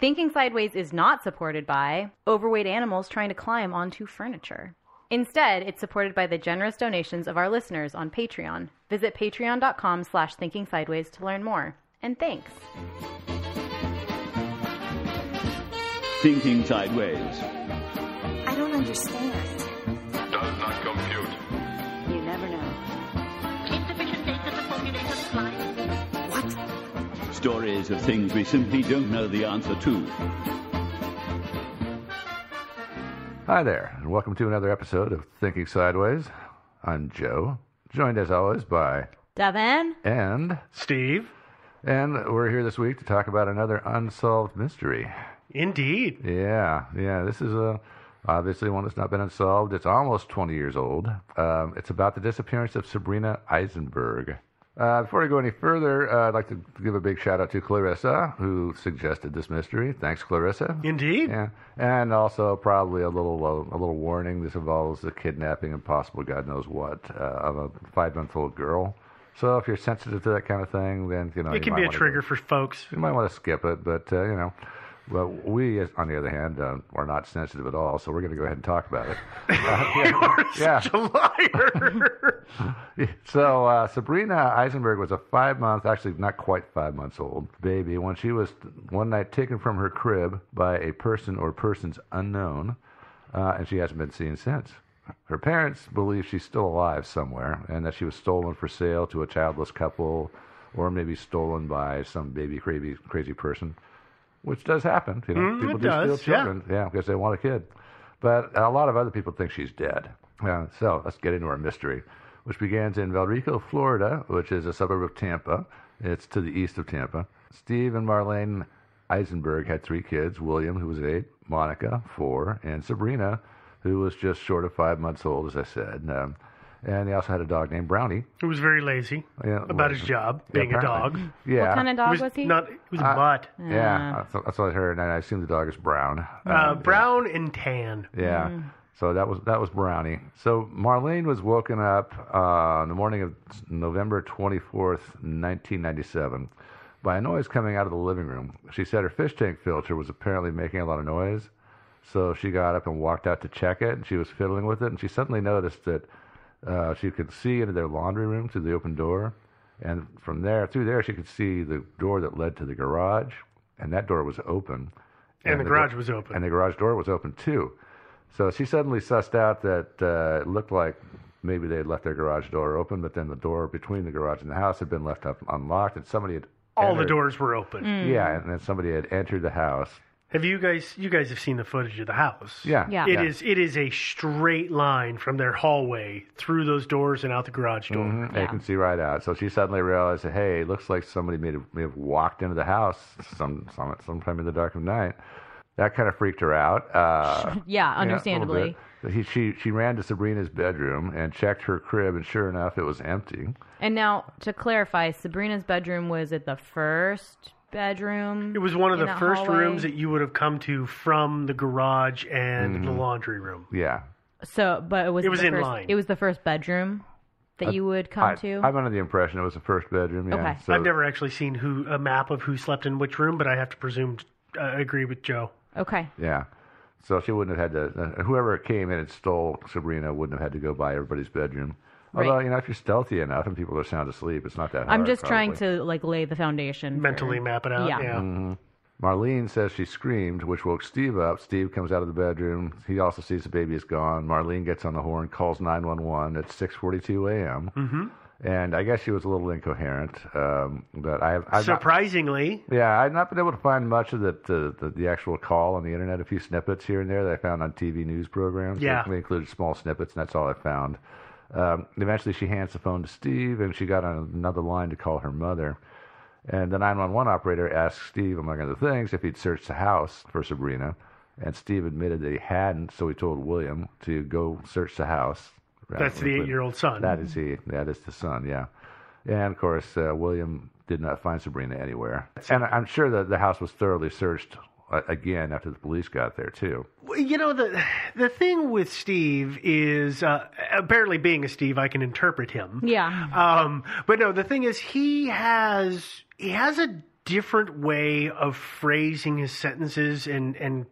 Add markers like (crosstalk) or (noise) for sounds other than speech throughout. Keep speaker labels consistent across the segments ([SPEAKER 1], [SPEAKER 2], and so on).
[SPEAKER 1] Thinking sideways is not supported by overweight animals trying to climb onto furniture. Instead, it's supported by the generous donations of our listeners on Patreon. Visit patreon.com slash thinking sideways to learn more. And thanks.
[SPEAKER 2] Thinking sideways.
[SPEAKER 3] I don't understand.
[SPEAKER 4] Does not compute.
[SPEAKER 3] You never know.
[SPEAKER 5] Insufficient data to formulate a reply.
[SPEAKER 3] What?
[SPEAKER 2] stories of things we simply don't know the answer to.
[SPEAKER 6] Hi there, and welcome to another episode of Thinking Sideways. I'm Joe, joined as always by
[SPEAKER 1] Devin
[SPEAKER 6] and
[SPEAKER 7] Steve.
[SPEAKER 6] And we're here this week to talk about another unsolved mystery.
[SPEAKER 7] Indeed.
[SPEAKER 6] Yeah, yeah. This is a obviously one that's not been unsolved. It's almost 20 years old. Um, it's about the disappearance of Sabrina Eisenberg. Uh, before I go any further, uh, I'd like to give a big shout out to Clarissa, who suggested this mystery. Thanks, Clarissa.
[SPEAKER 7] Indeed.
[SPEAKER 6] Yeah. And also, probably a little uh, a little warning. This involves the kidnapping and possible God knows what uh, of a five month old girl. So if you're sensitive to that kind of thing, then you know
[SPEAKER 7] it you can be a trigger go, for folks.
[SPEAKER 6] You might want to skip it, but uh, you know. Well, we, on the other hand, uh, are not sensitive at all, so we're going to go ahead and talk
[SPEAKER 7] (laughs)
[SPEAKER 6] about it. Uh,
[SPEAKER 7] yeah. yeah. such a
[SPEAKER 6] (laughs)
[SPEAKER 7] liar.
[SPEAKER 6] so, uh, Sabrina Eisenberg was a five month, actually not quite five months old, baby when she was one night taken from her crib by a person or persons unknown, uh, and she hasn't been seen since. Her parents believe she's still alive somewhere and that she was stolen for sale to a childless couple or maybe stolen by some baby crazy, crazy person which does happen. You know,
[SPEAKER 7] mm,
[SPEAKER 6] people
[SPEAKER 7] do does,
[SPEAKER 6] steal children, yeah. yeah. because they want a kid. But a lot of other people think she's dead. Uh, so let's get into our mystery, which begins in Valrico, Florida, which is a suburb of Tampa. It's to the east of Tampa. Steve and Marlene Eisenberg had three kids: William, who was eight; Monica, four; and Sabrina, who was just short of five months old, as I said. Um, and he also had a dog named Brownie,
[SPEAKER 7] who was very lazy yeah, about was, his job, being yeah, a dog.
[SPEAKER 6] Yeah,
[SPEAKER 1] what kind of dog was, was, he?
[SPEAKER 7] Not, it was a uh, mutt.
[SPEAKER 6] Yeah, uh. that's what I heard, and I assume the dog is brown.
[SPEAKER 7] Uh, brown yeah. and tan.
[SPEAKER 6] Yeah. Mm. So that was that was Brownie. So Marlene was woken up on the morning of November twenty fourth, nineteen ninety seven, by a noise coming out of the living room. She said her fish tank filter was apparently making a lot of noise, so she got up and walked out to check it. And she was fiddling with it, and she suddenly noticed that uh, she could see into their laundry room through the open door. And from there, through there, she could see the door that led to the garage. And that door was open.
[SPEAKER 7] And, and the, the, garage was open.
[SPEAKER 6] And the garage door was open, too. So she suddenly sussed out that uh, it looked like Maybe they had left their garage door open, but then the door between the garage and the house had been left up unlocked, and somebody had
[SPEAKER 7] All the
[SPEAKER 6] entered-
[SPEAKER 7] doors were open.
[SPEAKER 6] Yeah, and then somebody had entered the house.
[SPEAKER 7] Have you guys? You guys have seen the footage of the house.
[SPEAKER 6] Yeah, Yeah.
[SPEAKER 7] It
[SPEAKER 6] yeah.
[SPEAKER 7] is- It is a straight line from their hallway through those doors and out the garage door.
[SPEAKER 6] Mhm, and You can see right out. So she suddenly realized, that, hey, it looks like somebody may have, may have walked into the house some, some sometime in the dark of night. That kind of freaked her out.
[SPEAKER 1] (laughs)
[SPEAKER 6] Uh,
[SPEAKER 1] Yeah,
[SPEAKER 6] a little
[SPEAKER 1] understandably.
[SPEAKER 6] bit. he, she she ran to Sabrina's bedroom and checked her crib, and sure enough, it was empty.
[SPEAKER 1] And now to clarify, Sabrina's bedroom was at the first bedroom.
[SPEAKER 7] It was one of the
[SPEAKER 1] in that
[SPEAKER 7] first
[SPEAKER 1] hallway?
[SPEAKER 7] rooms that you would have come to from the garage and the
[SPEAKER 6] Mhm.
[SPEAKER 7] laundry room.
[SPEAKER 6] Yeah,
[SPEAKER 1] So, but it was
[SPEAKER 7] It was
[SPEAKER 1] the
[SPEAKER 7] in
[SPEAKER 1] first,
[SPEAKER 7] line.
[SPEAKER 1] It was the first bedroom that
[SPEAKER 6] Uh,
[SPEAKER 1] you would come
[SPEAKER 6] I,
[SPEAKER 1] to.
[SPEAKER 6] I'm under the impression it was the first bedroom. Yeah.
[SPEAKER 1] Okay.
[SPEAKER 6] So,
[SPEAKER 7] I've never actually seen who a map of who slept in which room, but I have to presume uh, agree with Joe.
[SPEAKER 1] okay.
[SPEAKER 6] Yeah. So she wouldn't have had to. uh, Whoever came in and stole Sabrina wouldn't have had to go by everybody's bedroom.
[SPEAKER 1] Right.
[SPEAKER 6] Although you know, if you're stealthy enough and people are sound asleep, it's not that.
[SPEAKER 1] I'm
[SPEAKER 6] hard,
[SPEAKER 1] just trying
[SPEAKER 6] probably.
[SPEAKER 1] to like lay the foundation. for-
[SPEAKER 7] Mentally map it out, yeah.
[SPEAKER 6] Mhm. Marlene says she screamed, which woke Steve up. Steve comes out of the bedroom. He also sees the baby is gone. Marlene gets on the horn, calls 911 at 6:42 a.m.
[SPEAKER 7] Mm-hmm.
[SPEAKER 6] And I guess she was a little incoherent, um, but I, I've not-
[SPEAKER 7] Surprisingly,
[SPEAKER 6] yeah, I've not been able to find much of the, the, the, the actual call on the internet. A few snippets here and there that I found on TV news programs.
[SPEAKER 7] Yeah.
[SPEAKER 6] They included small snippets, and that's all I found. Um, eventually, she hands the phone to Steve, and she got on another line to call her mother. And the 911 operator asked Steve, among other things, if he'd searched the house for Sabrina. And Steve admitted that he hadn't, so he told William to go search the house.
[SPEAKER 7] That's the eight-year-old son.
[SPEAKER 6] That is he. That is the son, yeah. And of course, uh, William did not find Sabrina anywhere. And I- I'm sure that the house was thoroughly searched uh, again after the police got there, too.
[SPEAKER 7] Well, You know the the thing with Steve is uh, apparently being a Steve, I can interpret him.
[SPEAKER 1] Yeah.
[SPEAKER 7] Um, but no, the thing is he has he has a different way of phrasing his sentences and and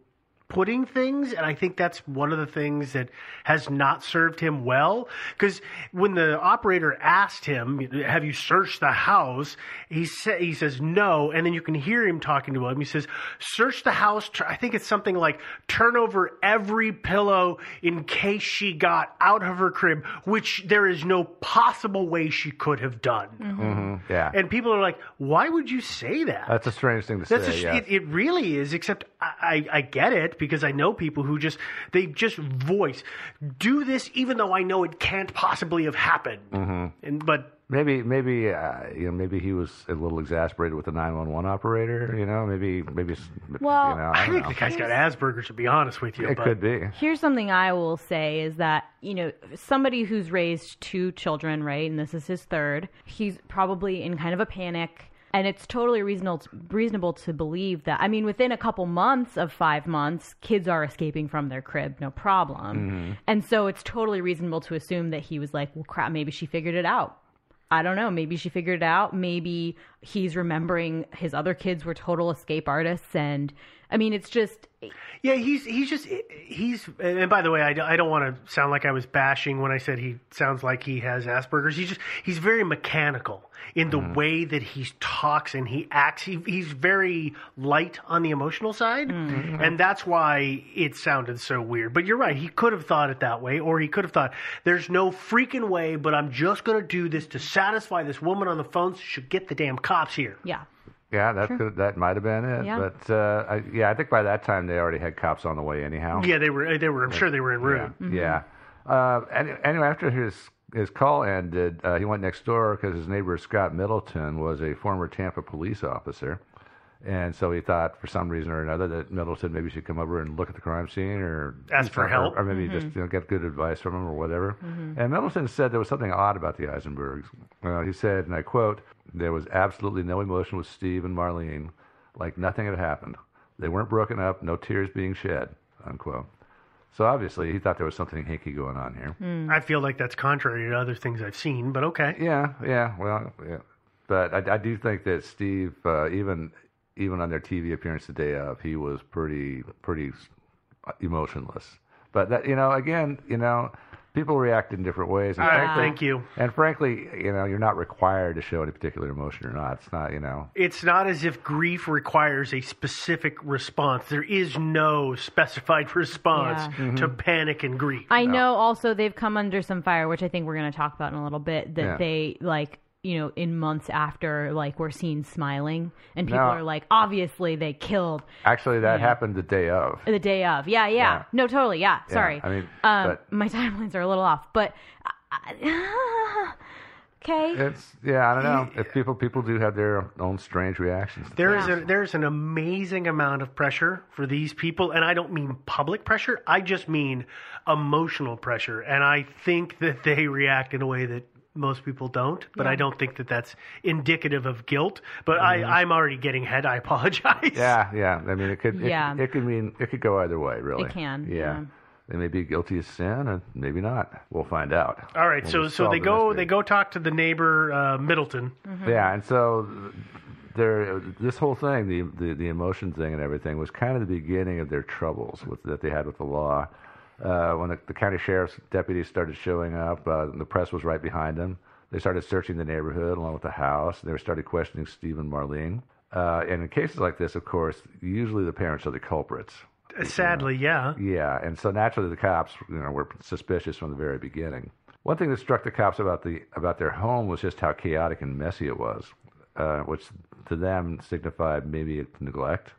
[SPEAKER 7] putting things and i think that's one of the things that has not served him well because when the operator asked him have you searched the house he sa- he says no and then you can hear him talking to him he says search the house tr- i think it's something like turn over every pillow in case she got out of her crib which there is no possible way she could have done
[SPEAKER 6] Mhm, Yeah.
[SPEAKER 7] and people are like why would you say that
[SPEAKER 6] That's a strange thing to
[SPEAKER 7] that's
[SPEAKER 6] say.
[SPEAKER 7] a, sh-
[SPEAKER 6] yeah.
[SPEAKER 7] it, it really is, except I, I, I get it because I know people who just, they just voice, do this even though I know it can't possibly have happened.
[SPEAKER 6] hmm
[SPEAKER 7] And, but
[SPEAKER 6] Maybe, maybe, uh, you know, maybe he was a little exasperated with the 911 operator. You know, maybe, maybe. s-
[SPEAKER 1] Well,
[SPEAKER 6] you know,
[SPEAKER 7] I
[SPEAKER 6] don't
[SPEAKER 7] think
[SPEAKER 6] know.
[SPEAKER 7] the guy's got Asperger's, to be honest with you.
[SPEAKER 6] It
[SPEAKER 7] but-
[SPEAKER 6] could be.
[SPEAKER 1] Here's something I will say is that, you know, somebody who's raised two children, right, and this is his third, he's probably in kind of a panic. And it's totally reasonable reasonable to believe that. I mean, within a couple months of five months, kids are escaping from their crib, no problem.
[SPEAKER 7] Mm-hmm.
[SPEAKER 8] Mhm.
[SPEAKER 1] And so it's totally reasonable to assume that he was like, well, crap, maybe she figured it out. I don't know. Maybe she figured it out. Maybe he's remembering his other kids were total escape artists. And I mean, it's just,
[SPEAKER 7] Yeah, he's he's just he's and by the way, I, I don't want to sound like I was bashing when I said he sounds like he has Asperger's. He's just he's very mechanical in the way that he talks and he acts. He, he's very light on the emotional side,
[SPEAKER 1] Mm-hmm.
[SPEAKER 7] and that's why it sounded so weird. But you're right; he could have thought it that way, or he could have thought, "There's no freaking way," but I'm just going to do this to satisfy this woman on the phone. So she'll get the damn cops here.
[SPEAKER 1] yeah.
[SPEAKER 6] Yeah, that could, that might have been it.
[SPEAKER 7] Yeah.
[SPEAKER 6] But uh, I, yeah, I think by that time they already had cops on the way anyhow.
[SPEAKER 7] Yeah, they were. uh, They were. I'm sure they were en route.
[SPEAKER 6] Yeah. Uh, any, anyway, after his his call ended, uh, he went next door because his neighbor Scott Middleton was a former Tampa police officer, and so he thought for some reason or another that Middleton maybe should come over and look at the crime scene or
[SPEAKER 7] Ask for
[SPEAKER 6] or-
[SPEAKER 7] help.
[SPEAKER 6] or maybe just
[SPEAKER 7] Mhm.
[SPEAKER 6] you know, get good advice from him or whatever.
[SPEAKER 7] Mhm.
[SPEAKER 6] And Middleton said there was something odd about the Eisenbergs. Uh, he said, and I quote, "There was absolutely no emotion with Steve and Marlene, like nothing had happened. They weren't broken up, no tears being shed." Unquote. So obviously, he thought there was something hinky going on here.
[SPEAKER 7] I feel like that's contrary to other things I've seen, but okay.
[SPEAKER 6] Yeah, yeah. Well, yeah. But I, I do think that Steve, uh, even even on their TV appearance the day of, he was pretty pretty emotionless. But that you know, again, you know, people react in different ways.
[SPEAKER 7] And All right, frankly, Ah, thank you.
[SPEAKER 6] And frankly, you know, you're not required to show any particular emotion or not. It's not, you know.
[SPEAKER 7] It's not as if grief requires a specific response. There is no specified response yeah. mm-hmm. to panic and grief.
[SPEAKER 1] I no. know also they've come under some fire, which I think we're going to talk about in a little bit, that yeah. they like you know, in months after, like we're seen smiling, and people no. are like, obviously they killed.
[SPEAKER 6] Actually, that you know, happened the day of.
[SPEAKER 1] The day of, yeah, yeah, yeah. no, totally, yeah. yeah. Sorry,
[SPEAKER 6] I mean,
[SPEAKER 1] um,
[SPEAKER 6] but...
[SPEAKER 1] my (laughs) timelines are a little off, but I... (sighs) okay.
[SPEAKER 6] It's yeah, I don't know. If people people do have their own strange reactions.
[SPEAKER 7] There is a, there's an amazing amount of pressure for these people, and I don't mean public pressure. I just mean emotional pressure, and I think that they react in a way that most people don't, but yeah. I don't think that that's indicative of guilt. But mm-hmm. I, I'm already getting head. I apologize.
[SPEAKER 6] Yeah, yeah. I mean, it could, it, yeah. it could mean it could go either way, really.
[SPEAKER 1] It can.
[SPEAKER 6] Yeah. yeah. They may be guilty of sin, and maybe not. We'll find out.
[SPEAKER 7] All right.
[SPEAKER 6] We'll
[SPEAKER 7] so, so they the go, mystery. they go talk to the neighbor, uh, Middleton.
[SPEAKER 6] Mm-hmm. Yeah, and so there, this whole thing, the, the the emotion thing and everything, was kind of the beginning of their troubles with that they had with the law. Uh, when the, the, county sheriff's deputies started showing up, uh, the press was right behind them. They started searching the neighborhood along with the house. They started questioning Steve and Marlene. Uh, and in cases like this, of course, usually the parents are the culprits.
[SPEAKER 7] Sadly,
[SPEAKER 6] you know?
[SPEAKER 7] yeah.
[SPEAKER 6] Yeah, and so naturally the cops, you know, were suspicious from the very beginning. One thing that struck the cops about the about their home was just how chaotic and messy it was, uh, which to them signified maybe neglect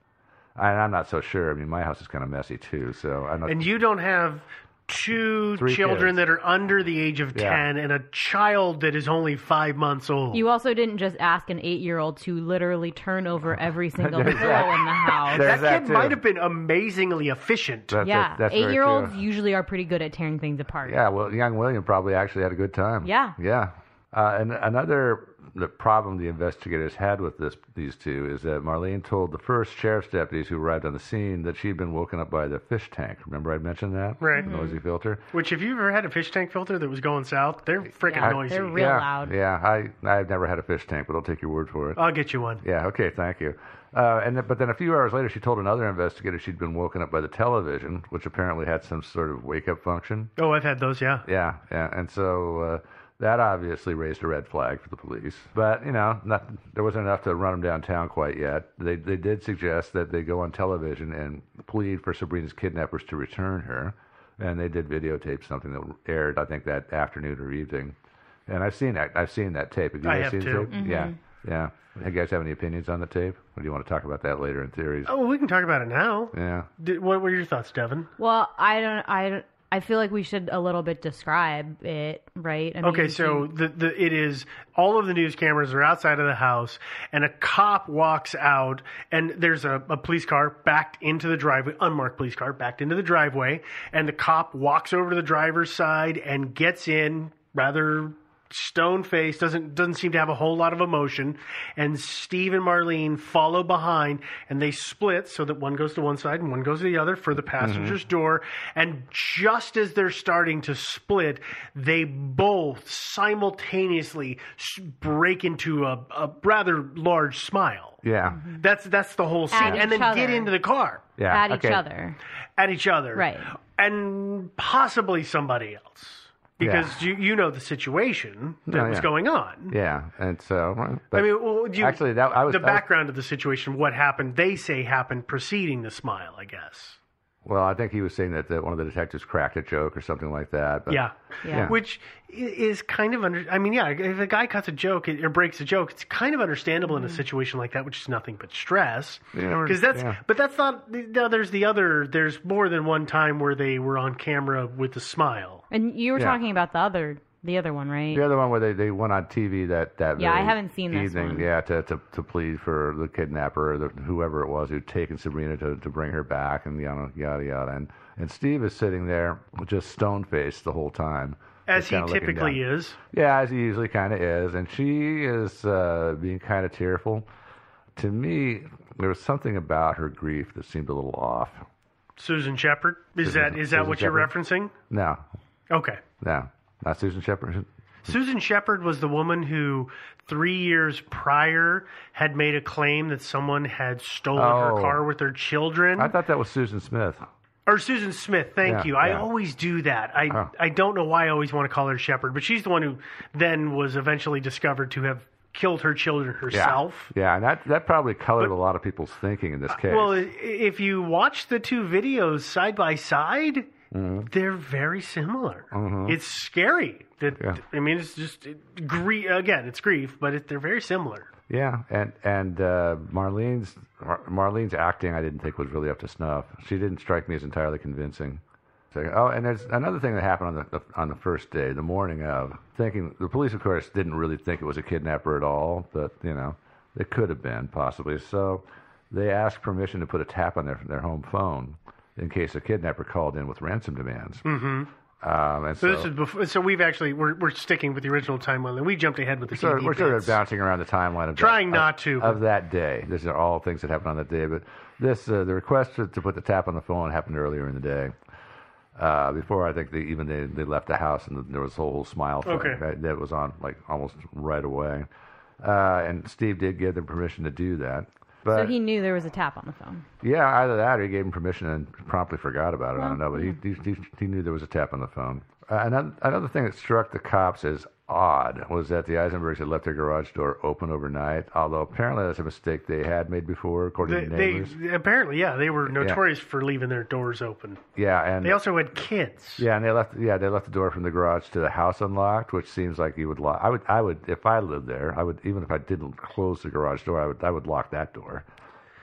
[SPEAKER 6] and I'm not so sure. I mean, my house is kind of messy too, so I know.
[SPEAKER 7] And you don't have two Three children kids. that are under the age of yeah. 10 and a child that is only 5 months old.
[SPEAKER 1] You also didn't just ask an 8-year-old to literally turn (laughs) over every single pillow that. in the house.
[SPEAKER 7] There's that, kid that might have been amazingly efficient.
[SPEAKER 1] That's yeah, a, 8-year-olds usually are pretty good at tearing things apart.
[SPEAKER 6] Yeah, well, young William probably actually had a good time.
[SPEAKER 1] Yeah.
[SPEAKER 6] Yeah. Uh, and another the problem the investigators had with this these two is that Marlene told the first sheriff's deputies who arrived on the scene that she'd been woken up by the fish tank. Remember I mentioned that?
[SPEAKER 7] Right.
[SPEAKER 6] Mm-hmm. Noisy filter.
[SPEAKER 7] Which if you've ever had a fish tank filter that was going south, they're freaking yeah, noisy.
[SPEAKER 1] They're real
[SPEAKER 6] yeah,
[SPEAKER 1] loud.
[SPEAKER 6] Yeah, I I've never had a fish tank, but I'll take your word for it.
[SPEAKER 7] I'll get you one.
[SPEAKER 6] Yeah, okay, thank you. Uh, and th- but then a few hours later, she told another investigator she'd been woken up by the television, which apparently had some sort of wake up function.
[SPEAKER 7] Oh, I've had those, yeah.
[SPEAKER 6] (laughs) Yeah, yeah, and so uh, that obviously raised a red flag for the police. But, you know, not, there wasn't enough to run them downtown quite yet. They, they did suggest that they go on television and plead for Sabrina's kidnappers to return her. And they did videotape something that aired, I think, that afternoon or evening. And I've seen that. I've seen that tape. Have you
[SPEAKER 7] I
[SPEAKER 6] guys
[SPEAKER 7] have
[SPEAKER 6] seen
[SPEAKER 7] too.
[SPEAKER 6] Tape? Mm-hmm. Yeah, yeah. You guys have any opinions on the tape? Or do you want to talk about that later in theories?
[SPEAKER 7] Oh, we can talk about it now.
[SPEAKER 6] Yeah.
[SPEAKER 7] Did, what were your thoughts, Devin?
[SPEAKER 1] Well, I don't. I don't. I feel like we should a little bit describe it, right? I
[SPEAKER 7] mean, okay, so the, the it is all of the news cameras are outside of the house, and a cop walks out, and there's a, a police car backed into the driveway, unmarked police car backed into the driveway, and the cop walks over to the driver's side and gets in rather stone face doesn't doesn't seem to have a whole lot of emotion and steve and marlene follow behind and they split so that one goes to one side and one goes to the other for the passenger's mm-hmm. door and just as they're starting to split they both simultaneously break into a, a rather large smile
[SPEAKER 6] yeah
[SPEAKER 7] that's that's the whole scene
[SPEAKER 1] at
[SPEAKER 7] and then
[SPEAKER 1] other.
[SPEAKER 7] get into the car
[SPEAKER 6] yeah
[SPEAKER 1] at okay. each other
[SPEAKER 7] at each other
[SPEAKER 1] right
[SPEAKER 7] and possibly somebody else because yeah. you, you know the situation that no, yeah. was going on.
[SPEAKER 6] Oh, Yeah, and so
[SPEAKER 7] I mean, well, you,
[SPEAKER 6] actually, that I was
[SPEAKER 7] the
[SPEAKER 6] I
[SPEAKER 7] background
[SPEAKER 6] was,
[SPEAKER 7] of the situation. What happened? They say happened preceding the smile, I guess.
[SPEAKER 6] Well, I think he was saying that, that one of the detectives cracked a joke or something like that. But,
[SPEAKER 7] yeah. yeah. yeah, which is kind of under. I mean, yeah, if a guy cuts a joke or breaks a joke, it's kind of understandable mm-hmm. in a situation like that, which is nothing but stress.
[SPEAKER 6] Because
[SPEAKER 7] yeah, that's, but that's not. Now, there's the other. There's more than one time where they were on camera with a smile.
[SPEAKER 1] And you were yeah. talking about the other the other one, right?
[SPEAKER 6] The other one where they, they went on TV that that
[SPEAKER 1] yeah, I haven't seen
[SPEAKER 6] evening,
[SPEAKER 1] this one.
[SPEAKER 6] Yeah, to, to, to plead for the kidnapper, or the, whoever it was who'd taken Sabrina to, to bring her back, and yada yada yada. And and Steve is sitting there just stone faced the whole time.
[SPEAKER 7] As he typically is.
[SPEAKER 6] Yeah, as he usually kind of is, and she is uh, being kind of tearful. To me, there was something about her grief that seemed a little off.
[SPEAKER 7] Susan Shepard is Susan, that is that Susan what Shepherd? you're referencing?
[SPEAKER 6] No,
[SPEAKER 7] Okay.
[SPEAKER 6] No, not Susan Shepard.
[SPEAKER 7] Susan Shepard was the woman who, three years prior, had made a claim that someone had stolen
[SPEAKER 6] oh.
[SPEAKER 7] her car with her children.
[SPEAKER 6] I thought that was Susan Smith.
[SPEAKER 7] Or Susan Smith, thank
[SPEAKER 6] Yeah,
[SPEAKER 7] you. I
[SPEAKER 6] yeah.
[SPEAKER 7] always do that. I
[SPEAKER 6] Huh.
[SPEAKER 7] I don't know why I always want to call her Shepherd, but she's the one who then was eventually discovered to have killed her children herself.
[SPEAKER 6] Yeah, yeah and that, that probably colored a lot of people's thinking in this case.
[SPEAKER 7] Well, i- if you watch the two videos side by side,
[SPEAKER 6] Mm-hmm.
[SPEAKER 7] they're very similar.
[SPEAKER 6] Mhm.
[SPEAKER 7] It's scary. That
[SPEAKER 6] Yeah.
[SPEAKER 7] I mean, it's just it, grief. Again, it's grief, but it, they're very similar.
[SPEAKER 6] Yeah, and and uh, Marlene's Mar- Marlene's acting I didn't think was really up to snuff. She didn't strike me as entirely convincing. So, oh, and there's another thing that happened on the on the first day, the morning of. Thinking the police, of course, didn't really think it was a kidnapper at all, but you know, it could have been possibly. So they asked permission to put a tap on their their home phone in case a kidnapper called in with ransom demands.
[SPEAKER 7] Mm-hmm.
[SPEAKER 6] Um, and
[SPEAKER 7] So,
[SPEAKER 6] so,
[SPEAKER 7] this is before. So we've actually we're we're sticking with the original timeline. and We jumped ahead with the
[SPEAKER 6] sort of-
[SPEAKER 7] TV
[SPEAKER 6] we're sort of
[SPEAKER 7] bits.
[SPEAKER 6] bouncing around the timeline of
[SPEAKER 7] Trying
[SPEAKER 6] that,
[SPEAKER 7] not
[SPEAKER 6] of,
[SPEAKER 7] to,
[SPEAKER 6] of that day. These are all things that happened on that day, but this uh, the request to, to put the tap on the phone happened earlier in the day. Uh, before I think they even they, they left the house and there was the whole smile thing
[SPEAKER 7] Okay.
[SPEAKER 6] that, that was on like almost right away. Uh, and Steve did give them permission to do that. But
[SPEAKER 1] so he knew there was a tap on the phone.
[SPEAKER 6] yeah, either that or he gave him permission and promptly forgot about it. I don't know, but he, he, he,
[SPEAKER 7] hmm.
[SPEAKER 6] he knew there was a tap on the phone. Uh, another, another thing that struck the cops as odd was that the Eisenbergs had left their garage door open overnight, although apparently that's a mistake they had made before, according
[SPEAKER 7] They,
[SPEAKER 6] to neighbors.
[SPEAKER 7] they apparently, yeah, they were notorious for leaving their doors open.
[SPEAKER 6] yeah, and
[SPEAKER 7] They also had kids.
[SPEAKER 6] yeah, and they left yeah they left the door from the garage to the house unlocked, which seems like you would lock. I would I would if I lived there, I would even if I didn't close the garage door, I would I would lock that door.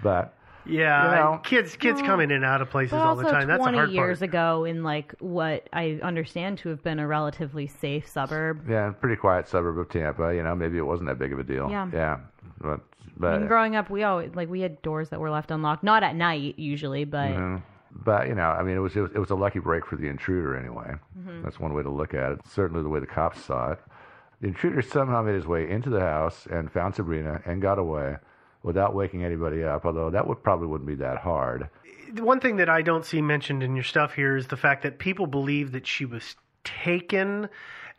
[SPEAKER 6] But
[SPEAKER 7] Yeah,
[SPEAKER 6] You know.
[SPEAKER 7] kids kids come in and out of places
[SPEAKER 1] But
[SPEAKER 7] all
[SPEAKER 1] also,
[SPEAKER 7] the time. That's the
[SPEAKER 1] 20
[SPEAKER 7] hard
[SPEAKER 1] years
[SPEAKER 7] part.
[SPEAKER 1] ago, in like what I understand to have been a relatively safe suburb.
[SPEAKER 6] Yeah, pretty quiet suburb of Tampa. You know, maybe it wasn't that big of a deal.
[SPEAKER 1] Yeah.
[SPEAKER 6] But,
[SPEAKER 1] I
[SPEAKER 6] but
[SPEAKER 1] mean, growing up, we always like we had doors that were left unlocked, not at night usually, but
[SPEAKER 6] Mhm. But you know, I mean, it was it was, it was a lucky break for the intruder anyway.
[SPEAKER 1] Mhm.
[SPEAKER 6] That's one way to look at it. Certainly, the way the cops saw it, the intruder somehow made his way into the house and found Sabrina and got away without waking anybody up. Although that would probably wouldn't be that hard.
[SPEAKER 7] The One thing that I don't see mentioned in your stuff here is the fact that people believe that she was taken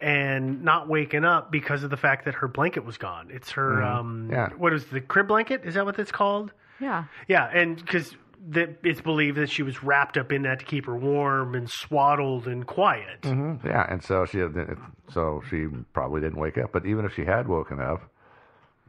[SPEAKER 7] and not waken up because of the fact that her blanket was gone. It's her
[SPEAKER 6] Mhm.
[SPEAKER 7] um
[SPEAKER 6] Yeah.
[SPEAKER 7] what is the crib blanket? Is that what it's called?
[SPEAKER 1] yeah.
[SPEAKER 7] Yeah, and cuz it's believed that she was wrapped up in that to keep her warm and swaddled and quiet.
[SPEAKER 6] Mm-hmm. Yeah, and so she so she probably didn't wake up. But even if she had woken up,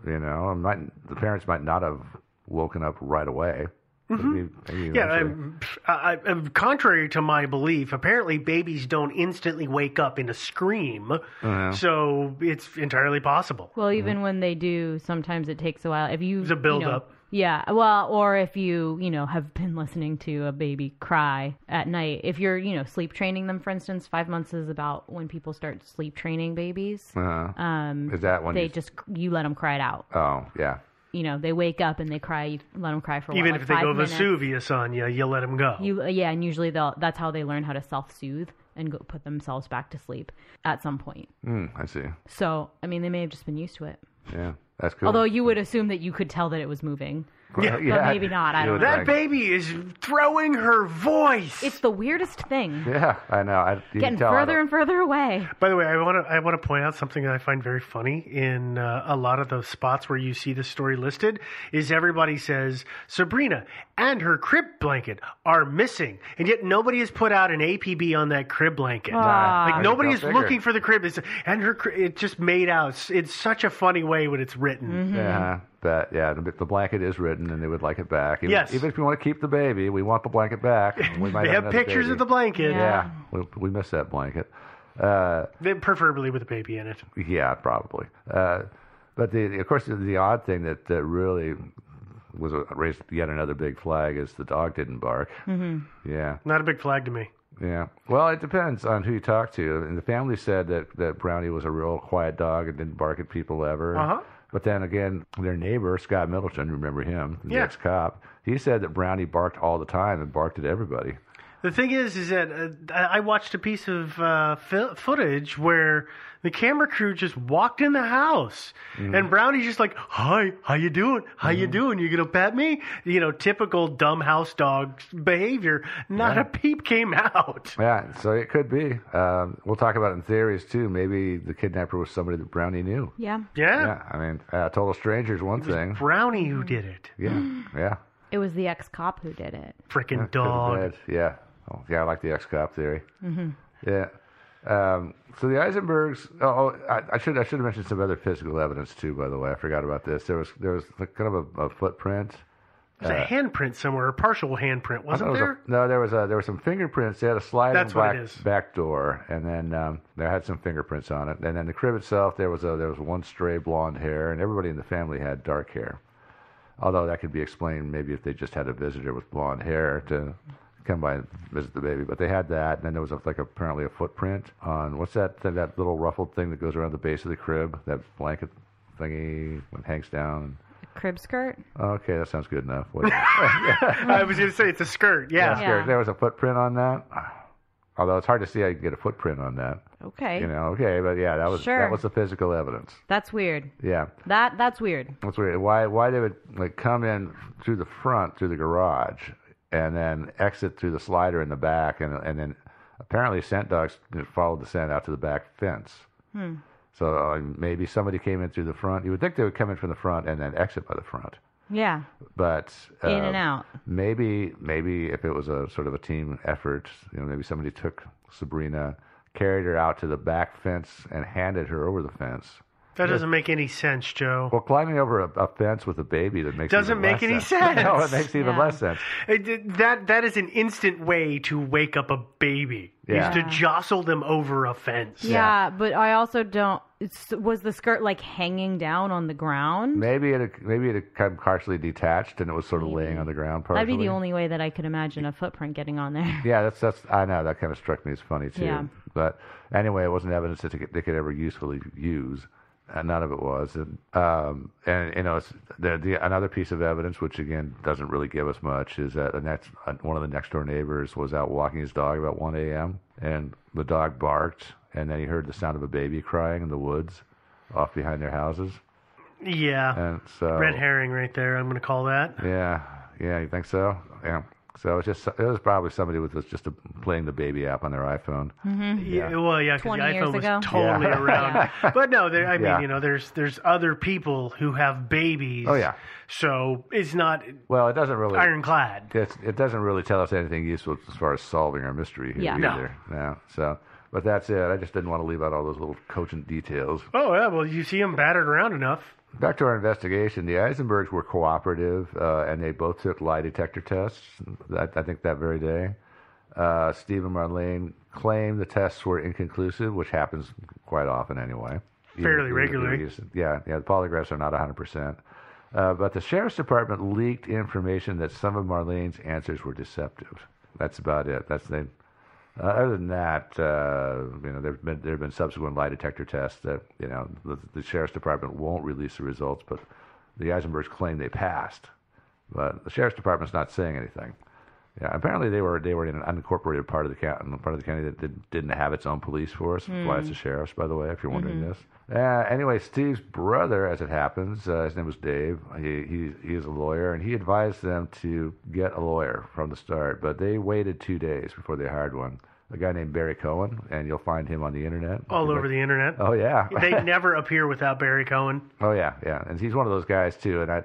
[SPEAKER 6] you know, might, the parents might not have woken up right away.
[SPEAKER 1] Mm-hmm.
[SPEAKER 6] Maybe- maybe
[SPEAKER 7] Yeah,
[SPEAKER 6] eventually.
[SPEAKER 7] I'm, I, I'm contrary to my belief. Apparently, babies don't instantly wake up in a scream,
[SPEAKER 6] Uh-huh.
[SPEAKER 7] so it's entirely possible.
[SPEAKER 1] Well, even when they do, sometimes it takes a while. If you
[SPEAKER 7] It's a build
[SPEAKER 1] you know-
[SPEAKER 7] up.
[SPEAKER 1] Yeah, well, or if you you know have been listening to a baby cry at night, if you're you know sleep training them, for instance, five months is about when people start sleep training babies.
[SPEAKER 7] Uh,
[SPEAKER 6] Uh-huh.
[SPEAKER 1] Um,
[SPEAKER 6] Is that when
[SPEAKER 1] they
[SPEAKER 6] you-
[SPEAKER 1] just you let them cry it out?
[SPEAKER 6] Oh yeah.
[SPEAKER 1] You know, they wake up and they cry. You let them cry for a while,
[SPEAKER 7] Even
[SPEAKER 1] like
[SPEAKER 7] if they
[SPEAKER 1] five
[SPEAKER 7] go
[SPEAKER 1] minutes.
[SPEAKER 7] Vesuvius on you, you let them go.
[SPEAKER 1] You uh, yeah, and usually they'll that's how they learn how to self soothe and go put themselves back to sleep at some point.
[SPEAKER 6] Mm, I see.
[SPEAKER 1] So I mean, they may have just been used to it.
[SPEAKER 6] Yeah, that's cool.
[SPEAKER 1] Although you would assume that you could tell that it was moving.
[SPEAKER 6] (laughs) Yeah.
[SPEAKER 1] But
[SPEAKER 6] Yeah.
[SPEAKER 1] maybe not. I
[SPEAKER 6] You
[SPEAKER 1] don't
[SPEAKER 6] would
[SPEAKER 1] know.
[SPEAKER 6] think. That
[SPEAKER 7] baby is throwing her voice.
[SPEAKER 1] It's the weirdest thing.
[SPEAKER 6] Yeah, I know. I, you
[SPEAKER 1] Getting
[SPEAKER 6] can tell I
[SPEAKER 1] further
[SPEAKER 6] don't-
[SPEAKER 1] and further away.
[SPEAKER 7] By the way, I want to I want to point out something that I find very funny in uh, a lot of the spots where you see the story listed is everybody says Sabrina and her crib blanket are missing, and yet nobody has put out an APB on that crib blanket.
[SPEAKER 6] Ah.
[SPEAKER 7] Like nobody
[SPEAKER 6] Go
[SPEAKER 7] is
[SPEAKER 6] figure.
[SPEAKER 7] looking for the crib. It's, and her cri- it just made out. It's, it's such a funny way when it's written.
[SPEAKER 6] Yeah, but yeah, the, the blanket is written, and they would like it back. Even,
[SPEAKER 7] Yes.
[SPEAKER 6] even if we want to keep the baby, we want the blanket back. We might
[SPEAKER 7] They have
[SPEAKER 6] another
[SPEAKER 7] pictures
[SPEAKER 6] baby.
[SPEAKER 7] of the blanket.
[SPEAKER 6] Yeah,
[SPEAKER 7] Yeah.
[SPEAKER 6] we, we miss that blanket. Uh,
[SPEAKER 7] They- preferably with a baby in it.
[SPEAKER 6] Yeah, probably. Uh, but the, of course, the, the odd thing that, that really was a, raised yet another big flag is the dog didn't bark.
[SPEAKER 7] Mhm.
[SPEAKER 6] Yeah,
[SPEAKER 7] Not a big flag to me.
[SPEAKER 6] yeah. Well, it depends on who you talk to. And the family said that that Brownie was a real quiet dog and didn't bark at people ever.
[SPEAKER 7] Uh-huh.
[SPEAKER 6] But then again, their neighbor Scott Middleton, remember him, the
[SPEAKER 7] Yeah.
[SPEAKER 6] ex cop? He said that Brownie barked all the time and barked at everybody.
[SPEAKER 7] The thing is, is that uh, I I watched a piece of uh, fi- footage where the camera crew just walked in the house, and Brownie's just like, "Hi, how you doing? How you doing? You gonna pet me?" You know, typical dumb house dog behavior. Not a peep came out. (laughs)
[SPEAKER 6] Yeah, so it could be. Um, we'll talk about it in theories too. Maybe the kidnapper was somebody that Brownie knew.
[SPEAKER 1] Yeah.
[SPEAKER 7] Yeah,
[SPEAKER 6] Yeah, I mean, uh, total strangers one thing.
[SPEAKER 7] Brownie who did it?
[SPEAKER 6] Yeah, yeah.
[SPEAKER 1] It was the ex cop who did it.
[SPEAKER 7] Frickin'
[SPEAKER 6] Could've
[SPEAKER 7] dog.
[SPEAKER 6] been. Yeah, Oh, yeah, I like the ex cop theory.
[SPEAKER 1] Mm-hmm.
[SPEAKER 6] Yeah. Um, so the Eisenbergs. Oh, I, I, should I should have mentioned some other physical evidence too. By the way, I forgot about this. There was there was kind of a, a footprint.
[SPEAKER 7] There's uh, a handprint somewhere, a partial handprint, wasn't
[SPEAKER 6] was
[SPEAKER 7] there?
[SPEAKER 6] A, no, there was a, there were some fingerprints. They had a sliding
[SPEAKER 7] That's
[SPEAKER 6] back,
[SPEAKER 7] what it is.
[SPEAKER 6] back door, and then um, they had some fingerprints on it. And then the crib itself, there was a, there was one stray blonde hair, and everybody in the family had dark hair. Although that could be explained maybe if they just had a visitor with blonde hair to come by and visit the baby. But they had that, and then there was a, like apparently a footprint on what's that that little ruffled thing that goes around the base of the crib, that blanket thingy that hangs down.
[SPEAKER 1] A crib skirt.
[SPEAKER 6] Okay, that sounds good enough.
[SPEAKER 7] I was going to say it's a skirt. Yeah.
[SPEAKER 6] Yeah, skirt. There was a footprint on that. Although it's hard to see, I can get a footprint on that.
[SPEAKER 1] Okay.
[SPEAKER 6] You know, okay, but yeah, that was
[SPEAKER 1] Sure.
[SPEAKER 6] that was the physical evidence.
[SPEAKER 1] That's weird.
[SPEAKER 6] Yeah.
[SPEAKER 1] That that's weird.
[SPEAKER 6] That's weird. Why why they would like come in through the front through the garage and then exit through the slider in the back and and then apparently scent dogs followed the scent out to the back fence.
[SPEAKER 1] Hmm.
[SPEAKER 6] So uh, maybe somebody came in through the front. You would think they would come in from the front and then exit by the front.
[SPEAKER 1] Yeah.
[SPEAKER 6] But uh,
[SPEAKER 1] In and out.
[SPEAKER 6] Maybe maybe if it was a sort of a team effort, you know, maybe somebody took Sabrina, carried her out to the back fence and handed her over the fence.
[SPEAKER 7] That doesn't make any sense, Joe.
[SPEAKER 6] Well, climbing over a, a fence with a baby that makes
[SPEAKER 7] Doesn't
[SPEAKER 6] even
[SPEAKER 7] make
[SPEAKER 6] less
[SPEAKER 7] any
[SPEAKER 6] sense. (laughs) no, it
[SPEAKER 7] sense.
[SPEAKER 6] makes even
[SPEAKER 7] Yeah.
[SPEAKER 6] less sense.
[SPEAKER 7] It- that that is an instant way to wake up a baby
[SPEAKER 6] Yeah.
[SPEAKER 7] is to jostle them over a fence.
[SPEAKER 1] Yeah, but I also don't. It's, was the skirt like hanging down on the ground?
[SPEAKER 6] Maybe it had- maybe it had come partially detached and it was sort of laying on the ground. Partially.
[SPEAKER 1] That'd be the only way that I could imagine a footprint getting on there.
[SPEAKER 6] Yeah, that's that's I know that kind of struck me as funny too.
[SPEAKER 1] Yeah.
[SPEAKER 6] But anyway, it wasn't evidence that they could, they could ever usefully use. And none of it was, and um, and you know, it's the, the another piece of evidence, which again doesn't really give us much, is that the next uh, one of the next door neighbors was out walking his dog about 1 a.m. and the dog barked, and then he heard the sound of a baby crying in the woods, off behind their houses,
[SPEAKER 7] Yeah.
[SPEAKER 6] and so
[SPEAKER 7] Red herring right there. I'm going to call that.
[SPEAKER 6] yeah, yeah. You think so? Yeah. So it's just it was probably somebody with was just a, playing the baby app on their iPhone.
[SPEAKER 1] Mm-hmm.
[SPEAKER 7] Yeah. well,
[SPEAKER 1] (laughs)
[SPEAKER 7] yeah, because
[SPEAKER 1] 20
[SPEAKER 7] the
[SPEAKER 1] years
[SPEAKER 7] iPhone was
[SPEAKER 1] ago.
[SPEAKER 7] totally
[SPEAKER 6] Yeah.
[SPEAKER 7] around. But no, there, I mean,
[SPEAKER 6] Yeah.
[SPEAKER 7] you know, there's there's other people who have babies.
[SPEAKER 6] Oh, yeah.
[SPEAKER 7] So it's not
[SPEAKER 6] Well, it doesn't really
[SPEAKER 7] ironclad.
[SPEAKER 6] it's, it doesn't really tell us anything useful as far as solving our mystery here
[SPEAKER 1] Yeah. No.
[SPEAKER 6] either. No. So, but that's it. I just didn't want to leave out all those little cogent details.
[SPEAKER 7] Oh yeah, well, you see them battered around enough.
[SPEAKER 6] Back to our investigation, the Eisenbergs were cooperative, uh, and they both took lie detector tests. I, I think that very day. Uh, Steve and Marlene claimed the tests were inconclusive, which happens quite often anyway.
[SPEAKER 7] Fairly
[SPEAKER 6] Even-
[SPEAKER 7] regularly.
[SPEAKER 6] even- Yeah, yeah. The polygraphs are not 100%. Uh, but the sheriff's department leaked information that some of Marlene's answers were deceptive. That's about it. That's they. Uh, other than that, uh, you know, there've been there have been subsequent lie detector tests that you know the, the sheriff's department won't release the results, but the Eisenbergs claim they passed. But the sheriff's department's not saying anything. Yeah, apparently they were they were in an unincorporated part of the county, part of the county that did, didn't have its own police force.
[SPEAKER 7] Hmm.
[SPEAKER 6] That's why it's the sheriff's, by the way, if you're wondering
[SPEAKER 8] Mhm.
[SPEAKER 7] Mm-hmm.
[SPEAKER 6] this. Uh, anyway, Steve's brother, as it happens, uh, his name was Dave. He, he he is a lawyer, and he advised them to get a lawyer from the start. But they waited two days before they hired one. A guy named Barry Cohen, and you'll find him on the internet.
[SPEAKER 7] All over the internet.
[SPEAKER 6] Oh yeah,
[SPEAKER 7] (laughs) they never appear without Barry Cohen.
[SPEAKER 6] (laughs) Oh yeah, yeah, and he's one of those guys too, and I,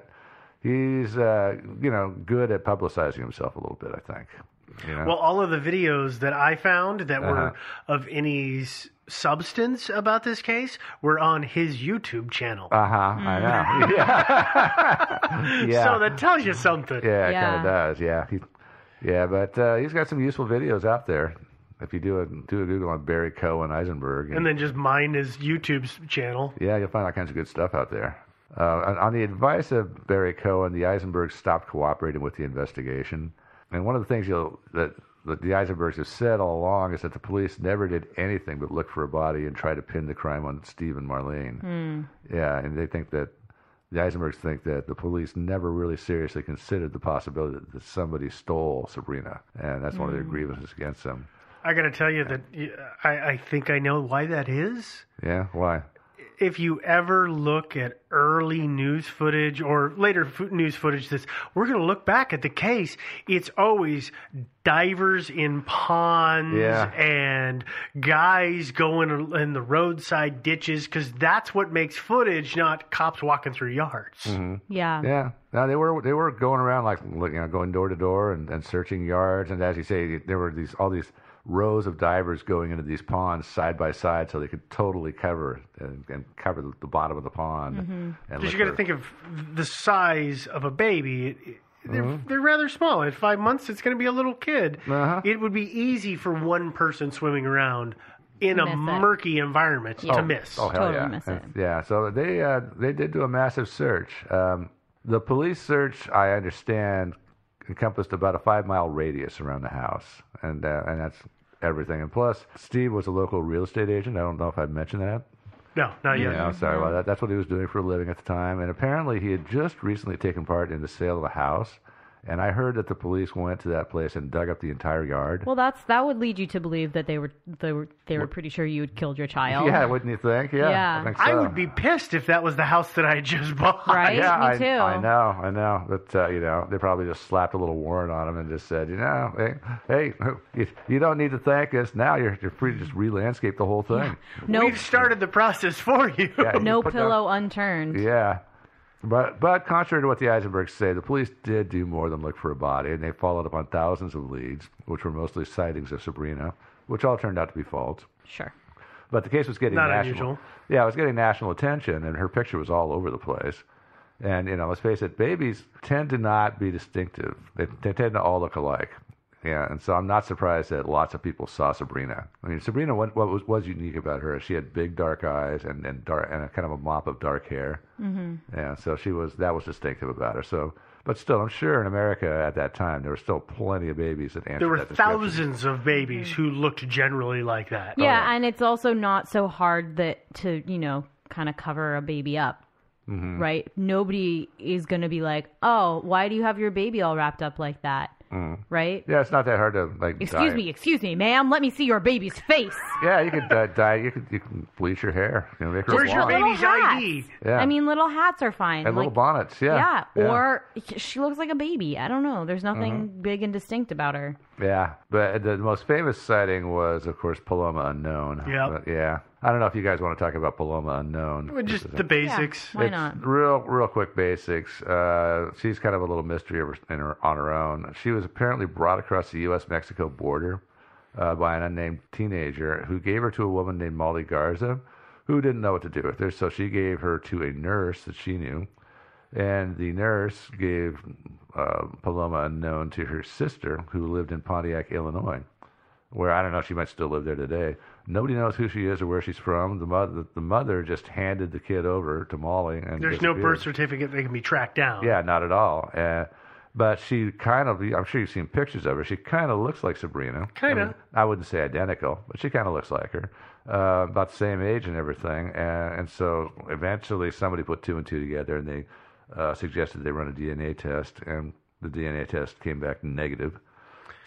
[SPEAKER 6] he's uh, you know good at publicizing himself a little bit. I think. You know?
[SPEAKER 7] Well, all of the videos that I found that were
[SPEAKER 6] Uh-huh.
[SPEAKER 7] of any s- substance about this case were on his YouTube channel.
[SPEAKER 6] Uh huh. I
[SPEAKER 7] (laughs)
[SPEAKER 6] know. Yeah. yeah. (laughs)
[SPEAKER 7] So that tells you something.
[SPEAKER 6] yeah, it kind of does. Yeah. He, yeah, but uh, he's got some useful videos out there. If you do a do a Google on Barry Cohen Eisenberg,
[SPEAKER 7] And then just mine his YouTube's channel.
[SPEAKER 6] Yeah, you'll find all kinds of good stuff out there. Uh, on, on the advice of Barry Cohen, the Eisenbergs stopped cooperating with the investigation. And one of the things you'll, that, that the Eisenbergs have said all along is that the police never did anything but look for a body and try to pin the crime on Steve and Marlene. Yeah, and they think that the Eisenbergs think that the police never really seriously considered the possibility that somebody stole Sabrina, and that's one of their
[SPEAKER 7] Mm.
[SPEAKER 6] grievances against them.
[SPEAKER 7] I got to tell you that uh, I, I think I know why that is.
[SPEAKER 6] Yeah, why?
[SPEAKER 7] if you ever look at early news footage or later fo- news footage that's we're going to look back at the case, it's always divers in ponds
[SPEAKER 6] Yeah.
[SPEAKER 7] and guys going in the roadside ditches because that's what makes footage, not cops walking through yards.
[SPEAKER 6] Mhm.
[SPEAKER 1] (laughs) Yeah.
[SPEAKER 6] Yeah. No, they were they were going around like look, you know going door to door and, and searching yards and as you say there were these all these rows of divers going into these ponds side by side so they could totally cover and, and cover the, the bottom of the pond.
[SPEAKER 1] Mm-hmm.
[SPEAKER 6] And
[SPEAKER 7] Because
[SPEAKER 6] look
[SPEAKER 7] you got to
[SPEAKER 6] for-
[SPEAKER 7] think of the size of a baby. It- it- They're,
[SPEAKER 6] Mhm.
[SPEAKER 7] they're rather small. At five months, it's going to be a little kid.
[SPEAKER 6] Uh-huh.
[SPEAKER 7] It would be easy for one person swimming around in
[SPEAKER 1] Miss
[SPEAKER 7] a
[SPEAKER 1] it.
[SPEAKER 7] murky environment
[SPEAKER 1] Yeah.
[SPEAKER 7] to miss.
[SPEAKER 6] Oh hell
[SPEAKER 1] Totally
[SPEAKER 6] yeah,
[SPEAKER 1] miss it.
[SPEAKER 6] yeah. So they uh, they did do a massive search. Um, the police search, I understand, encompassed about a five mile radius around the house, and uh, and that's everything. And plus, Steve was a local real estate agent. I don't know if I mentioned that.
[SPEAKER 7] No, not yet.
[SPEAKER 6] Yeah, I'm sorry about that. That's what he was doing for a living at the time. And apparently, he had just recently taken part in the sale of a house. And I heard that the police went to that place and dug up the entire yard.
[SPEAKER 1] Well, that's that would lead you to believe that they were they were they were pretty sure you had killed your
[SPEAKER 6] (laughs)
[SPEAKER 1] child.
[SPEAKER 6] yeah, wouldn't you think? Yeah,
[SPEAKER 1] Yeah.
[SPEAKER 6] I think so.
[SPEAKER 7] I would be pissed if that was the house that I just bought.
[SPEAKER 1] Right?
[SPEAKER 6] Yeah,
[SPEAKER 1] Me
[SPEAKER 6] I,
[SPEAKER 1] too.
[SPEAKER 6] I know, I know. But uh, you know, they probably just slapped a little warrant on him and just said, you know, hey, hey, (laughs) you, you don't need to thank us now. You're you're free to just re-landscape the whole thing.
[SPEAKER 1] No,
[SPEAKER 7] We've started the process for you.
[SPEAKER 1] (laughs)
[SPEAKER 6] Yeah, you
[SPEAKER 1] no
[SPEAKER 6] put down-
[SPEAKER 1] pillow unturned.
[SPEAKER 6] yeah. But but contrary to what the Eisenbergs say, the police did do more than look for a body, and they followed up on thousands of leads, which were mostly sightings of Sabrina, which all turned out to be false.
[SPEAKER 1] Sure.
[SPEAKER 6] But the case was getting
[SPEAKER 7] Not
[SPEAKER 6] national.
[SPEAKER 7] unusual.
[SPEAKER 6] Yeah, it was getting national attention, and her picture was all over the place. And you know, let's face it, babies tend to not be distinctive. They, they tend to all look alike. Yeah, and so I'm not surprised that lots of people saw Sabrina. I mean, Sabrina, what, what was, was unique about her? is She had big dark eyes and and dark and a kind of a mop of dark hair.
[SPEAKER 1] Mm-hmm.
[SPEAKER 6] Yeah, so she was that was distinctive about her. So, but still, I'm sure in America at that time there were still plenty of babies that answered
[SPEAKER 7] There were
[SPEAKER 6] that description.
[SPEAKER 7] thousands of babies who looked generally like that.
[SPEAKER 1] Yeah, and it's also not so hard that to you know kind of cover a baby up,
[SPEAKER 6] Mhm.
[SPEAKER 1] right? Nobody is going to be like, oh, why do you have your baby all wrapped up like that,
[SPEAKER 6] Mm.
[SPEAKER 1] right?
[SPEAKER 6] Yeah, it's not that hard to like.
[SPEAKER 1] Excuse
[SPEAKER 6] dye-
[SPEAKER 1] me, excuse me, ma'am. Let me see your baby's face.
[SPEAKER 6] Yeah, you could uh, dye. You could you can bleach your hair. You know, make her
[SPEAKER 7] Where's your
[SPEAKER 6] blonde.
[SPEAKER 1] Little
[SPEAKER 7] baby's
[SPEAKER 1] hats.
[SPEAKER 7] ID?
[SPEAKER 6] Yeah.
[SPEAKER 1] I mean, little hats are fine.
[SPEAKER 6] And little
[SPEAKER 1] Like,
[SPEAKER 6] bonnets. Yeah.
[SPEAKER 1] yeah. Or she looks like a baby. I don't know. There's nothing big and distinct about her.
[SPEAKER 6] yeah. But the most famous sighting was, of course, Paloma Unknown.
[SPEAKER 7] Yep.
[SPEAKER 6] But, yeah. I don't know if you guys want to talk about Paloma Unknown.
[SPEAKER 7] Well, Just the basics.
[SPEAKER 1] Why
[SPEAKER 6] It's
[SPEAKER 1] not?
[SPEAKER 6] Real, real quick basics. Uh, she's kind of a little mystery of her, in her, on her own. She was apparently brought across the U.S. Mexico border uh, by an unnamed teenager who gave her to a woman named Molly Garza, who didn't know what to do with her. So she gave her to a nurse that she knew, and the nurse gave uh, Paloma unknown to her sister, who lived in Pontiac, Illinois where I don't know she might still live there today. Nobody knows who she is or where she's from. The mother, the mother just handed the kid over to Molly, and
[SPEAKER 7] There's no
[SPEAKER 6] disappeared.
[SPEAKER 7] birth certificate that can be tracked down.
[SPEAKER 6] Yeah, not at all. Uh, but she kind of, I'm sure you've seen pictures of her. She kind of looks like Sabrina.
[SPEAKER 7] Kinda.
[SPEAKER 6] I, mean, I wouldn't say identical, but she kind of looks like her. Uh, about the same age and everything. Uh, and so eventually somebody put two and two together and they uh, suggested they run a DNA test. And the DNA test came back negative.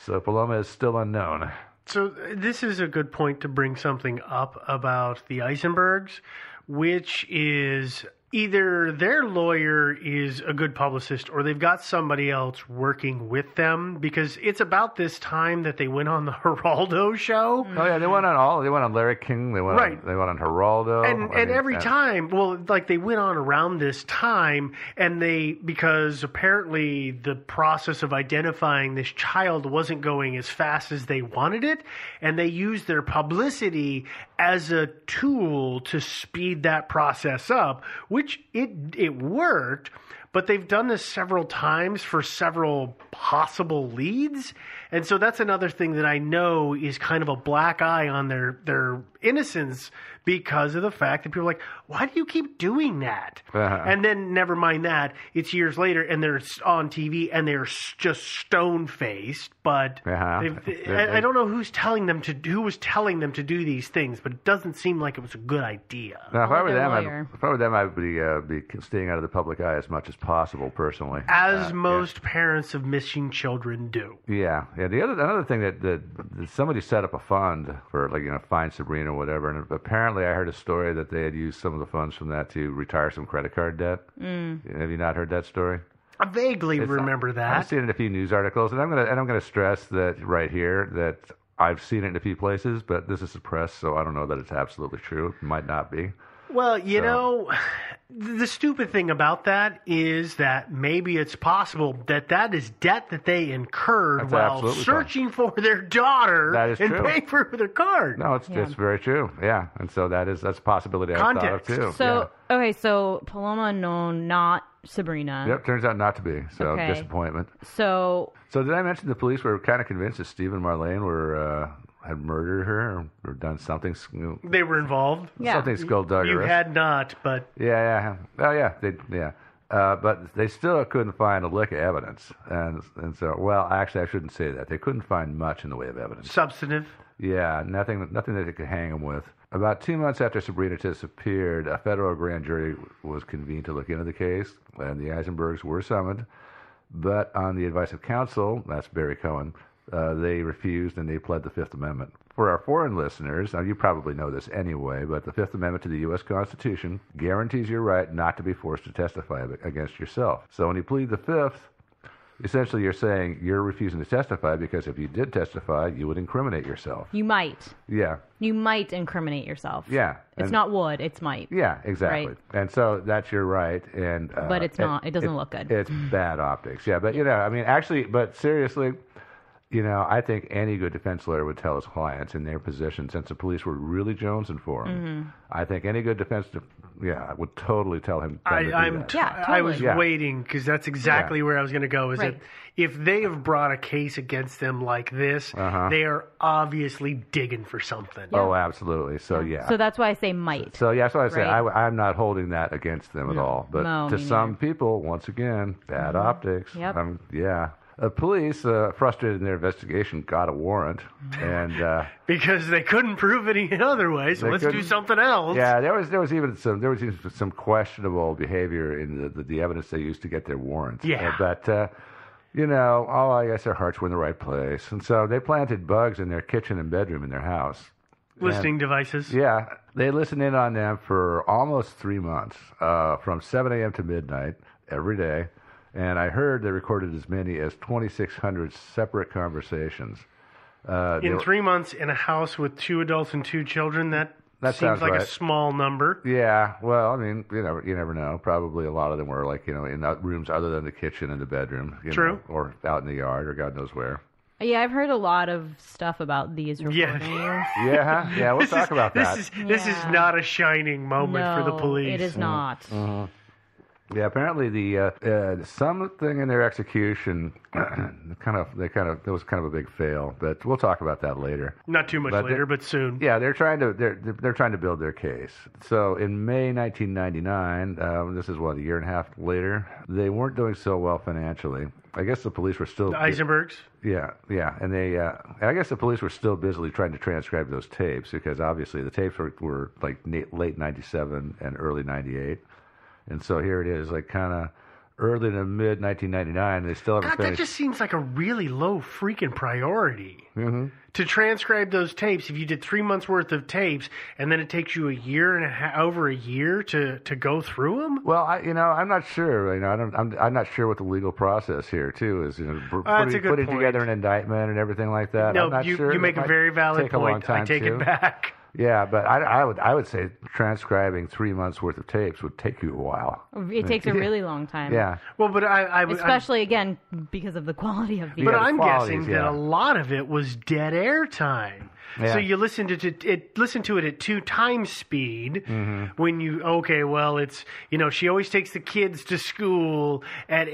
[SPEAKER 6] So Paloma is still unknown.
[SPEAKER 7] So uh, this is a good point to bring something up about the Eisenbergs, which is either their lawyer is a good publicist or they've got somebody else working with them because it's about this time that they went on the (laughs) Geraldo show.
[SPEAKER 6] Oh yeah, they went on all. They went on Larry King. They went
[SPEAKER 7] Right.
[SPEAKER 6] on. They went on Geraldo.
[SPEAKER 7] and
[SPEAKER 6] I
[SPEAKER 7] and
[SPEAKER 6] mean,
[SPEAKER 7] every time, well, like they went on around this time, and they because apparently the process of identifying this child wasn't going as fast as they wanted it, and they used their publicity as a tool to speed that process up, which it it worked. But they've done this several times for several possible leads. And so that's another thing that I know is kind of a black eye on their, their innocence because of the fact that people are like, why do you keep doing that?
[SPEAKER 6] Uh-huh.
[SPEAKER 7] And then, never mind that, it's years later and they're s- on TV and they're s- just stone faced. But
[SPEAKER 6] Uh-huh.
[SPEAKER 7] they've- they-
[SPEAKER 6] They're-
[SPEAKER 7] I, I don't know who's telling them to who was telling them to do these things, but it doesn't seem like it was a good idea.
[SPEAKER 6] Now, if I were
[SPEAKER 1] their
[SPEAKER 6] them,
[SPEAKER 1] lawyer.
[SPEAKER 6] I'd, if I were them, I'd be uh, be staying out of the public eye as much as possible, personally.
[SPEAKER 7] As
[SPEAKER 6] Uh,
[SPEAKER 7] most parents of missing children do.
[SPEAKER 6] Yeah, yeah. The other another thing that, that that somebody set up a fund for like you know find Sabrina or whatever. And apparently, I heard a story that they had used some of the funds from that to retire some credit card debt.
[SPEAKER 1] Mm.
[SPEAKER 6] Have you not heard that story?
[SPEAKER 7] I vaguely
[SPEAKER 6] It's- uh,
[SPEAKER 7] remember that.
[SPEAKER 6] I've seen it in a few news articles, and I'm gonna and I'm gonna stress that right here that I've seen it in a few places, but this is suppressed, so I don't know that it's absolutely true. It might not be.
[SPEAKER 7] Well, you
[SPEAKER 6] So-
[SPEAKER 7] know, the stupid thing about that is that maybe it's possible that that is debt that they incurred
[SPEAKER 6] That's
[SPEAKER 7] while
[SPEAKER 6] absolutely
[SPEAKER 7] searching for their daughter
[SPEAKER 6] That is
[SPEAKER 7] and
[SPEAKER 6] true.
[SPEAKER 7] paying for their card.
[SPEAKER 6] No, it's it's very true. Yeah, and so that is that's a possibility I thought of
[SPEAKER 7] Context.
[SPEAKER 6] too.
[SPEAKER 1] So okay, so Paloma, no, not Sabrina.
[SPEAKER 6] yeah. Yep, turns out not to be. So
[SPEAKER 1] Okay.
[SPEAKER 6] disappointment.
[SPEAKER 1] So
[SPEAKER 6] So did I mention the police were kind of convinced that Steve and Marlene were uh, had murdered her or, or done something s- you know,
[SPEAKER 7] They were involved.
[SPEAKER 6] Yeah. Something skullduggerous.
[SPEAKER 7] You had not, but
[SPEAKER 6] Yeah, yeah. Oh, yeah. They, yeah. Uh, but they still couldn't find a lick of evidence, and and so well, actually, I shouldn't say that. They couldn't find much in the way of evidence.
[SPEAKER 7] substantive.
[SPEAKER 6] Yeah, nothing, nothing that they could hang them with. About two months after Sabrina disappeared, a federal grand jury was convened to look into the case, and the Eisenbergs were summoned. But on the advice of counsel, that's Barry Cohen, uh, they refused and they pled the Fifth Amendment. For our foreign listeners, now you probably know this anyway, but the Fifth Amendment to the U.S. Constitution guarantees your right not to be forced to testify ab- against yourself. So when you plead the Fifth, essentially you're saying you're refusing to testify because if you did testify, you would incriminate yourself.
[SPEAKER 1] you might,
[SPEAKER 6] Yeah,
[SPEAKER 1] you might incriminate yourself.
[SPEAKER 6] yeah.
[SPEAKER 1] It's
[SPEAKER 6] And-
[SPEAKER 1] not would, it's might.
[SPEAKER 6] Yeah, exactly.
[SPEAKER 1] Right.
[SPEAKER 6] And so that's your right, and uh,
[SPEAKER 1] But it's not- it doesn't look good.
[SPEAKER 6] It's bad optics. Yeah, but you know, I mean, actually, but seriously, you know, I think any good defense lawyer would tell his clients in their position, since the police were really jonesing for him.
[SPEAKER 1] Mm-hmm.
[SPEAKER 6] I think any good defense, def yeah, would totally tell him. them to
[SPEAKER 7] I,
[SPEAKER 6] do
[SPEAKER 7] I'm.
[SPEAKER 6] that.
[SPEAKER 7] t- I was
[SPEAKER 6] Yeah.
[SPEAKER 7] waiting because that's exactly where I was going to go. Is
[SPEAKER 1] Right.
[SPEAKER 7] that if they have brought a case against them like this,
[SPEAKER 6] Uh-huh.
[SPEAKER 7] they are obviously digging for something.
[SPEAKER 6] Oh, absolutely. So yeah.
[SPEAKER 1] So that's why I say might.
[SPEAKER 6] So yeah, that's why I say
[SPEAKER 1] Right.
[SPEAKER 6] I, am not holding that against them at all. But
[SPEAKER 1] No,
[SPEAKER 6] to
[SPEAKER 1] me Mm-hmm.
[SPEAKER 6] some people, once again, bad optics.
[SPEAKER 1] Yep.
[SPEAKER 6] Um, yeah. The police, uh, frustrated in their investigation, got a warrant,
[SPEAKER 1] Mm-hmm.
[SPEAKER 6] and uh,
[SPEAKER 7] (laughs) Because they couldn't prove it any other way, so
[SPEAKER 6] They
[SPEAKER 7] let's do
[SPEAKER 6] couldn't-
[SPEAKER 7] something else.
[SPEAKER 6] yeah, there was there was even some there was even some questionable behavior in the the, the evidence they used to get their warrants.
[SPEAKER 7] Yeah.
[SPEAKER 6] Uh, but uh, you know, oh, I guess their hearts were in the right place, and so they planted bugs in their kitchen and bedroom in their house.
[SPEAKER 7] Listening devices.
[SPEAKER 6] Yeah, they listened in on them for almost three months, uh, from 7 a.m. to midnight every day. And I heard they recorded as many as 2,600 separate conversations. Uh, they
[SPEAKER 7] In
[SPEAKER 6] were-
[SPEAKER 7] three months, in a house with two adults and two children, that,
[SPEAKER 6] That
[SPEAKER 7] seems
[SPEAKER 6] sounds
[SPEAKER 7] like a
[SPEAKER 6] right.
[SPEAKER 7] small number.
[SPEAKER 6] yeah, well, I mean, you never, you never know. Probably a lot of them were like, you know, in o- rooms other than the kitchen and the bedroom. You
[SPEAKER 7] True.
[SPEAKER 6] know, or out in the yard or God knows where.
[SPEAKER 1] Yeah, I've heard a lot of stuff about these recordings.
[SPEAKER 6] Yeah, yeah, we'll
[SPEAKER 7] This
[SPEAKER 6] talk
[SPEAKER 7] is-
[SPEAKER 6] about that.
[SPEAKER 7] This is (laughs) this is not a shining moment for the
[SPEAKER 1] No,
[SPEAKER 7] police. Uh-huh.
[SPEAKER 1] It is not.
[SPEAKER 6] Yeah, apparently the uh, uh, something in their execution (clears throat) kind of they kind of that was kind of a big fail, but we'll talk about that later.
[SPEAKER 7] Not too much
[SPEAKER 6] But
[SPEAKER 7] later,
[SPEAKER 6] the-
[SPEAKER 7] but soon.
[SPEAKER 6] Yeah, they're trying to they're they're- they're trying to build their case. So in May 1999, um, this is what a year and a half later, they weren't doing so well financially. I guess the police were still
[SPEAKER 7] The Eisenbergs.
[SPEAKER 6] yeah, yeah, and they. Uh, I guess the police were still busily trying to transcribe those tapes because obviously the tapes were, were like na- late '97 and early '98, and so here it is, like kind of early to mid 1999. They still haven't
[SPEAKER 7] God, that
[SPEAKER 6] finished.
[SPEAKER 7] just seems like a really low freaking priority.
[SPEAKER 6] hmm
[SPEAKER 7] to transcribe those tapes if you did three months worth of tapes and then it takes you a year and a half over a year to to go through them
[SPEAKER 6] Well, I, you know, I'm not sure. You know, I don't, I'm, I'm not sure what the legal process here too is. You know, br-
[SPEAKER 7] Uh, that's a
[SPEAKER 6] putting,
[SPEAKER 7] good
[SPEAKER 6] putting
[SPEAKER 7] point.
[SPEAKER 6] together an indictment and everything like that. I'm
[SPEAKER 7] no
[SPEAKER 6] not
[SPEAKER 7] you,
[SPEAKER 6] sure.
[SPEAKER 7] you
[SPEAKER 6] That
[SPEAKER 7] make a
[SPEAKER 6] might
[SPEAKER 7] very valid
[SPEAKER 6] take a long
[SPEAKER 7] point i
[SPEAKER 6] time,
[SPEAKER 7] take
[SPEAKER 6] too.
[SPEAKER 7] it back
[SPEAKER 6] Yeah, but I, I would I would say transcribing three months worth of tapes would take you a while.
[SPEAKER 1] It takes a really long time.
[SPEAKER 6] Yeah.
[SPEAKER 7] well but i i would I'm-
[SPEAKER 1] Especially again because of the quality of the
[SPEAKER 7] but
[SPEAKER 6] Yeah, the
[SPEAKER 7] i'm
[SPEAKER 6] qualities,
[SPEAKER 7] guessing
[SPEAKER 6] yeah.
[SPEAKER 7] that a lot of it was dead air time
[SPEAKER 6] Yeah.
[SPEAKER 7] so you listen to it, it listen to it at two times speed when you okay well it's you know she always takes the kids to school at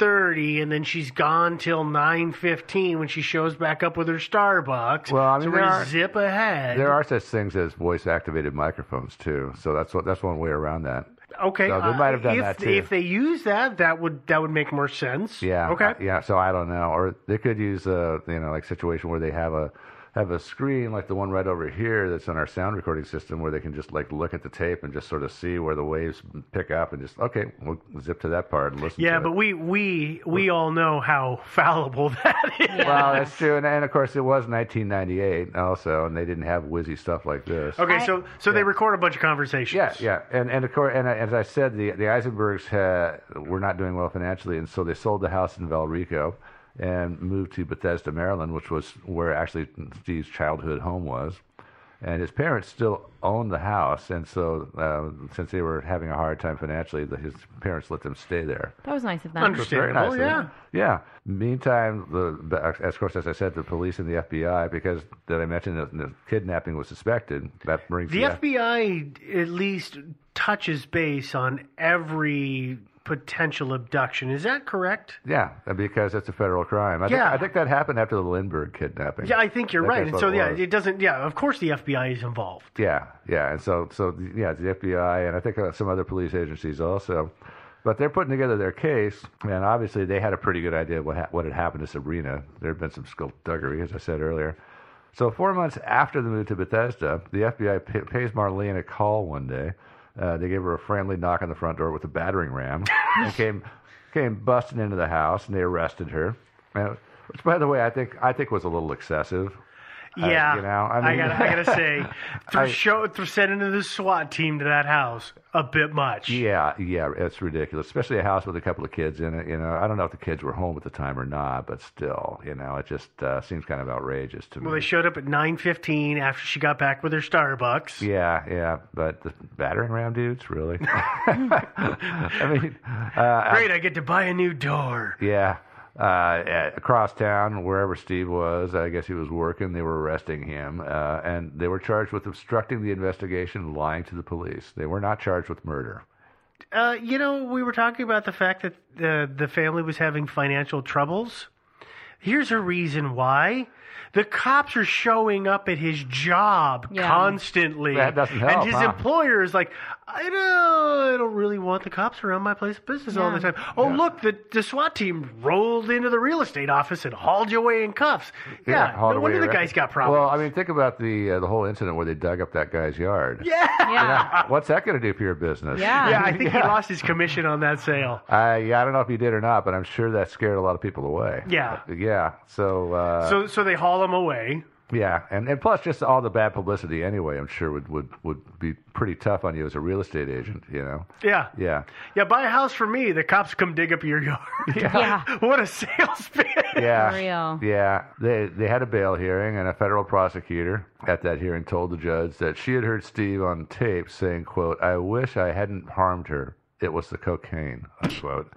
[SPEAKER 7] 8.30 and then she's gone till 9.15 when she shows back up with her starbucks
[SPEAKER 6] Well, I mean,
[SPEAKER 7] so
[SPEAKER 6] there
[SPEAKER 7] we're gonna
[SPEAKER 6] are-
[SPEAKER 7] zip ahead
[SPEAKER 6] There are such things as voice activated microphones too, so that's what that's one way around that.
[SPEAKER 7] okay
[SPEAKER 6] So they
[SPEAKER 7] uh,
[SPEAKER 6] might have done
[SPEAKER 7] if,
[SPEAKER 6] that, too.
[SPEAKER 7] if they use that that would that would make more sense
[SPEAKER 6] Yeah.
[SPEAKER 7] okay
[SPEAKER 6] uh, yeah. So I don't know, or they could use a you know like situation where they have a have a screen like the one right over here that's on our sound recording system where they can just like look at the tape and just sort of see where the waves pick up and just okay we'll zip to that part and listen
[SPEAKER 7] yeah
[SPEAKER 6] to
[SPEAKER 7] but
[SPEAKER 6] it.
[SPEAKER 7] we we we all know how fallible (laughs) that is
[SPEAKER 6] well that's true and, and of course it was 1998 also and they didn't have whizzy stuff like this
[SPEAKER 7] okay so so they record a bunch of conversations
[SPEAKER 6] yeah yeah and and of course and uh, as i said the the eisenbergs had, were not doing well financially and so they sold the house in valrico and moved to Bethesda, Maryland, which was where actually Steve's childhood home was. And his parents still owned the house, and so uh, since they were having a hard time financially, the, his parents let them stay there.
[SPEAKER 1] That was nice of them.
[SPEAKER 6] It was very nice
[SPEAKER 7] Understandable,
[SPEAKER 6] of
[SPEAKER 7] yeah.
[SPEAKER 6] them. Yeah. Meantime, the as of course as I said, the police and the FBI, because that I mentioned that the kidnapping was suspected. That brings
[SPEAKER 7] The FBI at least touches base on every potential abduction. Is that correct?
[SPEAKER 6] Yeah, because it's a federal crime. I
[SPEAKER 7] Yeah.
[SPEAKER 6] think, I think that happened after the Lindbergh kidnapping.
[SPEAKER 7] Yeah, I think you're
[SPEAKER 6] That
[SPEAKER 7] right.
[SPEAKER 6] is
[SPEAKER 7] And
[SPEAKER 6] what
[SPEAKER 7] so
[SPEAKER 6] it
[SPEAKER 7] yeah,
[SPEAKER 6] was.
[SPEAKER 7] it doesn't. Yeah, of course the FBI is involved.
[SPEAKER 6] Yeah, yeah, and so so yeah, the FBI and I think uh, some other police agencies also, but they're putting together their case, and obviously they had a pretty good idea what ha- what had happened to Sabrina. There had been some skullduggery, as I said earlier. So four months after the move to Bethesda, the FBI p- pays Marlene a call one day. Uh, they gave her a friendly knock on the front door with a battering ram,
[SPEAKER 7] (laughs)
[SPEAKER 6] and came came busting into the house, and they arrested her. And, which, by the way, I think I think was a little excessive. Uh,
[SPEAKER 7] Yeah,
[SPEAKER 6] you know,
[SPEAKER 7] I,
[SPEAKER 6] I mean-
[SPEAKER 7] gotta, I gotta
[SPEAKER 6] (laughs)
[SPEAKER 7] say, through
[SPEAKER 6] I-
[SPEAKER 7] show, through sending the SWAT team to that house, a bit much.
[SPEAKER 6] Yeah, yeah, it's ridiculous, especially a house with a couple of kids in it. You know, I don't know if the kids were home at the time or not, but still, you know, it just uh, seems kind of outrageous to me.
[SPEAKER 7] Well, they showed up at nine fifteen after she got back with her Starbucks.
[SPEAKER 6] yeah, yeah, but the battering ram
[SPEAKER 7] (laughs)
[SPEAKER 6] dudes, really? (laughs) I mean, uh,
[SPEAKER 7] Great, I get to buy a new door.
[SPEAKER 6] Yeah. Uh, at- across town, wherever Steve was, I guess he was working, they were arresting him. Uh, and they were charged with obstructing the investigation and lying to the police. They were not charged with murder.
[SPEAKER 7] Uh, you know, we were talking about the fact that the the family was having financial troubles. Here's a reason why. The cops are showing up at his job
[SPEAKER 6] Yeah.
[SPEAKER 7] constantly.
[SPEAKER 6] That doesn't help,
[SPEAKER 7] And his
[SPEAKER 6] huh?
[SPEAKER 7] employer is like, I don't, I don't really want the cops around my place of business all the
[SPEAKER 6] Yeah.
[SPEAKER 7] time. Oh, look, the, the SWAT team rolled into the real estate office and hauled you away in cuffs. Yeah,
[SPEAKER 6] hauled
[SPEAKER 7] no
[SPEAKER 6] away
[SPEAKER 7] wonder the
[SPEAKER 6] arrested.
[SPEAKER 7] guy's got problems.
[SPEAKER 6] Well, I mean, think about the uh, the whole incident where they dug up that guy's yard.
[SPEAKER 7] yeah. Yeah.
[SPEAKER 6] (laughs) What's that going to do for your business?
[SPEAKER 7] Yeah, I
[SPEAKER 6] (laughs)
[SPEAKER 7] think he lost his commission on that sale.
[SPEAKER 6] I, yeah, I don't know if you did or not, but I'm sure that scared a lot of people away.
[SPEAKER 7] Yeah.
[SPEAKER 6] Yeah. So, uh,
[SPEAKER 7] so so they haul him away.
[SPEAKER 6] yeah. And, and plus, just all the bad publicity anyway, I'm sure would, would, would be pretty tough on you as a real estate agent, you know?
[SPEAKER 7] Yeah.
[SPEAKER 6] Yeah.
[SPEAKER 7] Yeah, buy a house for me. The cops come dig up your yard. (laughs)
[SPEAKER 6] Yeah.
[SPEAKER 7] what a sales pitch.
[SPEAKER 6] Yeah. Yeah. They they had a bail hearing and a federal prosecutor at that hearing told the judge that she had heard Steve on tape saying, quote, I wish I hadn't harmed her. It was the cocaine, unquote.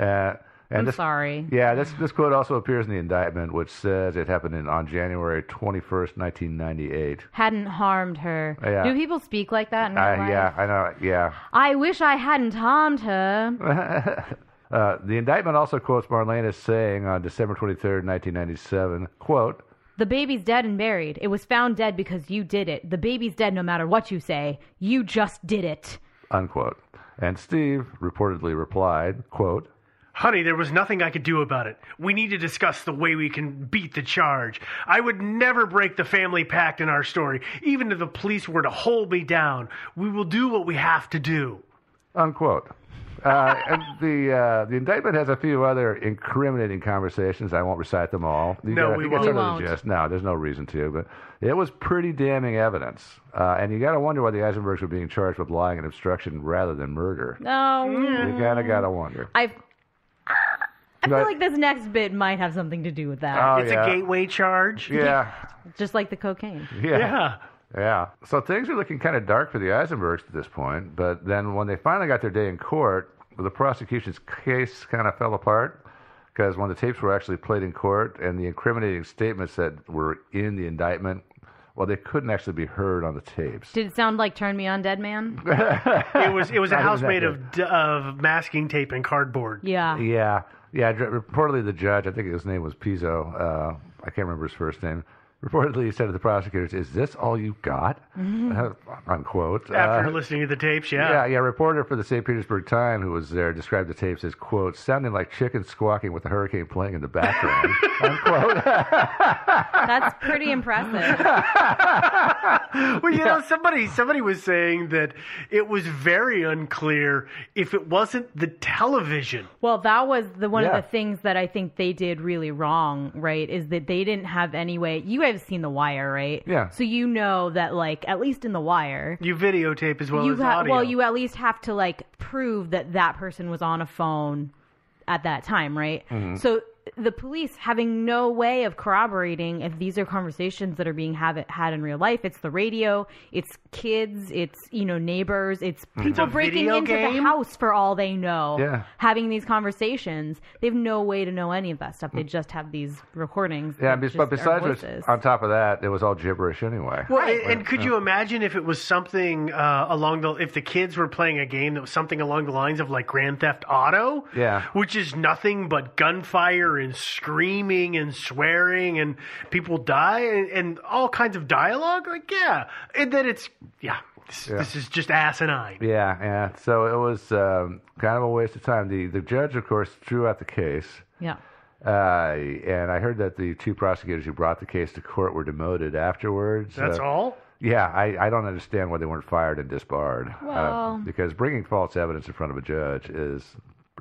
[SPEAKER 6] uh, and
[SPEAKER 1] I'm
[SPEAKER 6] this,
[SPEAKER 1] sorry.
[SPEAKER 6] yeah, this this quote also appears in the indictment, which says it happened in, on January twenty first, nineteen ninety eight.
[SPEAKER 1] Hadn't harmed her.
[SPEAKER 6] Yeah.
[SPEAKER 1] Do people speak like that in
[SPEAKER 7] Uh,
[SPEAKER 1] real life?
[SPEAKER 6] Uh, yeah, I know. Yeah,
[SPEAKER 1] I wish I hadn't harmed her.
[SPEAKER 6] Uh, the indictment also quotes Marlene as saying on December twenty third, nineteen ninety seven, "quote
[SPEAKER 1] the baby's dead and buried. It was found dead because you did it. The baby's dead no matter what you say. You just did it.
[SPEAKER 6] unquote. And Steve reportedly replied, quote,
[SPEAKER 7] Honey, there was nothing I could do about it. We need to discuss the way we can beat the charge. I would never break the family pact in our story, even if the police were to hold me down. We will do what we have to do.
[SPEAKER 6] unquote.
[SPEAKER 7] (laughs)
[SPEAKER 6] Uh, and the uh, the indictment has a few other incriminating conversations. I won't recite them all. You
[SPEAKER 7] No,
[SPEAKER 6] gotta-
[SPEAKER 7] we
[SPEAKER 6] you get
[SPEAKER 7] won't.
[SPEAKER 6] sort
[SPEAKER 7] We
[SPEAKER 6] of the
[SPEAKER 7] won't.
[SPEAKER 6] gist. No, there's no reason to. But it was pretty damning evidence, uh, and you got to wonder why the Eisenbergs were being charged with lying and obstruction rather than murder.
[SPEAKER 1] No.
[SPEAKER 7] Mm.
[SPEAKER 6] You gotta gotta wonder.
[SPEAKER 1] I've. I feel
[SPEAKER 6] But-
[SPEAKER 1] like this next bit might have something to do with that.
[SPEAKER 7] Uh,
[SPEAKER 6] Oh, It's a yeah.
[SPEAKER 7] gateway charge.
[SPEAKER 6] Yeah.
[SPEAKER 1] Just like the cocaine.
[SPEAKER 6] (laughs) Yeah. Yeah. So things are looking kind of dark for the Eisenbergs at this point. But then when they finally got their day in court, the prosecution's case kind of fell apart because when the tapes were actually played in court and the incriminating statements that were in the indictment, well, they couldn't actually be heard on the tapes.
[SPEAKER 1] Did it sound like Turn Me On Dead Man?
[SPEAKER 7] It was it was a
[SPEAKER 6] (laughs) Not
[SPEAKER 7] house made
[SPEAKER 6] exactly.
[SPEAKER 7] of d- of masking tape and cardboard.
[SPEAKER 1] Yeah.
[SPEAKER 6] Yeah, yeah. dr- Reportedly, the judge, I think his name was Pizzo. Uh, I can't remember his first name. Reportedly, he said to the prosecutors, "Is this all you got?"
[SPEAKER 1] Mm-hmm.
[SPEAKER 6] Uh, unquote. Uh,
[SPEAKER 7] After listening to the tapes, yeah.
[SPEAKER 6] Yeah, yeah. A reporter for the St. Petersburg Time who was there described the tapes as quote sounding like chickens squawking with the hurricane playing in
[SPEAKER 7] (laughs)
[SPEAKER 6] the background.
[SPEAKER 1] That's pretty impressive.
[SPEAKER 7] (laughs) well, you know, somebody somebody was saying that it was very unclear if it wasn't the television.
[SPEAKER 1] Well, that was the one
[SPEAKER 7] Yeah.
[SPEAKER 1] of the things that I think they did really wrong, right? Is that they didn't have any way. You have seen The Wire, right?
[SPEAKER 7] Yeah.
[SPEAKER 1] So you know that, like, at least in The Wire,
[SPEAKER 7] You videotape as well
[SPEAKER 1] you
[SPEAKER 7] as
[SPEAKER 1] ha-
[SPEAKER 7] audio.
[SPEAKER 1] well, you at least have to like prove that that person was on a phone at that time, right?
[SPEAKER 6] Mm-hmm.
[SPEAKER 7] Mhm.
[SPEAKER 1] So the police having no way of corroborating if these are conversations that are being have- had in real life. It's the radio, it's kids, it's you know neighbors, it's
[SPEAKER 7] Mhm.
[SPEAKER 1] people
[SPEAKER 7] A
[SPEAKER 1] breaking
[SPEAKER 7] video
[SPEAKER 1] into the
[SPEAKER 7] game?
[SPEAKER 1] house for all they know.
[SPEAKER 6] Yeah.
[SPEAKER 1] having these conversations, they have no way to know any of that stuff. They just have these recordings.
[SPEAKER 6] Mm. Yeah,
[SPEAKER 1] that
[SPEAKER 6] bes-
[SPEAKER 1] just
[SPEAKER 6] but
[SPEAKER 1] are
[SPEAKER 6] besides,
[SPEAKER 1] voices.
[SPEAKER 6] which, on top of that, it was all gibberish anyway.
[SPEAKER 7] Well, and, and could you imagine if it was something uh, along the if the kids were playing a game that was something along the lines of like Grand Theft Auto,
[SPEAKER 6] Yeah.
[SPEAKER 7] which is nothing but gunfire and screaming and swearing and people die and, and all kinds of dialogue? Like, yeah, and then it's yeah, this,
[SPEAKER 6] Yeah.
[SPEAKER 7] this is just asinine.
[SPEAKER 6] Yeah, yeah. So it was um, kind of a waste of time. The the judge, of course, drew out the case,
[SPEAKER 1] Yeah.
[SPEAKER 6] uh, and I heard that the two prosecutors who brought the case to court were demoted afterwards.
[SPEAKER 7] That's
[SPEAKER 6] Uh,
[SPEAKER 7] all.
[SPEAKER 6] Yeah, I, I don't understand why they weren't fired and disbarred. Uh,
[SPEAKER 7] Well-
[SPEAKER 6] because bringing false evidence in front of a judge is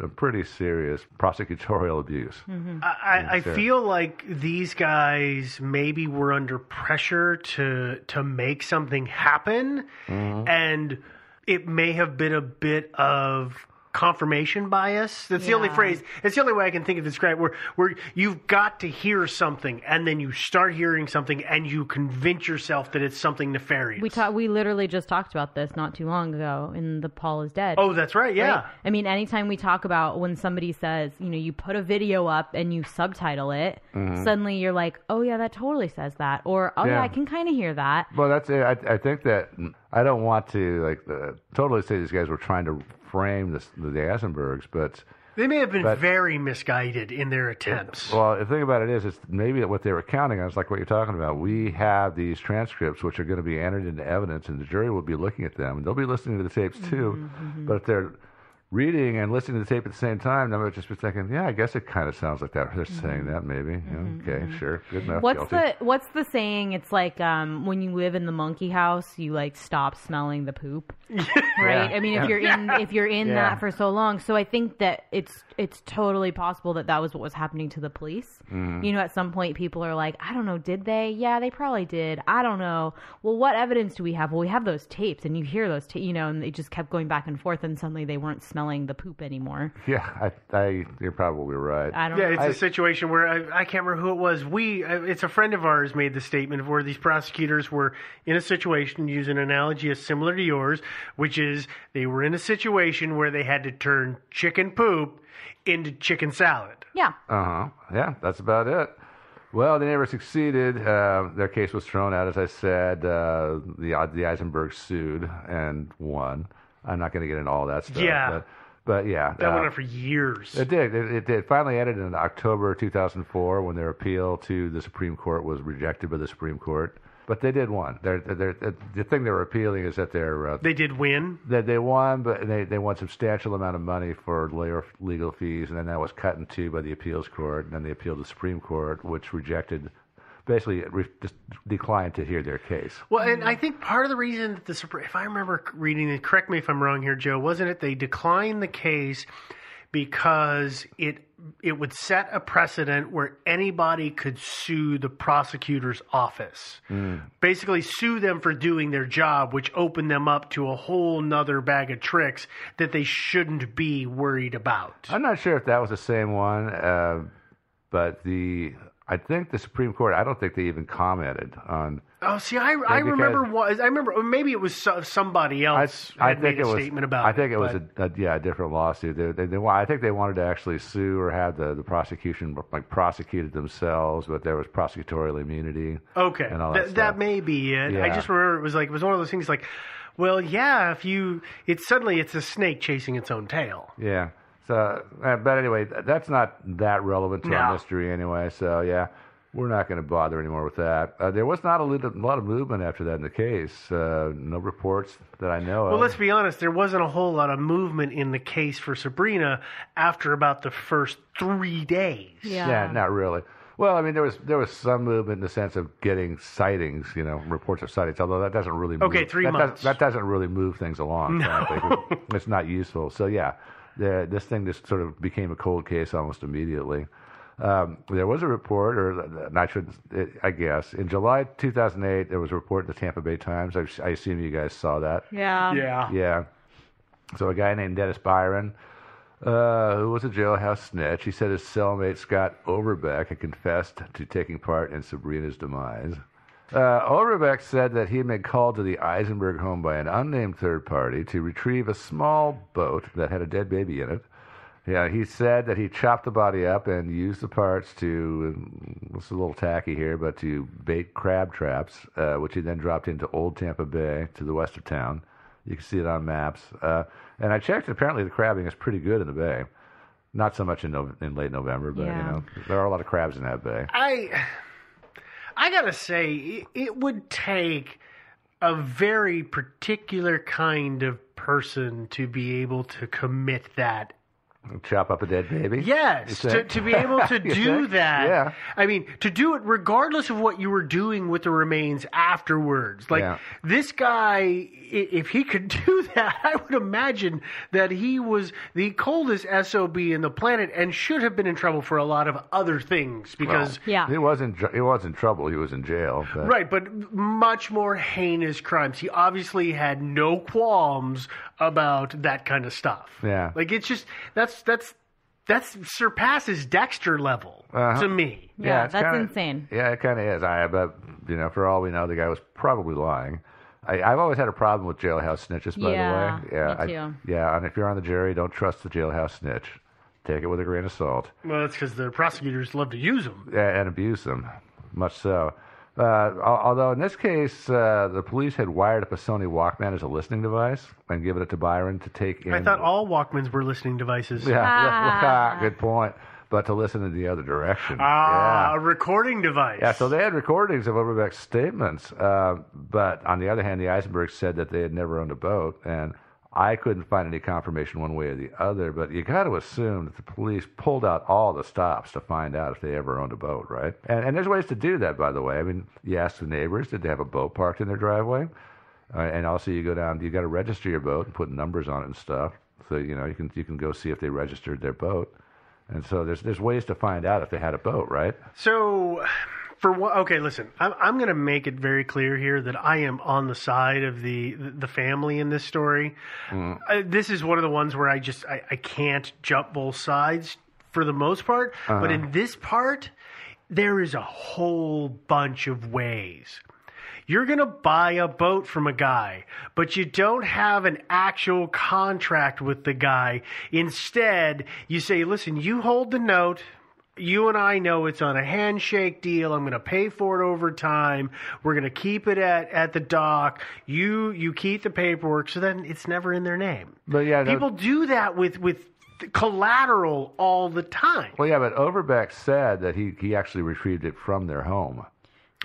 [SPEAKER 6] a pretty serious prosecutorial abuse.
[SPEAKER 7] I, I, I
[SPEAKER 6] Sure.
[SPEAKER 7] feel like these guys maybe were under pressure to to make something happen, and it may have been a bit of confirmation bias. That's the only
[SPEAKER 8] Yeah.
[SPEAKER 7] phrase. It's the only way I can think of describe where where you've got to hear something, and then you start hearing something, and you convince yourself that it's something nefarious.
[SPEAKER 1] We ta- we literally just talked about this not too long ago in the Paul is dead.
[SPEAKER 7] Oh, that's right, yeah.
[SPEAKER 1] I mean, anytime we talk about when somebody says, you know, you put a video up and you subtitle it,
[SPEAKER 7] Mm-hmm.
[SPEAKER 6] Mhm.
[SPEAKER 1] suddenly you're like, oh yeah, that totally says that, or oh yeah,
[SPEAKER 6] Yeah.
[SPEAKER 1] I can kind of hear that.
[SPEAKER 6] Well, that's it. I, I think that I don't want to like uh, totally say these guys were trying to frame this, the Asenbergs, but
[SPEAKER 7] They may have been
[SPEAKER 6] But-
[SPEAKER 7] very misguided in their attempts.
[SPEAKER 6] well, the thing about it is, is maybe what they were counting on is like what you're talking about. We have these transcripts which are going to be entered into evidence, and the jury will be looking at them, and they'll be listening to the tapes too. But if they're reading and listening to the tape at the same time, then they'll just be thinking, "Yeah, I guess it kind of sounds like that." They're saying that maybe. Yeah, okay, sure, good enough.
[SPEAKER 1] What's
[SPEAKER 6] guilty.
[SPEAKER 1] the what's the saying? It's like um, when you live in the monkey house, you like stop smelling the poop, right? I mean,
[SPEAKER 9] Yeah.
[SPEAKER 1] if you're in if you're in
[SPEAKER 9] Yeah.
[SPEAKER 1] that for so long, so I think that it's it's totally possible that that was what was happening to the police.
[SPEAKER 9] Mhm.
[SPEAKER 1] You know, at some point, people are like, I don't know, did they? Yeah, they probably did. I don't know. Well, what evidence do we have? Well, we have those tapes, and you hear those, ta- you know, and they just kept going back and forth, and suddenly they weren't smelling the poop anymore.
[SPEAKER 6] Yeah, I, I, you're probably right.
[SPEAKER 1] I don't
[SPEAKER 7] yeah,
[SPEAKER 1] know.
[SPEAKER 7] it's
[SPEAKER 1] I-
[SPEAKER 7] a situation where I, I can't remember who it was. We, uh, it's a friend of ours made the statement of where these prosecutors were in a situation, using an analogy as similar to yours, which is they were in a situation where they had to turn chicken poop into chicken salad.
[SPEAKER 1] Yeah.
[SPEAKER 6] Uh huh. Yeah, that's about it. Well, they never succeeded. Uh, their case was thrown out, as I said. Uh, the the Eisenberg sued and won. I'm not going to get into all that stuff.
[SPEAKER 7] Yeah.
[SPEAKER 6] But, but yeah,
[SPEAKER 7] That
[SPEAKER 6] uh,
[SPEAKER 7] went on for years.
[SPEAKER 6] It did. It, it did. Finally ended in October 2004 when their appeal to the Supreme Court was rejected by the Supreme Court. But they did win. They're, they're, the thing they were appealing is that their uh,
[SPEAKER 7] They did win.
[SPEAKER 6] that they won, but they, they won substantial amount of money for lawyer legal fees, and then that was cut in two by the appeals court, and then they appealed to the Supreme Court, which rejected, basically it re- just declined to hear their case.
[SPEAKER 7] Well, and I think part of the reason that the Supreme, if I remember c- reading it, correct me if I'm wrong here, Joe, wasn't it they declined the case because it it would set a precedent where anybody could sue the prosecutor's office, basically sue them for doing their job, which opened them up to a whole nother bag of tricks that they shouldn't be worried about.
[SPEAKER 6] I'm not sure if that was the same one, uh, but the I think the Supreme Court. I don't think they even commented on.
[SPEAKER 7] Oh, see, I,
[SPEAKER 6] Yeah,
[SPEAKER 7] I remember
[SPEAKER 6] because-
[SPEAKER 7] what I remember. or Maybe it was so- somebody else.
[SPEAKER 6] I
[SPEAKER 7] had
[SPEAKER 6] think
[SPEAKER 7] made a
[SPEAKER 6] it was.
[SPEAKER 7] statement about.
[SPEAKER 6] I think it, was
[SPEAKER 7] but-
[SPEAKER 6] a, a yeah a different lawsuit. They, they, they, wa- I think they wanted to actually sue or have the, the prosecution like prosecuted themselves, but there was prosecutorial immunity.
[SPEAKER 7] Okay,
[SPEAKER 6] and all that
[SPEAKER 7] that, that,
[SPEAKER 6] stuff.
[SPEAKER 7] may be it. I
[SPEAKER 6] Yeah.
[SPEAKER 7] just remember it was like it was one of those things like, well, yeah, if you, it's suddenly it's a snake chasing its own tail.
[SPEAKER 6] Yeah. So, uh, but anyway, th- that's not that relevant to our
[SPEAKER 7] No.
[SPEAKER 6] mystery anyway. So yeah, we're not going to bother anymore with that. Uh, there was not a lot, of, a lot of movement after that in the case. Uh, no reports that I
[SPEAKER 7] well,
[SPEAKER 6] know of.
[SPEAKER 7] Well, let's be honest. There wasn't a whole lot of movement in the case for Sabrina after about the first three days.
[SPEAKER 6] Yeah, yeah not really. Well, I mean, there was there was some movement in the sense of getting sightings, you know, reports of sightings. Although that doesn't really move,
[SPEAKER 7] okay, three
[SPEAKER 6] that
[SPEAKER 7] months.
[SPEAKER 6] Does, that doesn't really move things along.
[SPEAKER 7] No.
[SPEAKER 6] Frankly.
[SPEAKER 7] (laughs)
[SPEAKER 6] it's not useful. So yeah, the, this thing just sort of became a cold case almost immediately. Um, there was a report, or I should, I guess, in July 2008, there was a report in the Tampa Bay Times. I, I, assume you guys saw that.
[SPEAKER 1] Yeah.
[SPEAKER 7] Yeah.
[SPEAKER 6] Yeah. So a guy named Dennis Byron, uh, who was a jailhouse snitch, he said his cellmate Scott Overbeck had confessed to taking part in Sabrina's demise. Uh, Overbeck said that he had been called to the Eisenberg home by an unnamed third party to retrieve a small boat that had a dead baby in it. Yeah, he said that he chopped the body up and used the parts to, it's a little tacky here, but to bait crab traps, uh, which he then dropped into Old Tampa Bay to the west of town. You can see it on maps. Uh, and I checked, apparently the crabbing is pretty good in the bay. Not so much in, no, in late November, but
[SPEAKER 1] Yeah.
[SPEAKER 6] you know there are a lot of crabs in that bay.
[SPEAKER 7] I I gotta say, it, it would take a very particular kind of person to be able to commit that.
[SPEAKER 6] Chop up a dead baby. You
[SPEAKER 7] Yes, to,
[SPEAKER 6] think?
[SPEAKER 7] to be able
[SPEAKER 6] (laughs)
[SPEAKER 7] to
[SPEAKER 6] You
[SPEAKER 7] do
[SPEAKER 6] think?
[SPEAKER 7] that.
[SPEAKER 6] Yeah.
[SPEAKER 7] I mean, to do it regardless of what you were doing with the remains afterwards. Like
[SPEAKER 6] Yeah.
[SPEAKER 7] this guy, i- if he could (laughs) do that, I would imagine that he was the coldest sob in the planet and should have been in trouble for a lot of other things because
[SPEAKER 1] Yeah.
[SPEAKER 6] He wasn't. He was in trouble. He was in jail. But
[SPEAKER 7] Right, but much more heinous crimes. He obviously had no qualms about that kind of stuff.
[SPEAKER 6] Yeah.
[SPEAKER 7] Like it's just that's that's that's surpasses Dexter level
[SPEAKER 6] Uh-huh.
[SPEAKER 7] to me.
[SPEAKER 1] Yeah,
[SPEAKER 6] it's
[SPEAKER 1] that's
[SPEAKER 6] kinda-
[SPEAKER 1] insane.
[SPEAKER 6] Yeah, it kind of is. I but you know, for all we know, the guy was probably lying. I, I've always had a problem with jailhouse snitches, by
[SPEAKER 1] Yeah,
[SPEAKER 6] the way. Yeah,
[SPEAKER 1] me
[SPEAKER 6] I-
[SPEAKER 1] too.
[SPEAKER 6] yeah, and if you're on the jury, don't trust the jailhouse snitch. Take it with a grain of salt
[SPEAKER 7] Well, that's because the prosecutors love to use him.
[SPEAKER 6] and, and abuse them, much so. Uh, al- although in this case, uh, the police had wired up a Sony Walkman as a listening device and given it to Byron to take in.
[SPEAKER 7] I thought all Walkmans were listening devices.
[SPEAKER 6] (laughs) Yeah,
[SPEAKER 1] Ah.
[SPEAKER 6] good point. But to listen in the other direction.
[SPEAKER 7] Ah,
[SPEAKER 6] yeah.
[SPEAKER 7] a recording device.
[SPEAKER 6] Yeah, so they had recordings of Overbeck's statements, uh, but on the other hand, the Eisenberg said that they had never owned a boat, and I couldn't find any confirmation one way or the other. But you got to assume that the police pulled out all the stops to find out if they ever owned a boat, right? And, and there's ways to do that, by the way. I mean, you ask the neighbors, did they have a boat parked in their driveway? Uh, and also, you go down, you got to register your boat and put numbers on it and stuff. So you know you can you can go see if they registered their boat. And so there's there's ways to find out if they had a boat, right?
[SPEAKER 7] So, for what? Okay, listen. I'm I'm going to make it very clear here that I am on the side of the the family in this story. Uh, this is one of the ones where I just I, I can't jump both sides for the most part.
[SPEAKER 6] Uh,
[SPEAKER 7] But in this part, there is a whole bunch of ways. You're going to buy a boat from a guy, but you don't have an actual contract with the guy. Instead, you say, listen, you hold the note. You and I know it's on a handshake deal. I'm going to pay for it over time. We're going to keep it at, at the dock. You you keep the paperwork, so then it's never in their name.
[SPEAKER 6] But yeah, that-
[SPEAKER 7] people do that with with collateral all the time.
[SPEAKER 6] Well, yeah, but Overbeck said that he, he actually retrieved it from their home.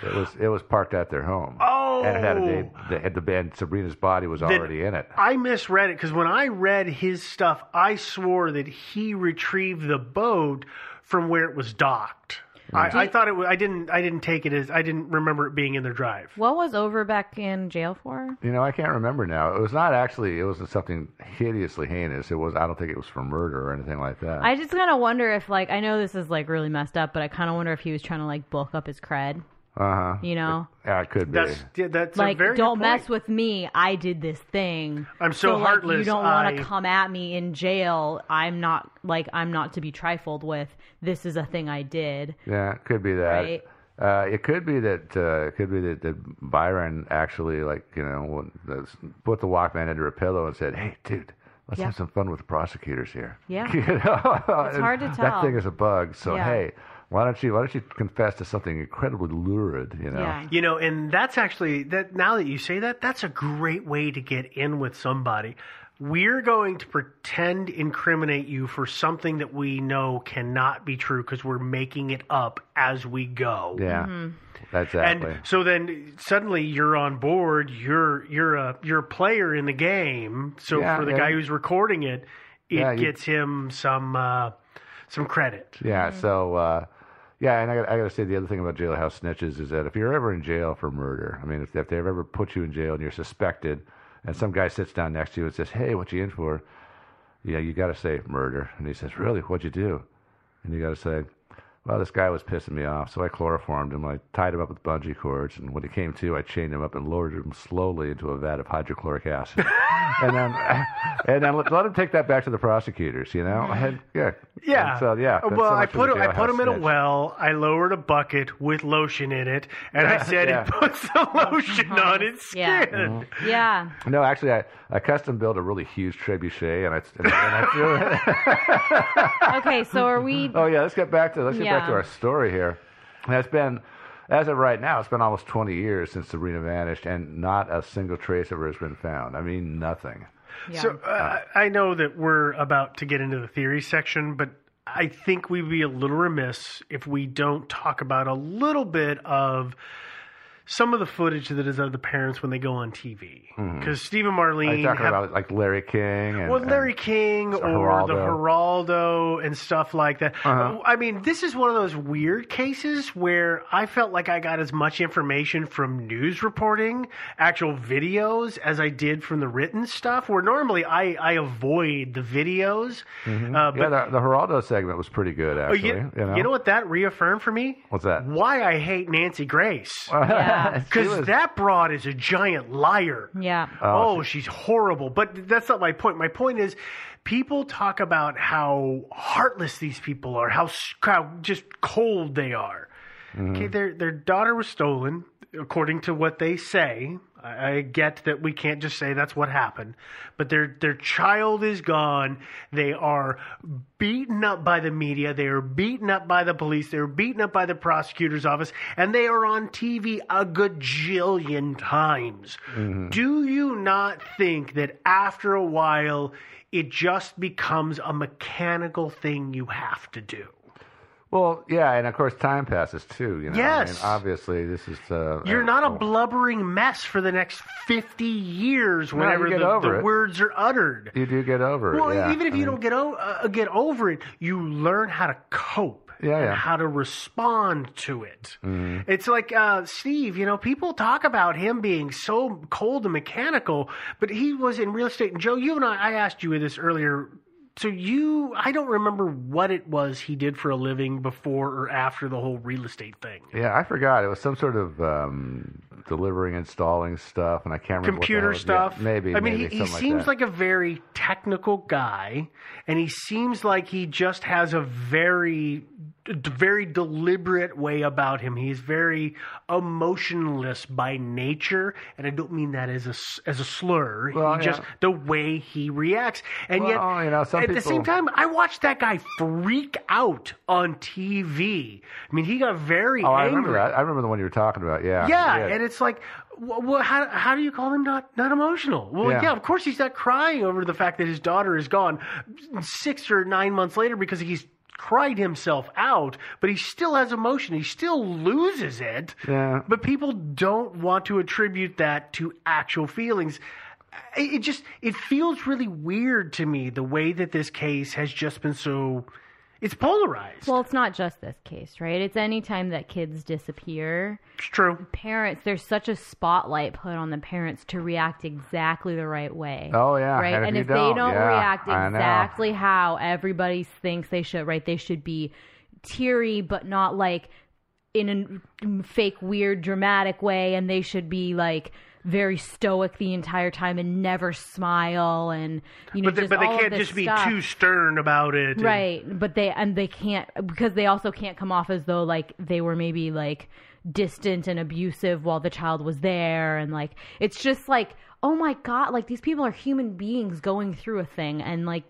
[SPEAKER 6] It was it was parked at their home.
[SPEAKER 7] Oh.
[SPEAKER 6] and it had a day, the, had the band Sabrina's body was already in it.
[SPEAKER 7] I misread it because when I read his stuff, I swore that he retrieved the boat from where it was docked.
[SPEAKER 6] Mm-hmm.
[SPEAKER 7] I, I thought it. Was, I didn't. I didn't take it as. I didn't remember it being in their drive.
[SPEAKER 1] What was Overbeck in jail for?
[SPEAKER 6] You know, I can't remember now. It was not actually. It wasn't something hideously heinous. It was. I don't think it was for murder or anything like that.
[SPEAKER 1] I just kind of wonder if, like, I know this is like really messed up, but I kind of wonder if he was trying to like bulk up his cred.
[SPEAKER 6] uh huh.
[SPEAKER 1] You know,
[SPEAKER 6] Yeah, it could be.
[SPEAKER 7] That's yeah, that's
[SPEAKER 1] like
[SPEAKER 7] a very
[SPEAKER 1] don't
[SPEAKER 7] good
[SPEAKER 1] mess
[SPEAKER 7] point.
[SPEAKER 1] with me. I did this thing.
[SPEAKER 7] I'm so
[SPEAKER 1] like, you
[SPEAKER 7] heartless,
[SPEAKER 1] don't want
[SPEAKER 7] I-
[SPEAKER 1] to come at me in jail. I'm not like I'm not to be trifled with. This is a thing I did.
[SPEAKER 6] Yeah, it could be that.
[SPEAKER 1] Right.
[SPEAKER 6] Uh, it could be that uh, it could be that, that Byron actually like you know when- that's- put the Walkman under a pillow and said, "Hey, dude, let's
[SPEAKER 1] Yeah.
[SPEAKER 6] have some fun with the prosecutors here."
[SPEAKER 1] Yeah.
[SPEAKER 6] (laughs) You know?
[SPEAKER 1] It's hard to
[SPEAKER 6] (laughs) That
[SPEAKER 1] tell.
[SPEAKER 6] thing is a bug. So
[SPEAKER 1] Yeah.
[SPEAKER 6] hey, why don't you why don't you confess to something incredibly lurid? You know.
[SPEAKER 1] (laughs) Yeah.
[SPEAKER 7] You know, and that's actually that. Now that you say that, that's a great way to get in with somebody. we're going to pretend incriminate you for something that we know cannot be true because we're making it up as we go.
[SPEAKER 6] Yeah. Mm-hmm. Exactly.
[SPEAKER 7] And so then suddenly you're on board, you're you're a you're a player in the game. So yeah, for the yeah. guy who's recording it, it yeah, gets you... him some uh, some credit.
[SPEAKER 6] Yeah, mm-hmm. so uh, yeah, and I, I got to say the other thing about jailhouse snitches is that if you're ever in jail for murder, I mean, if, if they've ever put you in jail and you're suspected, and some guy sits down next to you and says, "Hey, what you in for?" Yeah, you got to say murder. And he says, "Really? What'd you do?" And you got to say, "Well, this guy was pissing me off, so I chloroformed him. I tied him up with bungee cords, and when he came to, I chained him up and lowered him slowly into a vat of
[SPEAKER 7] (laughs)
[SPEAKER 6] hydrochloric acid, and then (laughs) and then let, let, him take that back to the prosecutors. You know, and, yeah,
[SPEAKER 7] yeah.
[SPEAKER 6] And so yeah.
[SPEAKER 7] Well, so I put him, I put him in snitch. a well. I lowered a bucket with lotion in it, and
[SPEAKER 6] (laughs)
[SPEAKER 7] I said, yeah. "Put some lotion mm-hmm. on his skin."
[SPEAKER 1] Yeah. Mm-hmm. yeah.
[SPEAKER 6] No, actually, I, I custom built a really huge trebuchet, and I. And, I
[SPEAKER 1] okay, so are (laughs) we?
[SPEAKER 6] Oh yeah, let's get back to let's get yeah. back to our story here. That's been. As of right now, it's been almost 20 years since the arena vanished, and not a single trace of her has been found. I mean, nothing.
[SPEAKER 7] Yeah. So uh, I know that we're about to get into the theory section, but I think we'd be a little remiss if we don't talk about a little bit of some of the footage that is of the parents when they go on TV. Because mm-hmm. Stephen Marlene.
[SPEAKER 6] Are you talking have, about like Larry King? And,
[SPEAKER 7] well, Larry King or Geraldo. the Geraldo and stuff like that. Uh-huh. I mean, this is one of those weird cases where I felt like I got as much information from news reporting, actual videos, as I did from the written stuff, where normally I, I avoid the videos.
[SPEAKER 6] Mm-hmm. Uh, but, yeah, the, the Geraldo segment was pretty good, actually.
[SPEAKER 7] Oh, you, you, know? you, know? what that reaffirmed for me?
[SPEAKER 6] What's that?
[SPEAKER 7] Why I hate Nancy Grace. Yeah.
[SPEAKER 6] (laughs)
[SPEAKER 7] Because that broad is a giant liar.
[SPEAKER 1] Yeah.
[SPEAKER 7] Oh, oh, she's horrible. But that's not my point. My point is, people talk about how heartless these people are, how, how just cold they are. Mm-hmm. Okay, their their daughter was stolen, according to what they say. I, I get that we can't just say that's what happened, but their their child is gone. They are beaten up by the media. They are beaten up by the police. They are beaten up by the prosecutor's office, and they are on TV a gajillion times. Mm-hmm. Do you not think that after a while, it just becomes a mechanical thing you have to do?
[SPEAKER 6] Well, yeah, and of course time passes too. You know?
[SPEAKER 7] Yes. I
[SPEAKER 6] mean, obviously, this is. Uh,
[SPEAKER 7] You're not a blubbering mess for the next fifty years. Whenever no, the, the words are uttered,
[SPEAKER 6] you do get over it.
[SPEAKER 7] Well,
[SPEAKER 6] yeah.
[SPEAKER 7] even if I you mean... don't get o- uh, get over it, you learn how to cope.
[SPEAKER 6] Yeah, yeah.
[SPEAKER 7] how to respond to it. Mm-hmm. It's like uh, Steve. You know, people talk about him being so cold and mechanical, but he was in real estate. And Joe, you and I, I asked you this earlier so you i don't remember what it was he did for a living before or after the whole real estate thing
[SPEAKER 6] yeah i forgot it was some sort of um, delivering installing stuff and i can't remember
[SPEAKER 7] computer stuff
[SPEAKER 6] yeah, maybe
[SPEAKER 7] i mean
[SPEAKER 6] maybe,
[SPEAKER 7] he, he seems
[SPEAKER 6] like,
[SPEAKER 7] like, a very technical guy and he seems like he just has a very very deliberate way about him he's very emotionless by nature and i don't mean that as a, as a slur well, yeah. just the way he reacts and
[SPEAKER 6] well,
[SPEAKER 7] yet
[SPEAKER 6] oh, you know,
[SPEAKER 7] at the same time, I watched that guy freak out on TV. I mean, he got very
[SPEAKER 6] oh,
[SPEAKER 7] angry. I
[SPEAKER 6] remember, I, I remember the one you were talking about. Yeah.
[SPEAKER 7] Yeah, and it's like, well, how, how do you call him not not emotional? Well, yeah. yeah. of course he's not crying over the fact that his daughter is gone six or nine months later because he's cried himself out, but he still has emotion. He still loses it.
[SPEAKER 6] Yeah.
[SPEAKER 7] But people don't want to attribute that to actual feelings it just it feels really weird to me the way that this case has just been so it's polarized.
[SPEAKER 1] Well, it's not just this case, right? It's any time that kids disappear.
[SPEAKER 7] It's true.
[SPEAKER 1] Parents, there's such a spotlight put on the parents to react exactly the right way.
[SPEAKER 6] Oh yeah,
[SPEAKER 1] right. And,
[SPEAKER 6] and
[SPEAKER 1] if,
[SPEAKER 6] if don't,
[SPEAKER 1] they don't
[SPEAKER 6] yeah,
[SPEAKER 1] react exactly how everybody thinks they should, right? They should be teary, but not like in a fake, weird, dramatic way, and they should be like very stoic the entire time and never smile and you know
[SPEAKER 7] but they,
[SPEAKER 1] just
[SPEAKER 7] but they
[SPEAKER 1] all
[SPEAKER 7] can't
[SPEAKER 1] of this
[SPEAKER 7] just be
[SPEAKER 1] stuff.
[SPEAKER 7] too stern about it
[SPEAKER 1] right and... but they and they can't because they also can't come off as though like they were maybe like distant and abusive while the child was there and like it's just like oh my god like these people are human beings going through a thing and like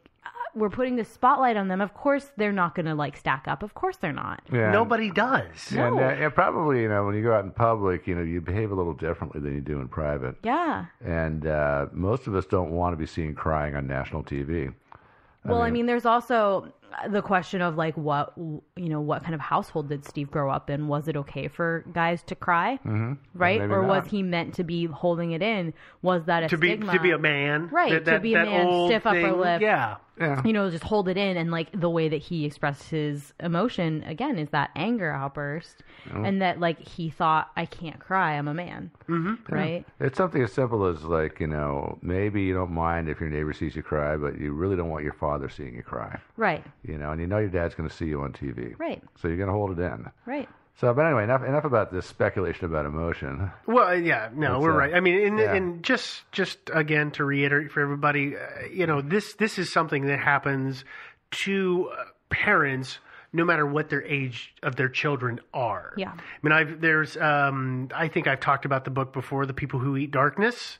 [SPEAKER 1] we're putting the spotlight on them. Of course, they're not going to like stack up. Of course, they're not.
[SPEAKER 6] Yeah,
[SPEAKER 7] Nobody does.
[SPEAKER 6] Yeah, and, uh, and probably you know when you go out in public, you know you behave a little differently than you do in private.
[SPEAKER 1] Yeah.
[SPEAKER 6] And uh, most of us don't want to be seen crying on national TV.
[SPEAKER 1] Well, I mean, there's also the question of like what you know what kind of household did Steve grow up in? Was it okay for guys to cry,
[SPEAKER 6] mm-hmm.
[SPEAKER 1] right?
[SPEAKER 6] Maybe
[SPEAKER 1] or
[SPEAKER 6] not.
[SPEAKER 1] was he meant to be holding it in? Was that a
[SPEAKER 7] to be
[SPEAKER 1] stigma?
[SPEAKER 7] to be a man,
[SPEAKER 1] right?
[SPEAKER 7] That-
[SPEAKER 1] to
[SPEAKER 7] that-
[SPEAKER 1] be a
[SPEAKER 7] that
[SPEAKER 1] man,
[SPEAKER 7] old
[SPEAKER 1] stiff upper
[SPEAKER 7] thing.
[SPEAKER 1] lip,
[SPEAKER 7] Yeah.
[SPEAKER 6] Yeah.
[SPEAKER 1] You know, just hold it in, and like the way that he expressed his emotion again is that anger outburst,
[SPEAKER 6] Yeah.
[SPEAKER 1] and that like he thought, I can't cry, I'm a man,
[SPEAKER 7] Mm-hmm.
[SPEAKER 6] Yeah.
[SPEAKER 1] right?
[SPEAKER 6] It's something as simple as like you know maybe you don't mind if your neighbor sees you cry, but you really don't want your father seeing you cry.
[SPEAKER 1] Right,
[SPEAKER 6] You know, and you know your dad's going to see you on TV,
[SPEAKER 1] right,
[SPEAKER 6] so you're going to hold it in.
[SPEAKER 1] right.
[SPEAKER 6] So, but anyway, enough enough about this speculation about emotion.
[SPEAKER 7] Well, yeah, no,
[SPEAKER 6] It's,
[SPEAKER 7] we're
[SPEAKER 6] uh,
[SPEAKER 7] right. I mean, and,
[SPEAKER 6] yeah.
[SPEAKER 7] and just just again to reiterate for everybody, uh, you know, this this is something that happens to uh, parents no matter what their age of their children are. (laughs)
[SPEAKER 1] Yeah.
[SPEAKER 7] I mean, I've there's um, I think I've talked about the book before, The People Who Eat Darkness.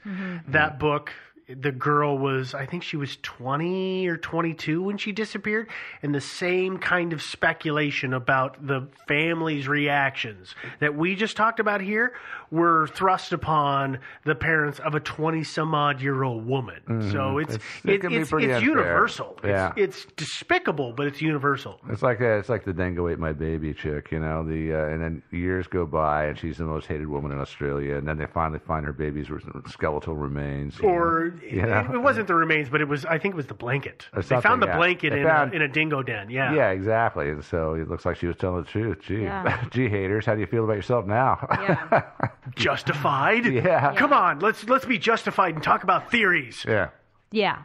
[SPEAKER 7] That book. The girl was, I think she was 20 or 22 when she disappeared, and the same kind of speculation about the family's reactions that we just talked about here were thrust upon the parents of a 20 some odd year old woman. So it's
[SPEAKER 6] Mm-hmm. It's- it
[SPEAKER 7] it-
[SPEAKER 6] can be
[SPEAKER 7] it's,
[SPEAKER 6] pretty
[SPEAKER 7] it's
[SPEAKER 6] unfair.
[SPEAKER 7] universal.
[SPEAKER 6] Yeah.
[SPEAKER 7] It's, it's despicable, but it's universal.
[SPEAKER 6] It's like uh, it's like the Dango ate my baby chick, you know. The uh, and then years go by, and she's the most hated woman in Australia, and then they finally find her baby's re- skeletal remains. you
[SPEAKER 7] Or
[SPEAKER 6] know. You know?
[SPEAKER 7] it, it wasn't the remains, but it was. I think it was the blanket.
[SPEAKER 6] Or
[SPEAKER 7] They
[SPEAKER 6] something,
[SPEAKER 7] found the
[SPEAKER 6] yeah.
[SPEAKER 7] blanket
[SPEAKER 6] They
[SPEAKER 7] in,
[SPEAKER 6] found-
[SPEAKER 7] a, in a dingo den. Yeah.
[SPEAKER 6] Yeah, exactly. And so it looks like she was telling the truth. Gee,
[SPEAKER 1] Yeah.
[SPEAKER 6] (laughs) gee, haters, how do you feel about
[SPEAKER 7] (laughs)
[SPEAKER 6] yourself now?
[SPEAKER 1] Yeah.
[SPEAKER 7] Justified.
[SPEAKER 6] (laughs) Yeah.
[SPEAKER 7] Come on, let's let's be justified and talk about theories.
[SPEAKER 6] yeah.
[SPEAKER 1] yeah.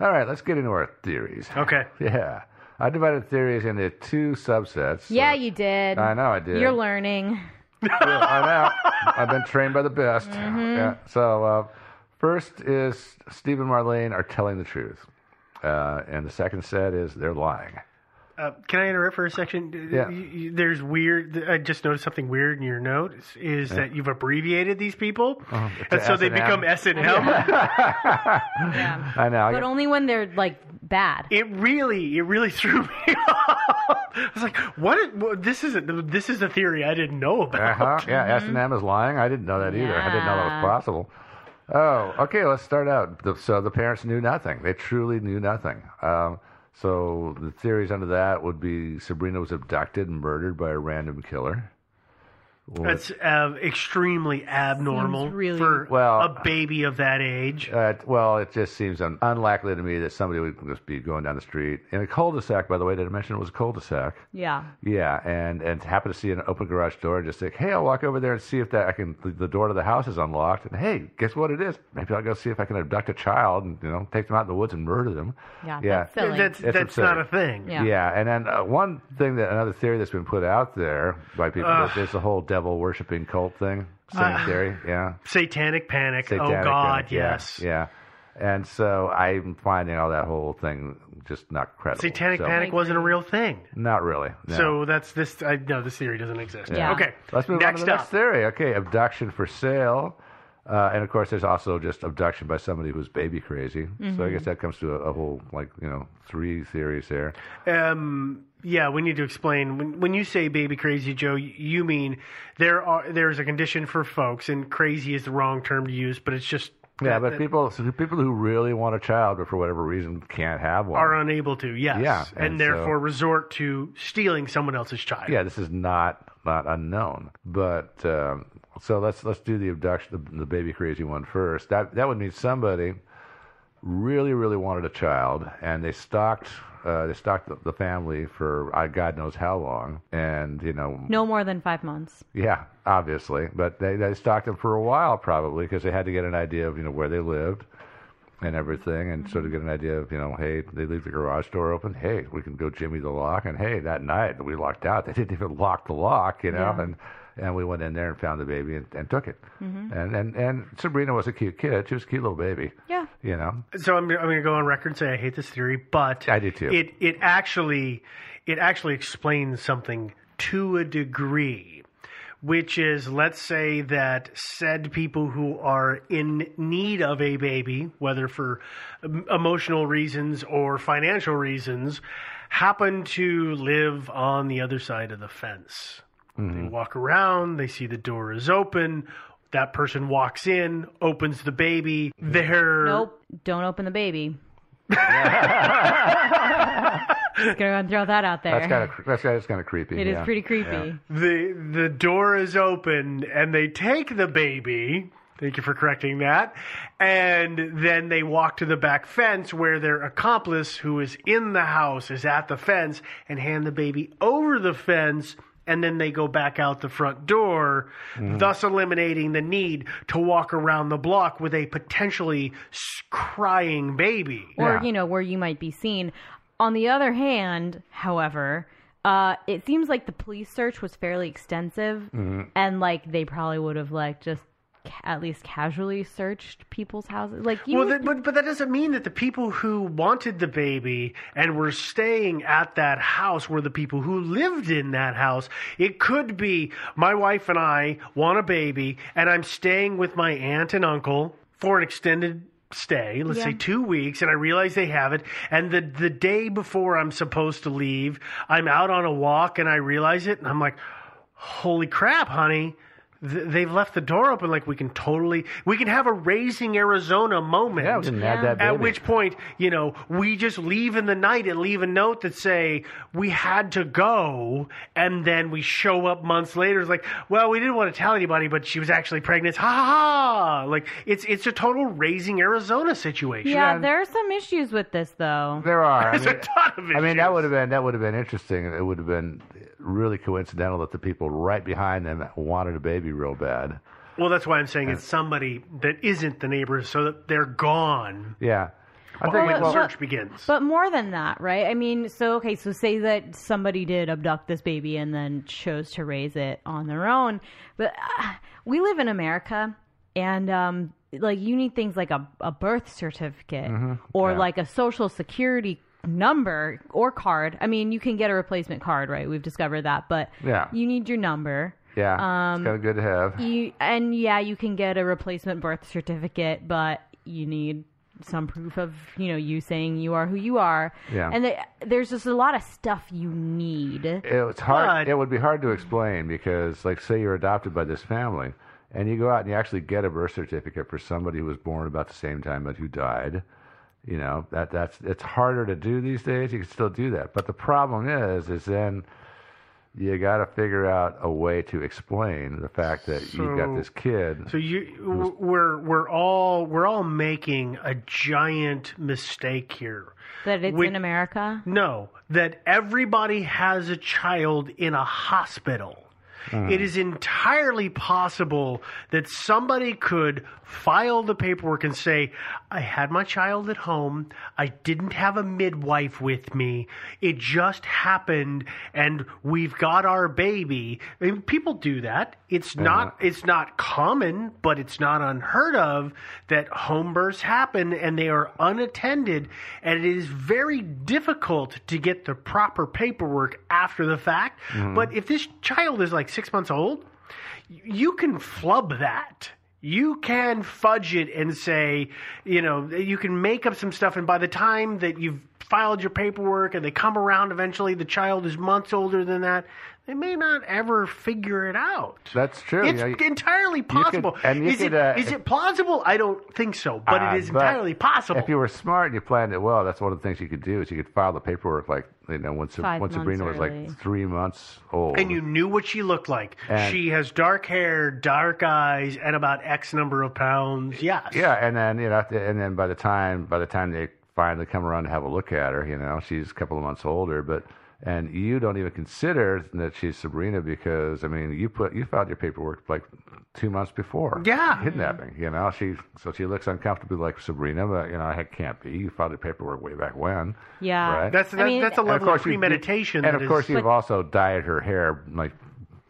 [SPEAKER 6] All right, let's get into our theories.
[SPEAKER 7] Okay.
[SPEAKER 6] Yeah, I divided theories into two subsets.
[SPEAKER 1] Yeah, you did.
[SPEAKER 6] I know I did.
[SPEAKER 1] You're learning.
[SPEAKER 6] Yeah, I know. I've been trained by the best.
[SPEAKER 7] Mm-hmm.
[SPEAKER 6] Yeah. So, uh, first is Steve and Marlene are telling the truth. Uh, and the second set is they're lying.
[SPEAKER 7] Uh, can I interrupt for a second?
[SPEAKER 6] Yeah.
[SPEAKER 7] Y- y- There's weird. I just noticed something weird in your note is, is that you've abbreviated these people, Uh-huh. and
[SPEAKER 6] to
[SPEAKER 7] so they
[SPEAKER 6] S&M.
[SPEAKER 7] become S and M.
[SPEAKER 6] yeah. I know.
[SPEAKER 1] But only when they're like bad.
[SPEAKER 7] It really, it really (laughs) threw me off. I was like, "What? is- what- This is a, this is a theory I didn't know about."
[SPEAKER 6] uh-huh.
[SPEAKER 7] (laughs)
[SPEAKER 6] Yeah,
[SPEAKER 7] Mm-hmm.
[SPEAKER 6] S and M is lying. I didn't know that either. I didn't know that was
[SPEAKER 1] Yeah.
[SPEAKER 6] possible. Oh, okay. Let's start out. The- So the parents knew nothing. They truly knew nothing. Um, so the theories under that would be Sabrina was abducted and murdered by a random killer. Or-
[SPEAKER 7] That's uh, extremely abnormal
[SPEAKER 1] Seems really-
[SPEAKER 7] for
[SPEAKER 6] Well-
[SPEAKER 7] a baby of that age.
[SPEAKER 6] Uh, well, it just seems un- unlikely to me that somebody would just be going down the street in a cul-de-sac. By the way, did I mention it was a cul-de-sac?
[SPEAKER 1] Yeah.
[SPEAKER 6] Yeah, and and happen to see an open garage door, and just think, hey, I'll walk over there and see if that I can. The, the door to the house is unlocked, and hey, guess what it is? Maybe I'll go see if I can abduct a child and you know take them out in the woods and murder them.
[SPEAKER 1] Yeah.
[SPEAKER 6] Yeah.
[SPEAKER 1] That's silly.
[SPEAKER 7] That's
[SPEAKER 6] It's
[SPEAKER 7] that's not a
[SPEAKER 6] absurd.
[SPEAKER 7] thing.
[SPEAKER 1] Yeah.
[SPEAKER 6] and then uh, one thing that another theory that's been put out there by people is there's the whole devil worshipping cult thing. Same
[SPEAKER 7] Uh,
[SPEAKER 6] theory, yeah.
[SPEAKER 7] Satanic panic. oh
[SPEAKER 6] Satanic
[SPEAKER 7] God,
[SPEAKER 6] panic, yeah,
[SPEAKER 7] yes.
[SPEAKER 6] Yeah. And so I'm finding all that whole thing just not credible.
[SPEAKER 7] Satanic
[SPEAKER 6] So-
[SPEAKER 7] panic wasn't a real thing.
[SPEAKER 6] Not really. no.
[SPEAKER 7] So that's this. I, no, this theory doesn't exist.
[SPEAKER 1] Yeah.
[SPEAKER 7] Okay.
[SPEAKER 6] let's move
[SPEAKER 7] next
[SPEAKER 6] on to the
[SPEAKER 7] up.
[SPEAKER 6] next theory. Okay, abduction for sale. Uh, and of course, there's also just abduction by somebody who's baby crazy. So I guess that comes to a, a whole, like, you know, three theories there.
[SPEAKER 7] Um, yeah, we need to explain. When, when you say baby crazy, Joe, y- you mean there are there's a condition for folks, and crazy is the wrong term to use, but it's just
[SPEAKER 6] Yeah,
[SPEAKER 7] that-
[SPEAKER 6] but
[SPEAKER 7] that
[SPEAKER 6] people so people who really want a child, but for whatever reason can't have one.
[SPEAKER 7] are unable to. Yes,
[SPEAKER 6] Yeah,
[SPEAKER 7] and,
[SPEAKER 6] and so-
[SPEAKER 7] therefore resort to stealing someone else's child.
[SPEAKER 6] yeah, this is not not unknown. But um, so let's let's do the abduction, the, the baby crazy one first. That that would mean somebody really really wanted a child, and they stalked uh, they stalked the, the family for uh, God knows how long, and you know
[SPEAKER 1] no more than five months.
[SPEAKER 6] yeah, obviously, but they they stalked them for a while probably because they had to get an idea of you know where they lived. And everything, and sort of get an idea of, you know, hey, they leave the garage door open. Hey, we can go Jimmy the lock. And hey, that night we locked out. They didn't even lock the lock, you know.
[SPEAKER 1] Yeah.
[SPEAKER 6] And and we went in there and found the baby and, and took it.
[SPEAKER 1] Mm-hmm.
[SPEAKER 6] And, and and Sabrina was a cute kid. She was a cute little baby.
[SPEAKER 1] Yeah.
[SPEAKER 6] You know.
[SPEAKER 7] So I'm, I'm going to go on record and say I hate this theory, but
[SPEAKER 6] I do too.
[SPEAKER 1] (laughs)
[SPEAKER 7] It it actually it actually explains something to a degree, which is let's say that said people who are in need of a baby, whether for emotional reasons or financial reasons, happen to live on the other side of the fence. Mm-hmm. They walk around, they see the door is open. That person walks in, opens the baby. They're.
[SPEAKER 1] Nope, don't open
[SPEAKER 7] (laughs)
[SPEAKER 1] the baby. just gonna throw that out there.
[SPEAKER 6] (laughs) That's kind of that's, that's kind of creepy.
[SPEAKER 1] It
[SPEAKER 6] yeah.
[SPEAKER 1] is pretty creepy. Yeah.
[SPEAKER 7] The the door is open and they take the baby. Thank you for correcting that. And then they walk to the back fence where their accomplice, who is in the house, is at the fence and hand the baby over the fence. And then they go back out the front door, mm. thus eliminating the need to walk around the block with a potentially crying baby.
[SPEAKER 1] Or, yeah. you know, where you might be seen. On the other hand, however, uh, it seems like the police search was fairly extensive, mm-hmm. and like they probably would have like just ca- at least casually searched people's houses. Like,
[SPEAKER 7] well,
[SPEAKER 1] would...
[SPEAKER 7] that, but but that doesn't mean that the people who wanted the baby and were staying at that house were the people who lived in that house. It could be my wife and I want a baby, and I'm staying with my aunt and uncle for an extended stay, let's yeah. say two weeks, and I realize they have it. And the the day before I'm supposed to leave, I'm out on a walk and I realize it, and I'm like, "Holy crap, honey!" Th- they've left the door open. Like we can totally, we can have a raising Arizona moment.
[SPEAKER 6] Yeah, we can yeah. that. Baby.
[SPEAKER 7] At which point, you know, we just leave in the night and leave a note that say we had to go, and then we show up months later. It's like, well, we didn't want to tell anybody, but she was actually pregnant. Ha ha! ha. Like it's it's a total raising Arizona situation.
[SPEAKER 1] Yeah, yeah, there are some issues with this though.
[SPEAKER 6] There are.
[SPEAKER 7] There's I mean, a ton of issues. I
[SPEAKER 6] mean, that would have been that would have been interesting. It would have been really coincidental that the people right behind them wanted a baby real bad.
[SPEAKER 7] Well, that's why I'm saying and, it's somebody that isn't the neighbors, so that they're gone.
[SPEAKER 6] Yeah.
[SPEAKER 7] I think well, the well, search begins.
[SPEAKER 1] But more than that, right? I mean, so okay, so say that somebody did abduct this baby and then chose to raise it on their own. But uh, we live in America, and um, like you need things like a, a birth certificate mm-hmm. or yeah. like a social security number or card. I mean, you can get a replacement card, right? We've discovered that, but
[SPEAKER 6] yeah.
[SPEAKER 1] you need your number.
[SPEAKER 6] Yeah, um, it's kind of good to have.
[SPEAKER 1] You and yeah, you can get a replacement birth certificate, but you need some proof of you know you saying you are who you are.
[SPEAKER 6] Yeah,
[SPEAKER 1] and they, there's just a lot of stuff you need.
[SPEAKER 6] It's hard. But, it would be hard to explain because, like, say you're adopted by this family, and you go out and you actually get a birth certificate for somebody who was born about the same time but who died. You know that that's it's harder to do these days. You can still do that, but the problem is, is then you got to figure out a way to explain the fact that so, you've got this kid.
[SPEAKER 7] So you, we're we're all we're all making a giant mistake here.
[SPEAKER 1] That it's we, in America.
[SPEAKER 7] No, that everybody has a child in a hospital. Mm. It is entirely possible that somebody could file the paperwork and say, I had my child at home. I didn't have a midwife with me. It just happened and we've got our baby. I mean, people do that. It's mm. not it's not common, but it's not unheard of that home births happen and they are unattended and it is very difficult to get the proper paperwork after the fact. Mm. But if this child is like six months old, you can flub that. You can fudge it and say, you know, you can make up some stuff. And by the time that you've filed your paperwork and they come around eventually, the child is months older than that. They may not ever figure it out.
[SPEAKER 6] That's true.
[SPEAKER 7] It's yeah, entirely possible.
[SPEAKER 6] Could, and
[SPEAKER 7] is,
[SPEAKER 6] could,
[SPEAKER 7] it,
[SPEAKER 6] uh,
[SPEAKER 7] is it plausible? I don't think so, but uh, it is but entirely possible.
[SPEAKER 6] Ah, If you were smart and you planned it well, that's one of the things you could do is you could file the paperwork like you know, when, Five when Sabrina early. was like three months old.
[SPEAKER 7] And you knew what she looked like. And she has dark hair, dark eyes, and about X number of pounds. Yes.
[SPEAKER 6] Yeah, and then you know, and then by the time by the time they finally come around to have a look at her, you know, she's a couple of months older, but and you don't even consider that she's Sabrina because I mean you put you filed your paperwork like two months before.
[SPEAKER 7] Yeah,
[SPEAKER 6] kidnapping. You know she so she looks uncomfortably like Sabrina, but you know it can't be. You filed your paperwork way back when.
[SPEAKER 1] Yeah,
[SPEAKER 6] right?
[SPEAKER 7] that's that, I mean, that's a level of, of premeditation.
[SPEAKER 6] You, and of course is, you've but, also dyed her hair like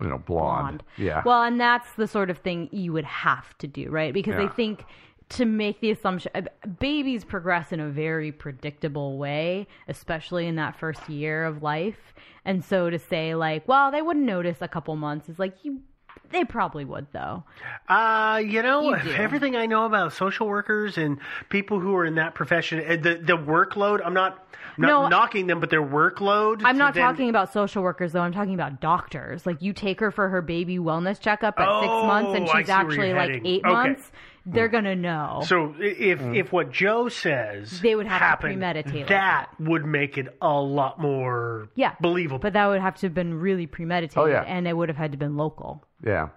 [SPEAKER 6] you know blonde. blonde. Yeah.
[SPEAKER 1] Well, and that's the sort of thing you would have to do, right? Because yeah. they think to make the assumption uh, babies progress in a very predictable way especially in that first year of life and so to say like well they wouldn't notice a couple months is like you They probably would, though.
[SPEAKER 7] Uh, you know, you everything I know about social workers and people who are in that profession, eh, the the workload. I'm not, I'm not
[SPEAKER 1] No,
[SPEAKER 7] knocking them, but their workload.
[SPEAKER 1] I'm
[SPEAKER 7] to
[SPEAKER 1] not
[SPEAKER 7] then-
[SPEAKER 1] talking about social workers though. I'm talking about doctors. Like you take her for her baby wellness checkup at six
[SPEAKER 7] Oh,
[SPEAKER 1] months, and
[SPEAKER 7] I
[SPEAKER 1] she's
[SPEAKER 7] see where you're
[SPEAKER 1] actually like
[SPEAKER 7] heading.
[SPEAKER 1] eight
[SPEAKER 7] Okay.
[SPEAKER 1] months. They're gonna know.
[SPEAKER 7] So i- if if what Joe says
[SPEAKER 1] They would have to
[SPEAKER 7] happened,
[SPEAKER 1] premeditate like
[SPEAKER 7] that would make it a lot more
[SPEAKER 1] yeah,
[SPEAKER 7] believable.
[SPEAKER 1] But that would have to have been really premeditated,
[SPEAKER 6] Oh, yeah.
[SPEAKER 1] and it would have had to been local.
[SPEAKER 6] Yeah,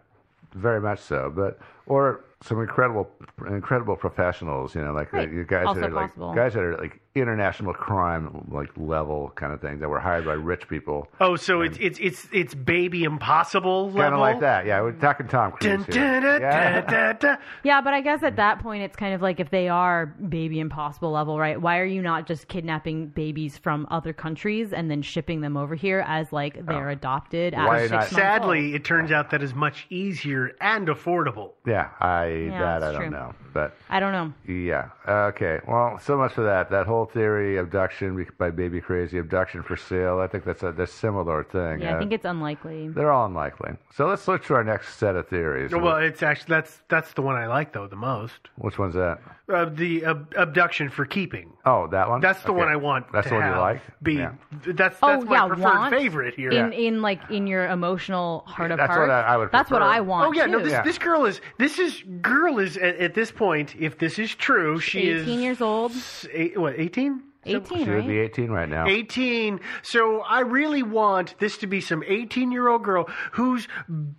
[SPEAKER 6] very much so. But or some incredible, incredible professionals. You know, like
[SPEAKER 1] Right.
[SPEAKER 6] the, you guys
[SPEAKER 1] Also
[SPEAKER 6] that are like
[SPEAKER 1] possible.
[SPEAKER 6] guys that are like international crime like level kind of thing that were hired by rich people.
[SPEAKER 7] Oh, so it's it's it's it's baby impossible level.
[SPEAKER 6] Kind of like that. Yeah, we're talking Tom
[SPEAKER 7] Dun,
[SPEAKER 6] Cruise
[SPEAKER 7] dun,
[SPEAKER 6] here.
[SPEAKER 7] dun,
[SPEAKER 6] Yeah.
[SPEAKER 7] dun, dun, dun.
[SPEAKER 1] Yeah, but I guess at that point it's kind of like if they are baby impossible level, right? Why are you not just kidnapping babies from other countries and then shipping them over here as like they're adopted? at
[SPEAKER 6] (laughs) Why
[SPEAKER 1] six
[SPEAKER 6] not-
[SPEAKER 1] months old?
[SPEAKER 7] Sadly, it turns out that is much easier and affordable.
[SPEAKER 6] Yeah, I
[SPEAKER 1] Yeah,
[SPEAKER 6] that I
[SPEAKER 1] that's
[SPEAKER 6] don't
[SPEAKER 1] true.
[SPEAKER 6] know, but
[SPEAKER 1] I don't know.
[SPEAKER 6] yeah, okay. Well, so much for that. That whole theory abduction by baby crazy, abduction for sale. I think that's a, that's a similar thing.
[SPEAKER 1] Yeah,
[SPEAKER 6] Uh,
[SPEAKER 1] I think it's unlikely.
[SPEAKER 6] they're all unlikely. So let's look to our next set of theories.
[SPEAKER 7] Well, it's actually that's that's the one I like though the most.
[SPEAKER 6] Which one's that?
[SPEAKER 7] Uh, the ab- abduction for keeping.
[SPEAKER 6] Oh, that one.
[SPEAKER 7] That's the
[SPEAKER 6] Okay.
[SPEAKER 7] one I want.
[SPEAKER 6] That's
[SPEAKER 7] to
[SPEAKER 6] the one
[SPEAKER 7] have
[SPEAKER 6] you like.
[SPEAKER 7] Be
[SPEAKER 6] Yeah.
[SPEAKER 7] th- that's that's
[SPEAKER 1] oh
[SPEAKER 7] my
[SPEAKER 1] yeah,
[SPEAKER 7] preferred
[SPEAKER 1] want
[SPEAKER 7] favorite here.
[SPEAKER 1] in in like in your emotional heart of
[SPEAKER 6] That's what
[SPEAKER 1] hearts.
[SPEAKER 6] I- I would
[SPEAKER 1] That's what
[SPEAKER 6] prefer.
[SPEAKER 1] I want.
[SPEAKER 7] Oh yeah, no.
[SPEAKER 1] too.
[SPEAKER 7] This this girl is this is girl is at, at this point. If this is true, she is
[SPEAKER 1] eighteen years old,
[SPEAKER 7] s- eight, what eighteen?
[SPEAKER 1] eighteen,
[SPEAKER 6] She would be
[SPEAKER 1] right?
[SPEAKER 6] 18 right now.
[SPEAKER 7] 18. So I really want this to be some 18 year old girl whose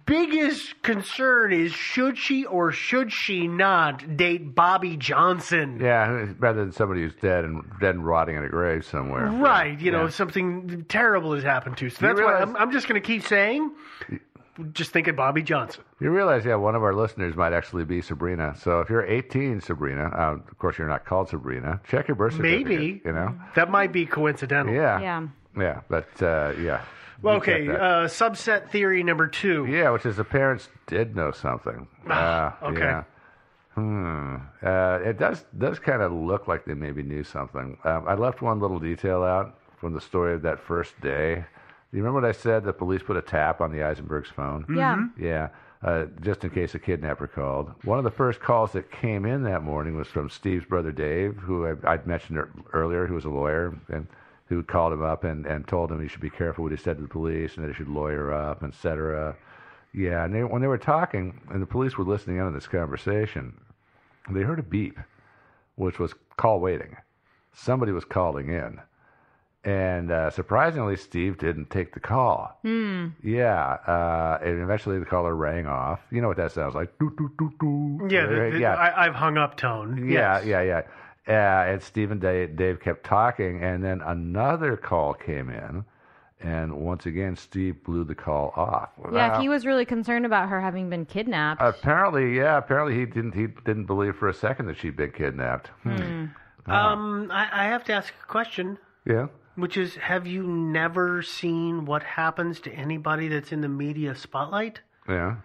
[SPEAKER 7] biggest concern is should she or should she not date Bobby Johnson?
[SPEAKER 6] Yeah, rather than somebody who's dead and dead and rotting in a grave somewhere.
[SPEAKER 7] Right, you know,
[SPEAKER 6] Yeah.
[SPEAKER 7] something terrible has happened to. So
[SPEAKER 6] You
[SPEAKER 7] that's why
[SPEAKER 6] realize-
[SPEAKER 7] I'm, I'm just going to keep saying, just think of Bobby Johnson.
[SPEAKER 6] You realize, yeah, one of our listeners might actually be Sabrina. So if you're 18, Sabrina, uh, of course you're not called Sabrina. Check your birth certificate.
[SPEAKER 7] Maybe.
[SPEAKER 6] you know.
[SPEAKER 7] That might be coincidental.
[SPEAKER 6] Yeah.
[SPEAKER 1] Yeah.
[SPEAKER 6] Yeah, but uh, yeah.
[SPEAKER 7] Well,
[SPEAKER 6] You
[SPEAKER 7] okay,
[SPEAKER 6] get that.
[SPEAKER 7] uh, subset theory number two.
[SPEAKER 6] yeah, which is the parents did know something. Uh,
[SPEAKER 7] Ah, okay.
[SPEAKER 6] yeah. Hmm. Uh, it does does kind of look like they maybe knew something. Um, I left one little detail out from the story of that first day. Do you remember what I said? The police put a tap on the Eisenberg's phone.
[SPEAKER 1] Yeah.
[SPEAKER 6] Yeah, uh, just in case a kidnapper called. One of the first calls that came in that morning was from Steve's brother Dave, who I, I'd mentioned ear- earlier, who was a lawyer and who called him up and, and told him he should be careful what he said to the police and that he should lawyer up, et cetera. Yeah, and they, when they were talking, and the police were listening in on this conversation, they heard a beep, which was call waiting. Somebody was calling in. And uh, surprisingly, Steve didn't take the call.
[SPEAKER 7] Hmm.
[SPEAKER 6] Yeah, uh, and eventually the caller rang off. You know what that sounds like? Doo, doo, doo, doo.
[SPEAKER 7] Yeah, the, the,
[SPEAKER 6] yeah,
[SPEAKER 7] I, I've hung up tone.
[SPEAKER 6] yeah,
[SPEAKER 7] Yes.
[SPEAKER 6] yeah, yeah. Uh, and Steve and Dave, Dave kept talking, and then another call came in, and once again Steve blew the call off.
[SPEAKER 1] Yeah,
[SPEAKER 6] Uh,
[SPEAKER 1] he was really concerned about her having been kidnapped.
[SPEAKER 6] apparently, yeah, apparently he didn't he didn't believe for a second that she'd been kidnapped. Hmm.
[SPEAKER 7] Um, I, I have to ask a question.
[SPEAKER 6] Yeah.
[SPEAKER 7] Which is, have you never seen what happens to anybody that's in the media spotlight?
[SPEAKER 6] Yeah.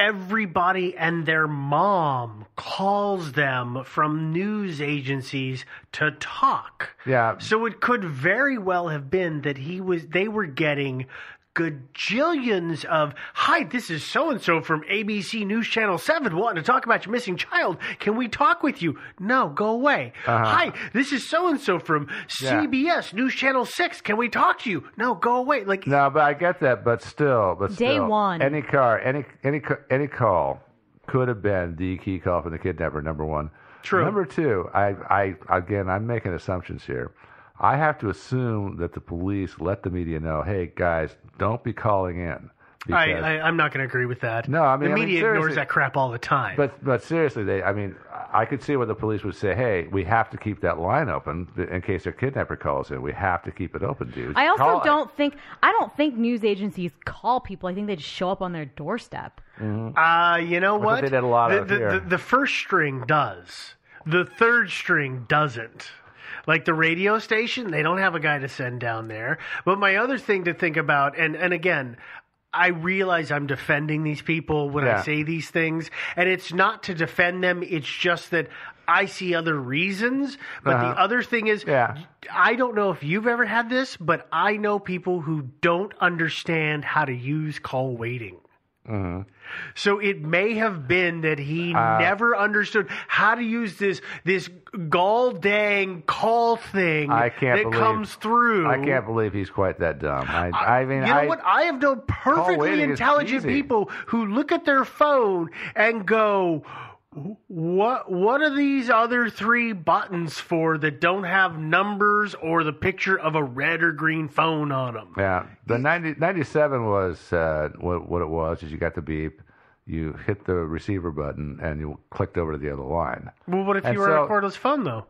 [SPEAKER 7] Everybody and their mom calls them from news agencies to talk.
[SPEAKER 6] Yeah.
[SPEAKER 7] So it could very well have been that he was they were getting gajillions of hi this is so and so from abc news channel 7 wanting to talk about your missing child can we talk with you no go away hi this is so and so from
[SPEAKER 6] Uh-huh. Yeah.
[SPEAKER 7] cbs news channel 6 can we talk to you no go away like
[SPEAKER 6] No, but I get that. But still, but
[SPEAKER 1] Day
[SPEAKER 6] still,
[SPEAKER 1] one.
[SPEAKER 6] any car, any any ca- any call could have been the key call from the kidnapper. Number one.
[SPEAKER 7] True.
[SPEAKER 6] Number two, I, I again, I'm making assumptions here. I have to assume that the police let the media know, hey guys, don't be calling in.
[SPEAKER 7] I, I i'm not going to agree with that
[SPEAKER 6] No, I mean- I
[SPEAKER 7] the
[SPEAKER 6] mean,
[SPEAKER 7] media
[SPEAKER 6] seriously.
[SPEAKER 7] ignores that crap all the time
[SPEAKER 6] But but seriously, they. I mean, I could see where the police would say, "Hey, we have to keep that line open in case a kidnapper calls in. We have to keep it open, dude."
[SPEAKER 1] I also
[SPEAKER 6] Call-
[SPEAKER 1] don't think I don't think news agencies call people. I think they just show up on their doorstep.
[SPEAKER 7] Uh, you know
[SPEAKER 6] what
[SPEAKER 7] what?
[SPEAKER 6] they did a lot
[SPEAKER 7] the,
[SPEAKER 6] of
[SPEAKER 7] the,
[SPEAKER 6] here.
[SPEAKER 7] The, the first string does. The third string doesn't. Like the radio station, they don't have a guy to send down there. But my other thing to think about, and, and again, I realize I'm defending these people when
[SPEAKER 6] Yeah.
[SPEAKER 7] I say these things, and it's not to defend them. It's just that I see other reasons. But
[SPEAKER 6] Uh-huh.
[SPEAKER 7] the other thing is,
[SPEAKER 6] Yeah.
[SPEAKER 7] I don't know if you've ever had this, but I know people who don't understand how to use call waiting.
[SPEAKER 6] Mm-hmm.
[SPEAKER 7] So it may have been that he uh, never understood how to use this this gall dang call thing
[SPEAKER 6] Uh, I can't
[SPEAKER 7] that
[SPEAKER 6] believe,
[SPEAKER 7] comes through. Uh,
[SPEAKER 6] I can't believe he's quite that dumb. I, I, I mean,
[SPEAKER 7] you know
[SPEAKER 6] I,
[SPEAKER 7] what? I have known perfectly intelligent people who look at their phone and go, what what are these other three buttons for that don't have numbers or the picture of a red or green phone on them?
[SPEAKER 6] Yeah, the 90, 97 was uh, what what it was. Is you got the beep, you hit the receiver button, and you clicked over to the other line.
[SPEAKER 7] Well, what if and you were so, on a cordless phone though?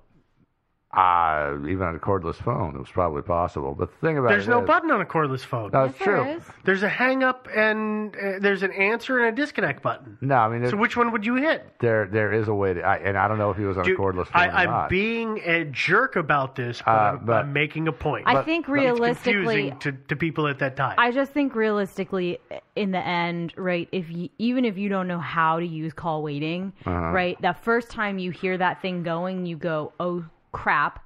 [SPEAKER 6] Uh, even on a cordless phone, it was probably possible. But the thing about
[SPEAKER 7] there's
[SPEAKER 6] it
[SPEAKER 7] no
[SPEAKER 6] is,
[SPEAKER 7] button on a cordless phone.
[SPEAKER 6] No, it's
[SPEAKER 1] Yes,
[SPEAKER 6] true.
[SPEAKER 1] there is.
[SPEAKER 7] There's a hang up and uh, there's an answer and a disconnect button.
[SPEAKER 6] No, I mean, there,
[SPEAKER 7] So which one would you hit?
[SPEAKER 6] there there is a way to, I, and I don't know if he was on
[SPEAKER 7] Dude,
[SPEAKER 6] a cordless phone
[SPEAKER 7] I,
[SPEAKER 6] or
[SPEAKER 7] I'm
[SPEAKER 6] not.
[SPEAKER 7] being a jerk about this, but,
[SPEAKER 6] Uh,
[SPEAKER 7] I'm-
[SPEAKER 6] but-
[SPEAKER 7] I'm making a point.
[SPEAKER 1] I think realistically,
[SPEAKER 7] confusing to, to people at that time.
[SPEAKER 1] I just think realistically, in the end, right? If you, even if you don't know how to use call waiting, right? That first time you hear that thing going, you go, "Oh crap,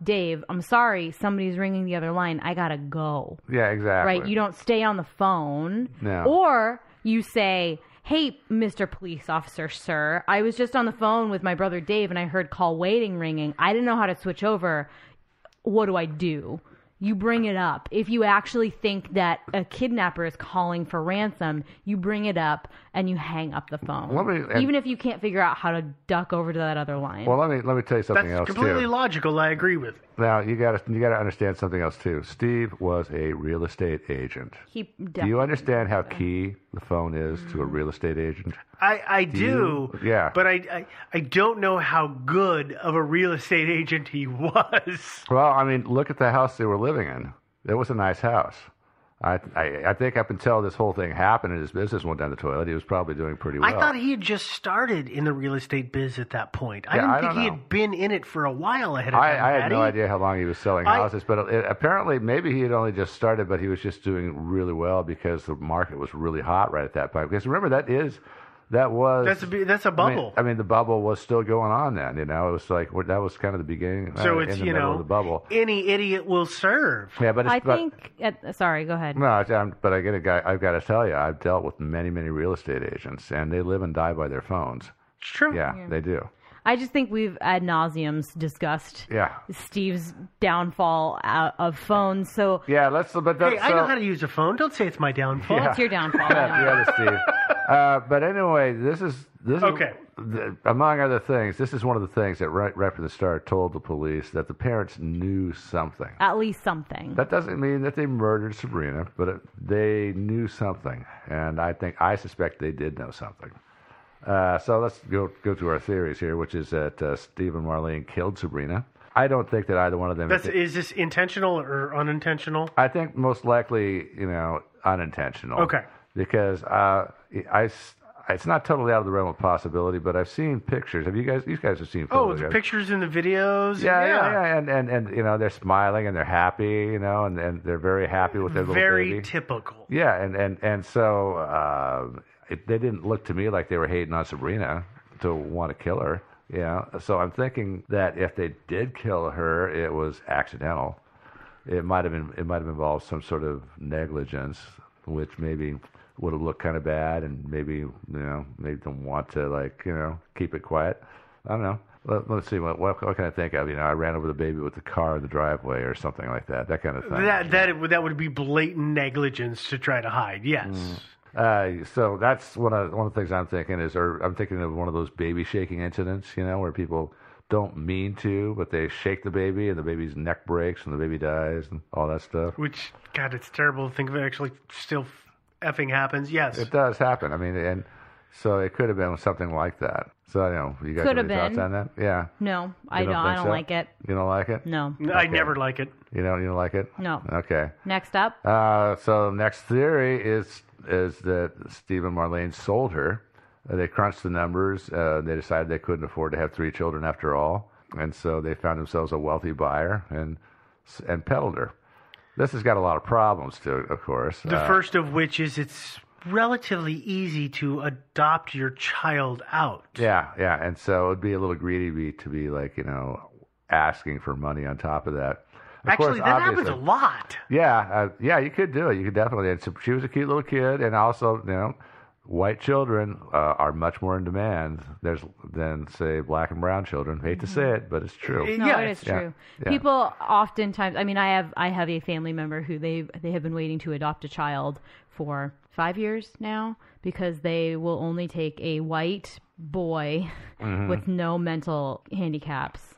[SPEAKER 1] Dave! I'm sorry, somebody's ringing the other line. I gotta go."
[SPEAKER 6] yeah, exactly.
[SPEAKER 1] Right? You don't stay on the phone.
[SPEAKER 6] No.
[SPEAKER 1] Or you say, Hey, Mr. Police Officer, sir, I was just on the phone with my brother Dave and I heard call waiting ringing. I didn't know how to switch over. What do I do? You bring it up. If you actually think that a kidnapper is calling for ransom, you bring it up and you hang up the phone.
[SPEAKER 6] Let me- and-
[SPEAKER 1] Even if you can't figure out how to duck over to that other line.
[SPEAKER 6] Well, let me let me tell you something
[SPEAKER 7] That's
[SPEAKER 6] else
[SPEAKER 7] completely
[SPEAKER 6] too.
[SPEAKER 7] logical. I agree with.
[SPEAKER 6] Now you got to you got to understand something else too. Steve was a real estate agent.
[SPEAKER 1] he
[SPEAKER 6] Do you
[SPEAKER 1] definitely-
[SPEAKER 6] understand how key the phone is to a real estate agent?
[SPEAKER 7] I, I do,
[SPEAKER 6] you? Yeah.
[SPEAKER 7] but I, I I don't know how good of a real estate agent he was.
[SPEAKER 6] Well, I mean, look at the house they were living in. It was a nice house. I I, I think up until this whole thing happened and his business went down the toilet, he was probably doing pretty well.
[SPEAKER 7] I thought he had just started in the real estate biz at that point. I
[SPEAKER 6] Yeah,
[SPEAKER 7] didn't
[SPEAKER 6] I
[SPEAKER 7] think
[SPEAKER 6] don't
[SPEAKER 7] he
[SPEAKER 6] know.
[SPEAKER 7] had been in it for a while ahead of time.
[SPEAKER 6] I, I had no
[SPEAKER 7] had he?
[SPEAKER 6] idea how long he was selling
[SPEAKER 7] I-
[SPEAKER 6] houses, but it, apparently maybe he had only just started, but he was just doing really well because the market was really hot right at that point. Because remember, that is that was
[SPEAKER 7] That's a bi- that's a
[SPEAKER 6] I mean-
[SPEAKER 7] bubble.
[SPEAKER 6] I mean, the bubble was still going on then. You know, it was like we're- that was kind of the beginning.
[SPEAKER 7] so
[SPEAKER 6] uh,
[SPEAKER 7] it's
[SPEAKER 6] in the
[SPEAKER 7] you
[SPEAKER 6] middle
[SPEAKER 7] know
[SPEAKER 6] of the bubble.
[SPEAKER 7] any idiot will serve.
[SPEAKER 6] Yeah, but it's,
[SPEAKER 1] I
[SPEAKER 6] but,
[SPEAKER 1] think. At, sorry, go ahead.
[SPEAKER 6] no, I- I'm, but I get a guy. I've got to tell you, I've dealt with many, many real estate agents, and they live and die by their phones.
[SPEAKER 7] It's true.
[SPEAKER 6] Yeah, they do.
[SPEAKER 1] I just think we've ad nauseum's discussed
[SPEAKER 6] Yeah,
[SPEAKER 1] Steve's downfall out of phones. So
[SPEAKER 6] yeah. Let's. But that's,
[SPEAKER 7] Hey, I know
[SPEAKER 6] uh,
[SPEAKER 7] how to use a phone. Don't say it's my downfall.
[SPEAKER 1] that's your downfall.
[SPEAKER 6] (laughs) Yeah,
[SPEAKER 1] yeah.
[SPEAKER 6] yeah, but
[SPEAKER 7] (laughs)
[SPEAKER 6] Steve. Uh, but anyway, this is this
[SPEAKER 7] Okay.
[SPEAKER 6] is th- among other things. This is one of the things that right, right from the start told the police that the parents knew something.
[SPEAKER 1] At least something.
[SPEAKER 6] That doesn't mean that they murdered Sabrina, but it, they knew something, and I think I suspect they did know something. Uh, so let's go go through our theories here, which is that uh, Steve and Marlene killed Sabrina. I don't think that either one of them.
[SPEAKER 7] That's is this intentional or unintentional?
[SPEAKER 6] I think most likely, you know, unintentional.
[SPEAKER 7] Okay.
[SPEAKER 6] Because uh, I, s- it's not totally out of the realm of possibility, but I've seen pictures. Have you guys? These guys have seen
[SPEAKER 7] Oh,
[SPEAKER 6] photos.
[SPEAKER 7] the
[SPEAKER 6] right?
[SPEAKER 7] pictures and the videos.
[SPEAKER 6] Yeah, yeah, yeah, and, and and you know they're smiling and they're happy, you know, and, and they're very happy with their
[SPEAKER 7] Very
[SPEAKER 6] little baby.
[SPEAKER 7] typical.
[SPEAKER 6] yeah, and and and so uh, it, they didn't look to me like they were hating on Sabrina to want to kill her. You know, so I'm thinking that if they did kill her, it was accidental. It might have been. It might have involved some sort of negligence, which maybe would have looked kind of bad, and maybe you know maybe don't want to like you know keep it quiet. I don't know. Let, let's see. What, what, what can I think of? You know, I ran over the baby with the car in the driveway, or something like that. That kind of thing.
[SPEAKER 7] That that would- that would be blatant negligence to try to hide. Yes.
[SPEAKER 6] Uh, so that's one of one of the things I'm thinking is, or I'm thinking of one of those baby shaking incidents, you know, where people don't mean to, but they shake the baby, and the baby's neck breaks, and the baby dies, and all that stuff.
[SPEAKER 7] Which God, it's terrible to think of. It actually, still effing happens. Yes.
[SPEAKER 6] It does happen. I mean, and so it could have been something like that. So I don't know. You guys
[SPEAKER 1] Could
[SPEAKER 6] have
[SPEAKER 1] have
[SPEAKER 6] any thoughts
[SPEAKER 1] been.
[SPEAKER 6] on that? Yeah.
[SPEAKER 1] no, I
[SPEAKER 6] You
[SPEAKER 1] don't. I
[SPEAKER 6] think
[SPEAKER 1] don't
[SPEAKER 6] so?
[SPEAKER 1] like it.
[SPEAKER 6] You don't like it?
[SPEAKER 1] No,
[SPEAKER 7] I
[SPEAKER 6] Okay.
[SPEAKER 7] never like it.
[SPEAKER 6] You don't. You don't like it?
[SPEAKER 1] no.
[SPEAKER 6] Okay.
[SPEAKER 1] Next up,
[SPEAKER 6] Uh, so next theory is is that Stephen Marlene sold her. Uh, They crunched the numbers. Uh, they decided they couldn't afford to have three children after all, and so they found themselves a wealthy buyer and and peddled her. This has got a lot of problems to it, of course.
[SPEAKER 7] The
[SPEAKER 6] Uh,
[SPEAKER 7] first of which is it's relatively easy to adopt your child out.
[SPEAKER 6] Yeah, yeah, and so it'd be a little greedy to be, to be like you know asking for money on top of that. Of
[SPEAKER 7] Actually,
[SPEAKER 6] course,
[SPEAKER 7] that happens a
[SPEAKER 6] obviously-
[SPEAKER 7] lot.
[SPEAKER 6] Yeah, uh, yeah, you could do it. You could definitely. And so she was a cute little kid, and also you know white children uh, are much more in demand there's than say black and brown children. Hate to
[SPEAKER 7] Mm-hmm.
[SPEAKER 6] say it, but it's true.
[SPEAKER 1] No, yeah. it is true.
[SPEAKER 6] Yeah. Yeah.
[SPEAKER 1] People oftentimes, I mean, I have I have a family member who they they have been waiting to adopt a child for five years now because they will only take a white boy
[SPEAKER 6] Mhm.
[SPEAKER 1] with no mental handicaps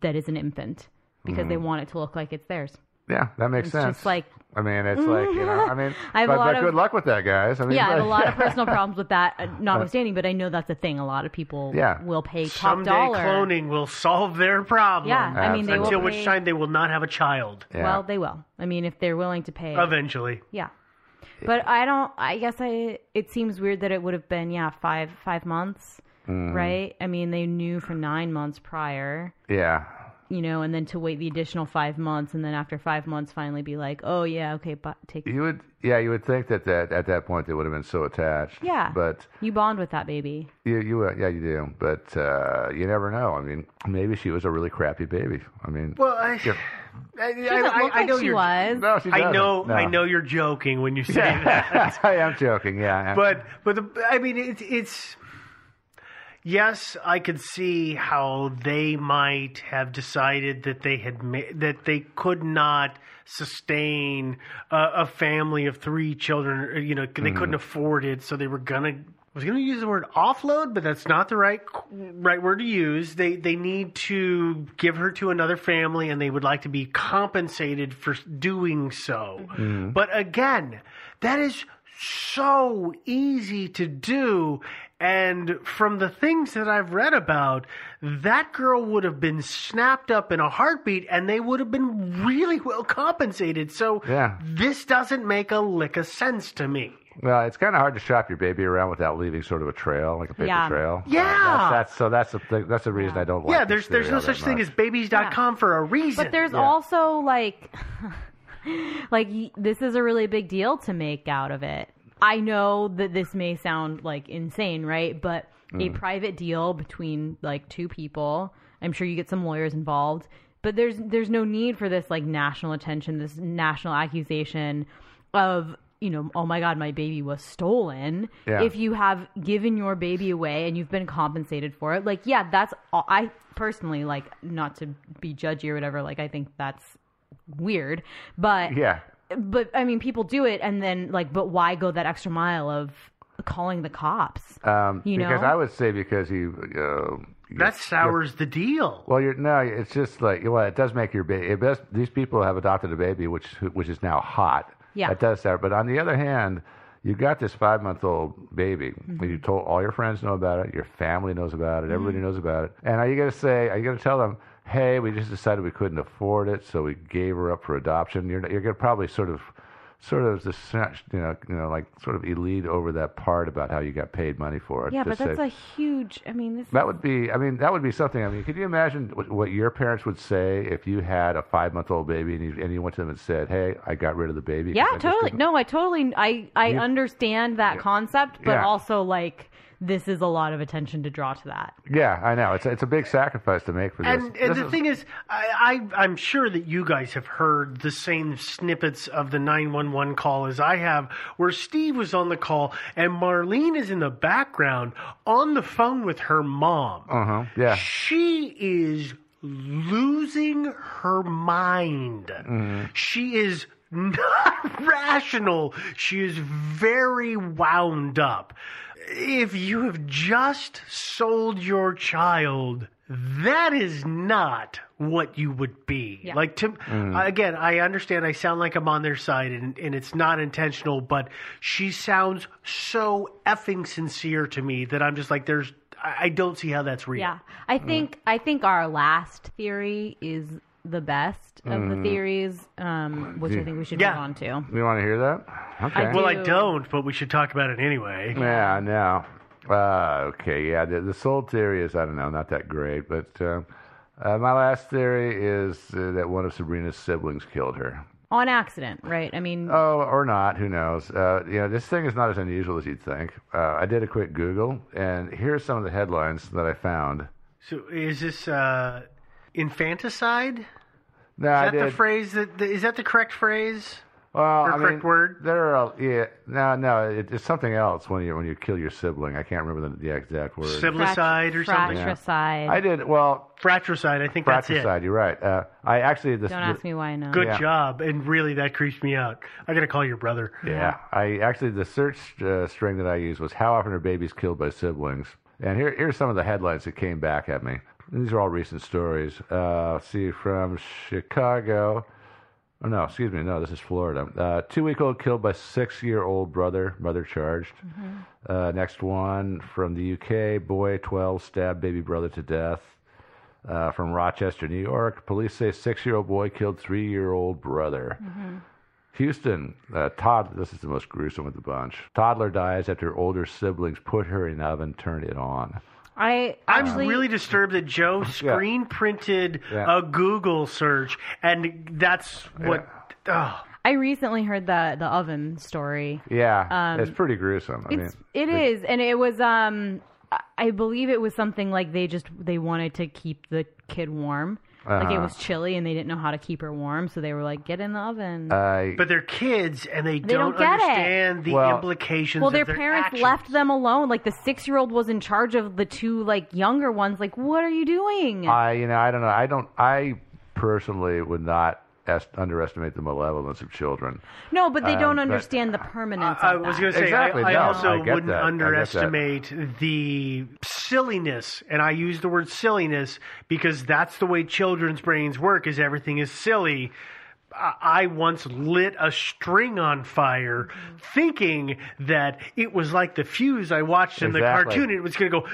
[SPEAKER 1] that is an infant because they
[SPEAKER 6] Mhm.
[SPEAKER 1] want it to look like it's theirs.
[SPEAKER 6] Yeah, that makes
[SPEAKER 1] It's
[SPEAKER 6] sense.
[SPEAKER 1] just like-
[SPEAKER 6] I mean, it's like you know. I mean,
[SPEAKER 1] (laughs) I have a
[SPEAKER 6] but,
[SPEAKER 1] lot
[SPEAKER 6] but
[SPEAKER 1] of-
[SPEAKER 6] good luck with that, guys. I mean,
[SPEAKER 1] yeah, I have
[SPEAKER 6] but-
[SPEAKER 1] a lot of
[SPEAKER 6] (laughs)
[SPEAKER 1] personal problems with that, uh, notwithstanding. But I know that's a thing. A lot of people
[SPEAKER 6] Yeah.
[SPEAKER 1] will pay top
[SPEAKER 7] Someday
[SPEAKER 1] dollar.
[SPEAKER 7] cloning will solve their problem.
[SPEAKER 1] Yeah, I mean, they will
[SPEAKER 7] until
[SPEAKER 1] pay-
[SPEAKER 7] which time they will not have a child.
[SPEAKER 1] Well, they will. I mean, if they're willing to pay.
[SPEAKER 7] eventually.
[SPEAKER 1] Yeah. But I don't. I guess I. It seems weird that it would have been yeah five five months,
[SPEAKER 6] Mhm.
[SPEAKER 1] right? I mean, they knew for nine months prior,
[SPEAKER 6] Yeah,
[SPEAKER 1] you know, and then to wait the additional five months, and then after five months, finally be like, oh yeah, okay, but take
[SPEAKER 6] you would. Yeah, you would think that, that at that point they would have been so attached.
[SPEAKER 1] Yeah.
[SPEAKER 6] but
[SPEAKER 1] you bond with that baby.
[SPEAKER 6] you you uh, yeah you do, but uh, you never know. I mean, maybe she was a really crappy baby. I mean,
[SPEAKER 7] Well, I-
[SPEAKER 6] yeah.
[SPEAKER 7] I,
[SPEAKER 1] She doesn't look like she
[SPEAKER 7] you're-
[SPEAKER 1] was. No, she
[SPEAKER 7] I
[SPEAKER 6] doesn't.
[SPEAKER 7] know.
[SPEAKER 6] No.
[SPEAKER 7] I know you're joking when
[SPEAKER 6] (laughs)
[SPEAKER 7] you say that.
[SPEAKER 6] I am joking. Yeah,
[SPEAKER 7] but but the, I mean it's it's yes, I could see how they might have decided that they had ma- that they could not sustain a, a family of three children. or, You know, they couldn't afford it, so they were gonna. I was going to use the word offload, but that's not the right right word to use. They they need to give her to another family, and they would like to be compensated for doing so.
[SPEAKER 8] Mhm.
[SPEAKER 7] But again, that is so easy to do. And from the things that I've read about, that girl would have been snapped up in a heartbeat and they would have been really well compensated. So
[SPEAKER 6] Yeah.
[SPEAKER 7] this doesn't make a lick of sense to me.
[SPEAKER 6] Well, it's kind of hard to shop your baby around without leaving sort of a trail, like a paper
[SPEAKER 7] Yeah.
[SPEAKER 6] trail. Uh,
[SPEAKER 7] Yeah.
[SPEAKER 6] that's, that's- so that's the thing, that's the reason I don't like.
[SPEAKER 7] yeah,
[SPEAKER 6] this
[SPEAKER 7] there's there's no
[SPEAKER 6] cereal that
[SPEAKER 7] such thing
[SPEAKER 6] much.
[SPEAKER 7] as babies.com for a reason.
[SPEAKER 1] But there's also like, like y- this is a really big deal to make out of it. I know that this may sound like insane, right? But
[SPEAKER 5] Mm.
[SPEAKER 1] a private deal between like two people. I'm sure you get some lawyers involved, but there's there's no need for this like national attention, this national accusation of you know, oh my god, my baby was stolen.
[SPEAKER 5] Yeah.
[SPEAKER 1] If you have given your baby away and you've been compensated for it, like yeah, that's all. I personally like not to be judgy or whatever. Like I think that's weird, but
[SPEAKER 6] Yeah.
[SPEAKER 1] but I mean, people do it, and then like, but why go that extra mile of calling the cops?
[SPEAKER 6] Um,
[SPEAKER 1] you
[SPEAKER 6] because
[SPEAKER 1] know?
[SPEAKER 6] I would say because you. Uh, you-
[SPEAKER 7] that sours the deal.
[SPEAKER 6] Well, you're no. It's just like well, it does make your baby. It does, these people have adopted a baby, which which is now hot.
[SPEAKER 7] Yeah.
[SPEAKER 6] That does sour. But on the other hand, you got this five month old baby.
[SPEAKER 1] Mm-hmm.
[SPEAKER 7] Mhm.
[SPEAKER 6] You told all your friends know about it. Your family knows about it. Everybody
[SPEAKER 7] Mhm.
[SPEAKER 6] knows about it. And are you gonna say? Are you gonna tell them? Hey, we just decided we couldn't afford it, so we gave her up for adoption. You're you're gonna probably sort of. Sort of just you know, you know, like sort of elite over that part about how you got paid money for it.
[SPEAKER 1] yeah, but
[SPEAKER 6] Just
[SPEAKER 1] that's
[SPEAKER 6] say,
[SPEAKER 1] a huge. I mean, this
[SPEAKER 6] that would be. I mean, that would be something. I mean, could you imagine what, what your parents would say if you had a five-month-old baby and you, and you went to them and said, "Hey, I got rid of the baby." 'cause
[SPEAKER 1] yeah,
[SPEAKER 6] I just
[SPEAKER 1] totally.
[SPEAKER 6] couldn't-"
[SPEAKER 1] No, I totally. I I
[SPEAKER 6] You-
[SPEAKER 1] understand that concept, but
[SPEAKER 6] Yeah.
[SPEAKER 1] also like, this is a lot of attention to draw to that.
[SPEAKER 6] Yeah, I know. It's a, it's a big sacrifice to make for this.
[SPEAKER 7] And, and
[SPEAKER 6] This
[SPEAKER 7] the
[SPEAKER 6] is-
[SPEAKER 7] thing is, I, I, I'm sure that you guys have heard the same snippets of the 911 call as I have, where Steve was on the call and Marlene is in the background on the phone with her mom.
[SPEAKER 6] Uh-huh. Yeah.
[SPEAKER 7] She is losing her mind. She is not (laughs) rational. She is very wound up. If you have just sold your child, that is not what you would be. Like to
[SPEAKER 8] Mhm.
[SPEAKER 7] again, I understand I sound like I'm on their side and, and it's not intentional, but she sounds so effing sincere to me that I'm just like there's I I don't see how that's real.
[SPEAKER 1] Yeah, I
[SPEAKER 6] Mm.
[SPEAKER 1] think I think our last theory is the best of
[SPEAKER 6] Mm.
[SPEAKER 1] the theories, um, which I think we should
[SPEAKER 7] Yeah.
[SPEAKER 1] move on to.
[SPEAKER 6] You want to hear that? Okay.
[SPEAKER 7] well, I don't, but we should talk about it anyway.
[SPEAKER 6] Yeah, I know. Uh, okay, yeah. The, the soul theory is, I don't know, not that great. But uh, uh, my last theory is uh, that one of Sabrina's siblings killed her.
[SPEAKER 1] On accident, right? I mean,
[SPEAKER 6] Oh, or not? Who knows? Uh, you know, this thing is not as unusual as you'd think. Uh, I did a quick Google, and here's some of the headlines that I found.
[SPEAKER 7] So is this uh, infanticide?
[SPEAKER 6] No,
[SPEAKER 7] is
[SPEAKER 6] I
[SPEAKER 7] that the
[SPEAKER 6] did-
[SPEAKER 7] phrase that is that the correct phrase?
[SPEAKER 6] Well,
[SPEAKER 7] Your
[SPEAKER 6] I
[SPEAKER 7] correct
[SPEAKER 6] mean, word. There are yeah. No, no. It, it's something else when you when you kill your sibling. I can't remember the, the exact word.
[SPEAKER 7] Siblicide or something.
[SPEAKER 6] Yeah.
[SPEAKER 1] Fratricide.
[SPEAKER 6] I did well.
[SPEAKER 7] Fratricide. I think that's
[SPEAKER 6] Fratricide. You're right. Uh, I actually
[SPEAKER 1] it.
[SPEAKER 6] this.
[SPEAKER 1] Don't ask me why I know.
[SPEAKER 7] it. Good
[SPEAKER 6] Yeah.
[SPEAKER 7] job. And really, that creeps me out. I gotta call your brother.
[SPEAKER 6] Yeah, I actually the search uh, string that I used was how often are babies killed by siblings? And here here's some of the headlines that came back at me. These are all recent stories. Uh, let's see from Chicago. Oh no, excuse me. No, this is Florida. Uh, two-week-old killed by six-year-old brother. Mother charged. Uh, next one from the UK. Boy 12 stabbed baby brother to death. Uh, from Rochester, New York. Police say six-year-old boy killed three-year-old brother.
[SPEAKER 1] Mm-hmm.
[SPEAKER 6] Houston, uh, Todd. This is the most gruesome of the bunch. Toddler dies after older siblings put her in oven, turned it on.
[SPEAKER 1] I
[SPEAKER 7] I'm
[SPEAKER 1] actually
[SPEAKER 7] really disturbed that
[SPEAKER 6] (laughs)
[SPEAKER 7] Joe screen printed
[SPEAKER 6] Yeah.
[SPEAKER 7] a Google search, and that's what. ugh.
[SPEAKER 1] I recently heard the the oven story.
[SPEAKER 6] Yeah,
[SPEAKER 1] Um,
[SPEAKER 6] it's pretty gruesome. I mean,
[SPEAKER 1] It's, it is, and it was. Um, I- I believe it was something like they just they wanted to keep the kid warm. Like it
[SPEAKER 6] Uh-huh.
[SPEAKER 1] was chilly, and they didn't know how to keep her warm, so they were like, "Get in the oven."
[SPEAKER 6] I-
[SPEAKER 7] But they're kids, and they,
[SPEAKER 1] They don't get it.
[SPEAKER 7] understand the
[SPEAKER 6] Well-
[SPEAKER 7] implications.
[SPEAKER 1] well,
[SPEAKER 7] of
[SPEAKER 1] their,
[SPEAKER 7] their
[SPEAKER 1] parents
[SPEAKER 7] actions.
[SPEAKER 1] left them alone. Like the six year old was in charge of the two like younger ones. Like, what are you doing?
[SPEAKER 6] (laughs) I, you know, I don't know. I don't. I personally would not est- underestimate the malevolence of children.
[SPEAKER 1] no, but they
[SPEAKER 6] Um,
[SPEAKER 1] don't
[SPEAKER 6] but-
[SPEAKER 1] understand the permanence.
[SPEAKER 7] I
[SPEAKER 1] of
[SPEAKER 7] was
[SPEAKER 1] that.
[SPEAKER 7] going to say,
[SPEAKER 6] Exactly,
[SPEAKER 7] I, I
[SPEAKER 6] no,
[SPEAKER 7] also
[SPEAKER 6] I get
[SPEAKER 7] wouldn't
[SPEAKER 6] that, I get that.
[SPEAKER 7] underestimate the silliness, and I use the word silliness because that's the way children's brains work. Is everything is silly. I I once lit a string on fire, thinking that it was like the fuse I watched in the
[SPEAKER 6] Exactly.
[SPEAKER 7] cartoon. It was going to go.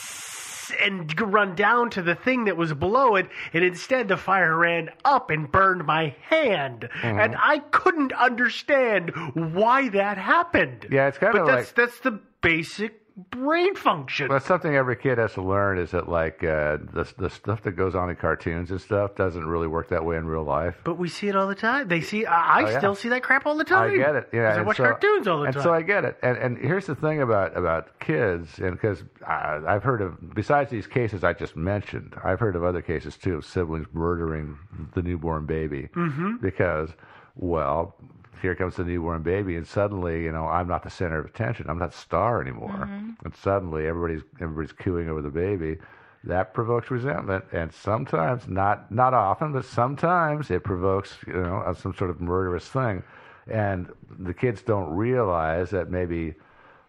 [SPEAKER 7] tss And g- run down to the thing that was below it, and instead the fire ran up and burned my hand,
[SPEAKER 6] Mm-hmm.
[SPEAKER 7] and I couldn't understand why that happened.
[SPEAKER 6] Yeah, it's kinda
[SPEAKER 7] but that's
[SPEAKER 6] like-
[SPEAKER 7] that's the basic brain function.
[SPEAKER 6] That's something every kid has to learn is that like uh, the the stuff that goes on in cartoons and stuff doesn't really work that way in real life.
[SPEAKER 7] But we see it all the time. They see. I, I
[SPEAKER 6] Oh, yeah.
[SPEAKER 7] still see that crap all the time.
[SPEAKER 6] I get it. Yeah,
[SPEAKER 7] 'Cause I
[SPEAKER 6] and
[SPEAKER 7] watch
[SPEAKER 6] so-
[SPEAKER 7] cartoons all the
[SPEAKER 6] and
[SPEAKER 7] time.
[SPEAKER 6] so I get it. And and here's the thing about about kids, and because I've heard of besides these cases I just mentioned, I've heard of other cases too of siblings murdering the newborn baby
[SPEAKER 7] Mm-hmm.
[SPEAKER 6] because, well, here comes the newborn baby, and suddenly you know I'm not the center of attention. I'm not the star anymore,
[SPEAKER 7] Mm-hmm.
[SPEAKER 6] and suddenly everybody's everybody's cooing over the baby. That provokes resentment, and sometimes not not often, but sometimes it provokes you know uh, some sort of murderous thing and the kids don't realize that maybe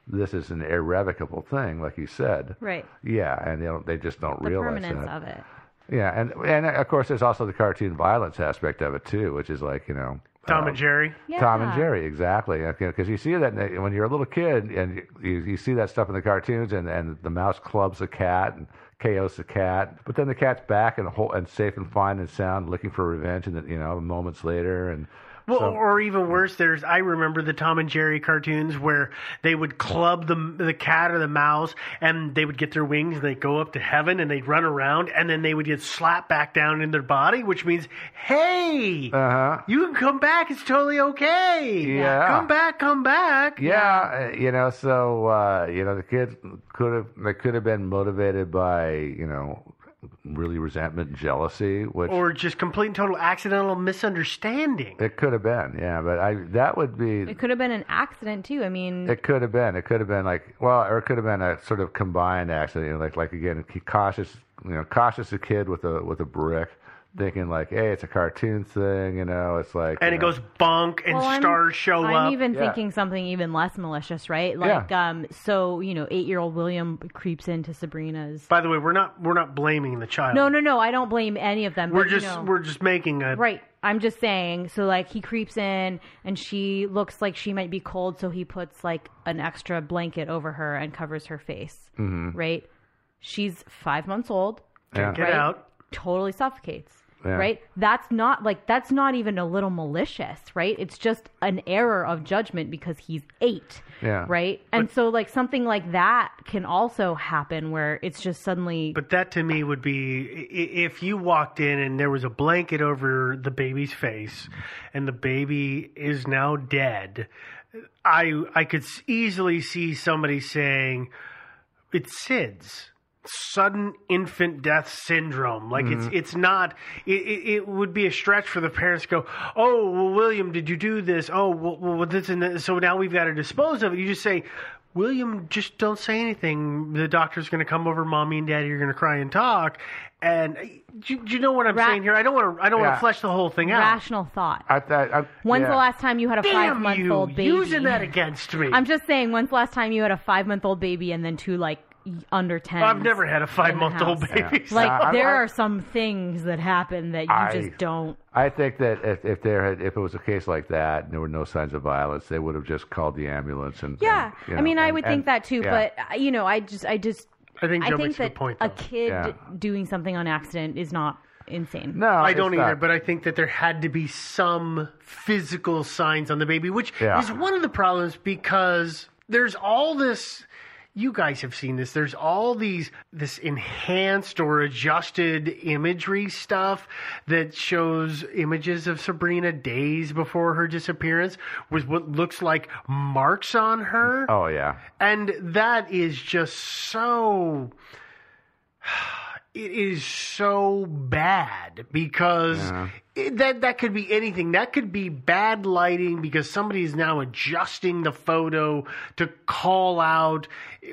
[SPEAKER 6] this is an irrevocable thing, like you said.
[SPEAKER 1] Right.
[SPEAKER 6] Yeah, and they don't, they just don't
[SPEAKER 1] The
[SPEAKER 6] realize
[SPEAKER 1] permanence
[SPEAKER 6] that.
[SPEAKER 1] of it.
[SPEAKER 6] Yeah, and and of course there's also the cartoon violence aspect of it too, which is like you know. uh,
[SPEAKER 7] Tom and Jerry.
[SPEAKER 6] Tom and
[SPEAKER 1] Yeah.
[SPEAKER 6] Jerry, exactly. Because you see that in the- when you're a little kid, and you- you, you see that stuff in the cartoons, and, and the mouse clubs the cat and KOs the cat, but then the cat's back and whole, and safe and fine and sound, looking for revenge, and then, you know moments later, and
[SPEAKER 7] Well,
[SPEAKER 6] so-
[SPEAKER 7] or even worse, there's I remember the Tom and Jerry cartoons where they would club the the cat or the mouse, and they would get their wings and they'd go up to heaven and they'd run around, and then they would get slapped back down in their body, which means, hey,
[SPEAKER 6] Uh-huh.
[SPEAKER 7] you can come back. It's totally okay.
[SPEAKER 6] Yeah.
[SPEAKER 7] come back, come back.
[SPEAKER 6] Yeah, uh, you know, so uh, you know, the kids could have they could have been motivated by you know really resentment, and jealousy, which
[SPEAKER 7] Or just complete and total accidental misunderstanding.
[SPEAKER 6] it could have been. Yeah, but I that would be
[SPEAKER 1] It could have been an accident too. I mean,
[SPEAKER 6] it could have been it could have been like well, or it could have been a sort of combined accident. You know, like like again, he cautious you know cautious a kid with a with a brick. Thinking like, hey, it's a cartoon thing, you know. It's like,
[SPEAKER 7] And
[SPEAKER 6] you
[SPEAKER 7] it
[SPEAKER 6] know,
[SPEAKER 7] goes bonk, and
[SPEAKER 1] Well, I'm-
[SPEAKER 7] stars show
[SPEAKER 1] I'm
[SPEAKER 7] up.
[SPEAKER 1] even
[SPEAKER 6] Yeah.
[SPEAKER 1] thinking something even less malicious, right? Like, um, so you know, eight-year-old William creeps into Sabrina's.
[SPEAKER 7] By the way, we're not we're not blaming the child.
[SPEAKER 1] No, no, no. I don't blame any of them.
[SPEAKER 7] uh, we're
[SPEAKER 1] but, you
[SPEAKER 7] just
[SPEAKER 1] know-
[SPEAKER 7] we're just making a
[SPEAKER 1] right. I'm just saying. So like, he creeps in, and she looks like she might be cold, so he puts like an extra blanket over her and covers her face.
[SPEAKER 7] Mm-hmm.
[SPEAKER 6] Mhm.
[SPEAKER 1] Right. She's five months old.
[SPEAKER 6] Yeah.
[SPEAKER 7] get
[SPEAKER 1] right?
[SPEAKER 7] out.
[SPEAKER 1] Totally suffocates.
[SPEAKER 6] Yeah.
[SPEAKER 1] Right? That's not like that's not even a little malicious, right? It's just an error of judgment because he's 8
[SPEAKER 6] yeah,
[SPEAKER 1] right? And so like something like that can also happen where it's just suddenly
[SPEAKER 7] But that to me would be i- if you walked in and there was a blanket over the baby's face, and the baby is now dead. I I could s- easily see somebody saying, "It's SIDS." sudden infant death syndrome. Like mm-hmm. it's it's not. It, it, would be a stretch for the parents to go, "Oh, well, William, did you do this? Oh, well, well this and this. so now we've got to dispose of it." You just say. William, just don't say anything. The doctor's going to come over. Mommy and Daddy are going to cry and talk. And uh, do, do you know what I'm Ra- saying here? I don't want to. I don't yeah. want to flesh the whole thing
[SPEAKER 1] Rational out. Rational thought.
[SPEAKER 6] I, I, I,
[SPEAKER 1] when's
[SPEAKER 6] yeah.
[SPEAKER 1] the last time you had a
[SPEAKER 7] Damn
[SPEAKER 1] five month old baby?
[SPEAKER 7] Using that against me.
[SPEAKER 1] I'm just saying. When's the last time you had a five month old baby and then two like under 10
[SPEAKER 7] i've never had a five month old baby
[SPEAKER 1] yeah. like uh, there I, I, are some things that happen that you I, just don't
[SPEAKER 6] i think that if, if there had if it was a case like that and there were no signs of violence they would have just called the ambulance and
[SPEAKER 1] yeah
[SPEAKER 6] and,
[SPEAKER 1] i mean
[SPEAKER 6] know,
[SPEAKER 1] i would
[SPEAKER 6] and,
[SPEAKER 1] think and, that too yeah. but uh, you know i just i just
[SPEAKER 7] i think,
[SPEAKER 1] I think
[SPEAKER 7] that point,
[SPEAKER 1] a kid yeah. doing something on accident is not insane.
[SPEAKER 6] No,
[SPEAKER 7] I don't
[SPEAKER 6] not.
[SPEAKER 7] either. But I think that there had to be some physical signs on the baby, which is one of the problems because there's all this you guys have seen this there's all these this enhanced or adjusted imagery stuff that shows images of Sabrina days before her disappearance with what looks like marks on her
[SPEAKER 6] oh yeah
[SPEAKER 7] and that is just so (sighs) it is so bad because yeah. it, that that could be anything. That could be bad lighting because somebody is now adjusting the photo to call out,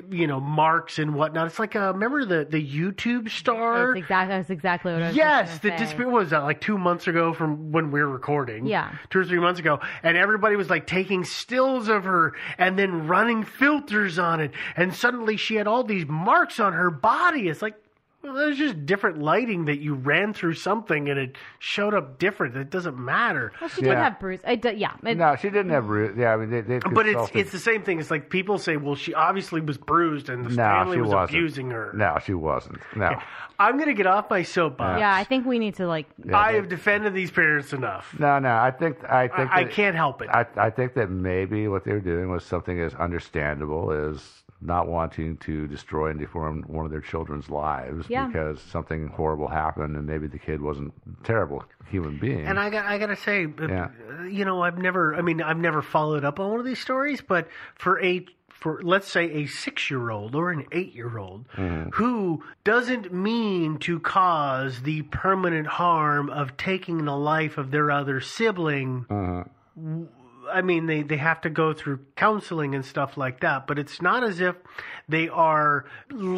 [SPEAKER 7] you know, marks and whatnot. It's like uh, remember the the YouTube star.
[SPEAKER 1] That's exactly, that's exactly what I was.
[SPEAKER 7] Yes, the
[SPEAKER 1] say.
[SPEAKER 7] disappear what was uh, that like two months ago from when we were recording.
[SPEAKER 1] Yeah,
[SPEAKER 7] two or three months ago, and everybody was like taking stills of her and then running filters on it, and suddenly she had all these marks on her body. It's like well, there's just different lighting that you ran through something and it showed up different. It doesn't matter.
[SPEAKER 1] Well, she did yeah. have bruise. I do, yeah. It,
[SPEAKER 6] no, she didn't have bruise. Yeah, I mean, they, they
[SPEAKER 7] but it's it's the same thing. It's like people say, well, she obviously was bruised and the
[SPEAKER 6] no,
[SPEAKER 7] family
[SPEAKER 6] was
[SPEAKER 7] wasn't. abusing her.
[SPEAKER 6] No, she wasn't. No. Okay.
[SPEAKER 7] I'm gonna get off my soapbox.
[SPEAKER 1] Yeah, I think we need to like.
[SPEAKER 7] Yeah, I have defended these parents enough.
[SPEAKER 6] No, no, I think I think
[SPEAKER 7] I, I can't help it.
[SPEAKER 6] I, I think that maybe what they were doing was something as understandable as not wanting to destroy and deform one of their children's lives
[SPEAKER 1] yeah.
[SPEAKER 6] because something horrible happened and maybe the kid wasn't a terrible human being.
[SPEAKER 7] And I got I got to say uh, yeah. you know I've never I mean I've never followed up on one of these stories but for a for let's say a 6-year-old or an 8-year-old mm. who doesn't mean to cause the permanent harm of taking the life of their other sibling uh-huh. w- I mean, they, they have to go through counseling and stuff like that, but it's not as if they are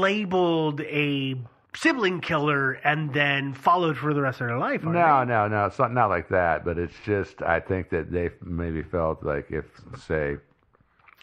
[SPEAKER 7] labeled a sibling killer and then followed for the rest of their life.
[SPEAKER 6] No,
[SPEAKER 7] they?
[SPEAKER 6] no, no. It's not, not like that, but it's just, I think that they maybe felt like if, say,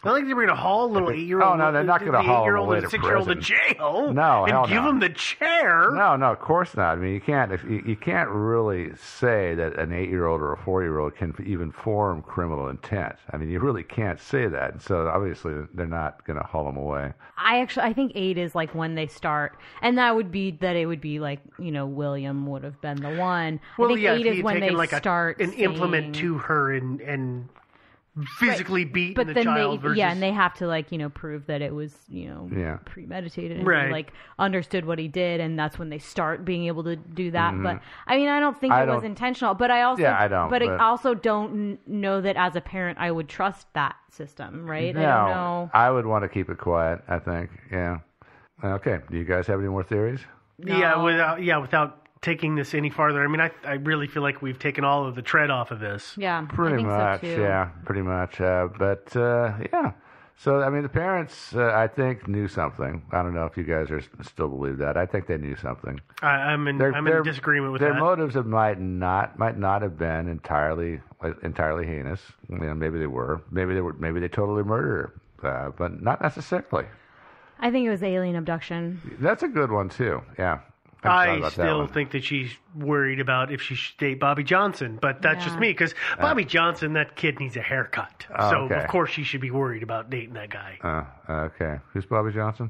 [SPEAKER 7] I don't think they were going to haul little eight year
[SPEAKER 6] old. Oh no, they're not going to haul
[SPEAKER 7] eight-year-old
[SPEAKER 6] and
[SPEAKER 7] six year old to jail.
[SPEAKER 6] No,
[SPEAKER 7] and
[SPEAKER 6] hell
[SPEAKER 7] give
[SPEAKER 6] no.
[SPEAKER 7] them the chair.
[SPEAKER 6] No, no, of course not. I mean, you can't. If you, you can't really say that an eight year old or a four year old can even form criminal intent. I mean, you really can't say that. And so obviously, they're not going to haul them away.
[SPEAKER 1] I actually, I think eight is like when they start, and that would be that it would be like you know William would have been the one.
[SPEAKER 7] Well,
[SPEAKER 1] I think
[SPEAKER 7] yeah,
[SPEAKER 1] eight
[SPEAKER 7] if
[SPEAKER 1] is when
[SPEAKER 7] taken,
[SPEAKER 1] they
[SPEAKER 7] like
[SPEAKER 1] start
[SPEAKER 7] a, an implement to her and and physically right. beating
[SPEAKER 1] but
[SPEAKER 7] the
[SPEAKER 1] then
[SPEAKER 7] child
[SPEAKER 1] they,
[SPEAKER 7] versus...
[SPEAKER 1] yeah and they have to like you know prove that it was you know
[SPEAKER 6] yeah.
[SPEAKER 1] premeditated and
[SPEAKER 7] right.
[SPEAKER 1] he, like understood what he did and that's when they start being able to do that
[SPEAKER 6] Mhm.
[SPEAKER 1] but i mean i don't think
[SPEAKER 6] I
[SPEAKER 1] it was
[SPEAKER 6] don't-
[SPEAKER 1] intentional but i also
[SPEAKER 6] Yeah, I don't,
[SPEAKER 1] but,
[SPEAKER 6] but-
[SPEAKER 1] i also don't kn- know that as a parent i would trust that system right
[SPEAKER 6] no,
[SPEAKER 1] i don't know
[SPEAKER 6] I would want to keep it quiet. I think. Yeah. Okay. Do you guys have any more theories?
[SPEAKER 7] yeah
[SPEAKER 1] No.
[SPEAKER 7] without yeah without taking this any farther. I mean, I I really feel like we've taken all of the tread off of this.
[SPEAKER 1] yeah I
[SPEAKER 6] pretty
[SPEAKER 1] think
[SPEAKER 6] much
[SPEAKER 1] so too.
[SPEAKER 6] yeah pretty much uh, but uh, yeah so i mean the parents uh, i think knew something i don't know if you guys are still believe that i think they knew something
[SPEAKER 7] I, I'm in
[SPEAKER 6] Their-
[SPEAKER 7] I'm
[SPEAKER 6] their-
[SPEAKER 7] in disagreement with
[SPEAKER 6] their
[SPEAKER 7] that.
[SPEAKER 6] motives have might not might not have been entirely entirely heinous you know maybe they were maybe they were maybe they totally murdered her uh, but not necessarily
[SPEAKER 1] i think it was alien abduction
[SPEAKER 6] that's a good one too yeah I hadn't thought
[SPEAKER 7] I
[SPEAKER 6] about that
[SPEAKER 7] still
[SPEAKER 6] one.
[SPEAKER 7] think that she's worried about if she should date Bobby Johnson, but that's just
[SPEAKER 1] Yeah.
[SPEAKER 7] me because Bobby Johnson, that kid needs a haircut,
[SPEAKER 6] Oh,
[SPEAKER 7] so
[SPEAKER 6] okay.
[SPEAKER 7] of course she should be worried about dating that guy,
[SPEAKER 6] uh, okay who's bobby johnson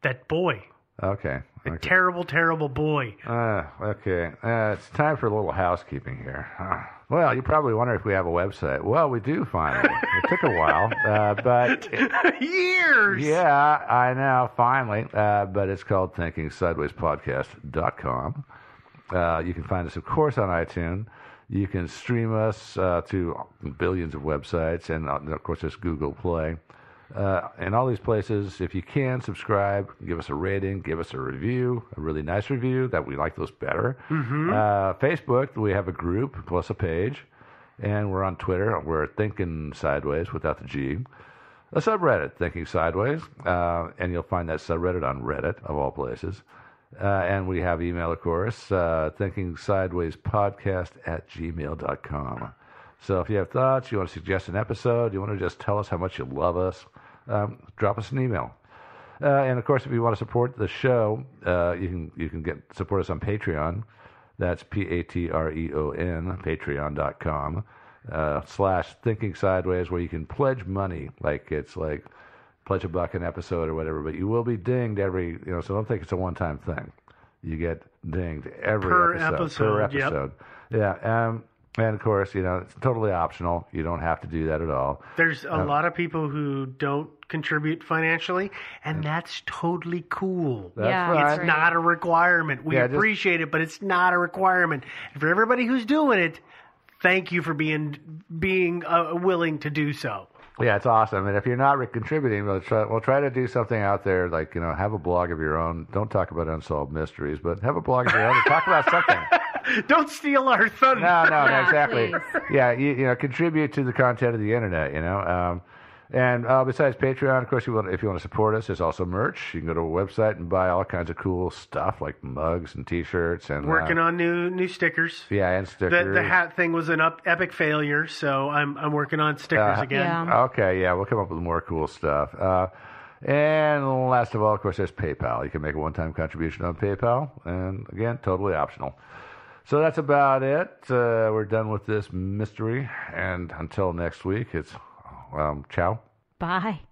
[SPEAKER 7] that boy,
[SPEAKER 6] okay
[SPEAKER 7] the
[SPEAKER 6] okay.
[SPEAKER 7] terrible, terrible boy.
[SPEAKER 6] Uh, okay. Uh, it's time for a little housekeeping here. (sighs) Uh, well, you probably wonder if we have a website. Well, we do finally. it took a while, uh, but
[SPEAKER 7] Years.
[SPEAKER 6] yeah, I know, finally. Uh, but it's called thinkingsidewayspodcast.com. Uh, you can find us, of course, on iTunes. You can stream us uh, to billions of websites, and uh, of course, there's Google Play. uh, in all these places. If you can, subscribe, give us a rating, give us a review, a really nice review that we like those better.
[SPEAKER 7] Mm-hmm.
[SPEAKER 6] Uh, Facebook, we have a group plus a page, and we're on Twitter. We're thinking sideways without the G. A subreddit, thinking sideways, uh, and you'll find that subreddit on Reddit of all places. Uh, and we have email, of course, uh, thinking sideways podcast at gmail.com. So if you have thoughts, you want to suggest an episode, you want to just tell us how much you love us, um, drop us an email. Uh, and of course, if you want to support the show, uh, you can you can get support us on Patreon. That's P A T R E O N, patreon.com, uh, slash thinking sideways, where you can pledge money. Like it's like pledge a buck an episode or whatever, but you will be dinged every, you know, so don't think it's a one time thing. You get dinged every
[SPEAKER 7] Per
[SPEAKER 6] episode,
[SPEAKER 7] episode,
[SPEAKER 6] Per
[SPEAKER 7] yep.
[SPEAKER 6] episode. Yeah. Um, and of course, you know, it's totally optional. You don't have to do that at all.
[SPEAKER 7] There's a
[SPEAKER 6] Uh,
[SPEAKER 7] lot of people who don't contribute financially, and that's totally cool.
[SPEAKER 6] That's Yeah, right.
[SPEAKER 7] It's not a requirement. We
[SPEAKER 6] Yeah, just-
[SPEAKER 7] appreciate it, but it's not a requirement. And for everybody who's doing it, thank you for being being uh, willing to do so.
[SPEAKER 6] Yeah, it's awesome. And if you're not re- contributing, we'll try, we'll try to do something out there, like you know, have a blog of your own. Don't talk about unsolved mysteries, but have a blog of your own. and Talk about something.
[SPEAKER 7] (laughs) Don't steal our thunder.
[SPEAKER 6] No, no, no exactly. Yeah, you, you know, contribute to the content of the internet. You know, um, and uh, besides Patreon, of course, you want, if you want to support us, there's also merch. You can go to our website and buy all kinds of cool stuff like mugs and T-shirts and
[SPEAKER 7] Working
[SPEAKER 6] uh,
[SPEAKER 7] on new new stickers.
[SPEAKER 6] yeah and stickers.
[SPEAKER 7] The, the hat thing was an up, epic failure, so I'm I'm working on stickers
[SPEAKER 6] Uh,
[SPEAKER 7] again.
[SPEAKER 6] Okay, yeah, we'll come up with more cool stuff. Uh, and last of all, of course, there's PayPal. You can make a one time contribution on PayPal, and again, totally optional. So that's about it. Uh, we're done with this mystery, and until next week, it's um, ciao.
[SPEAKER 1] Bye.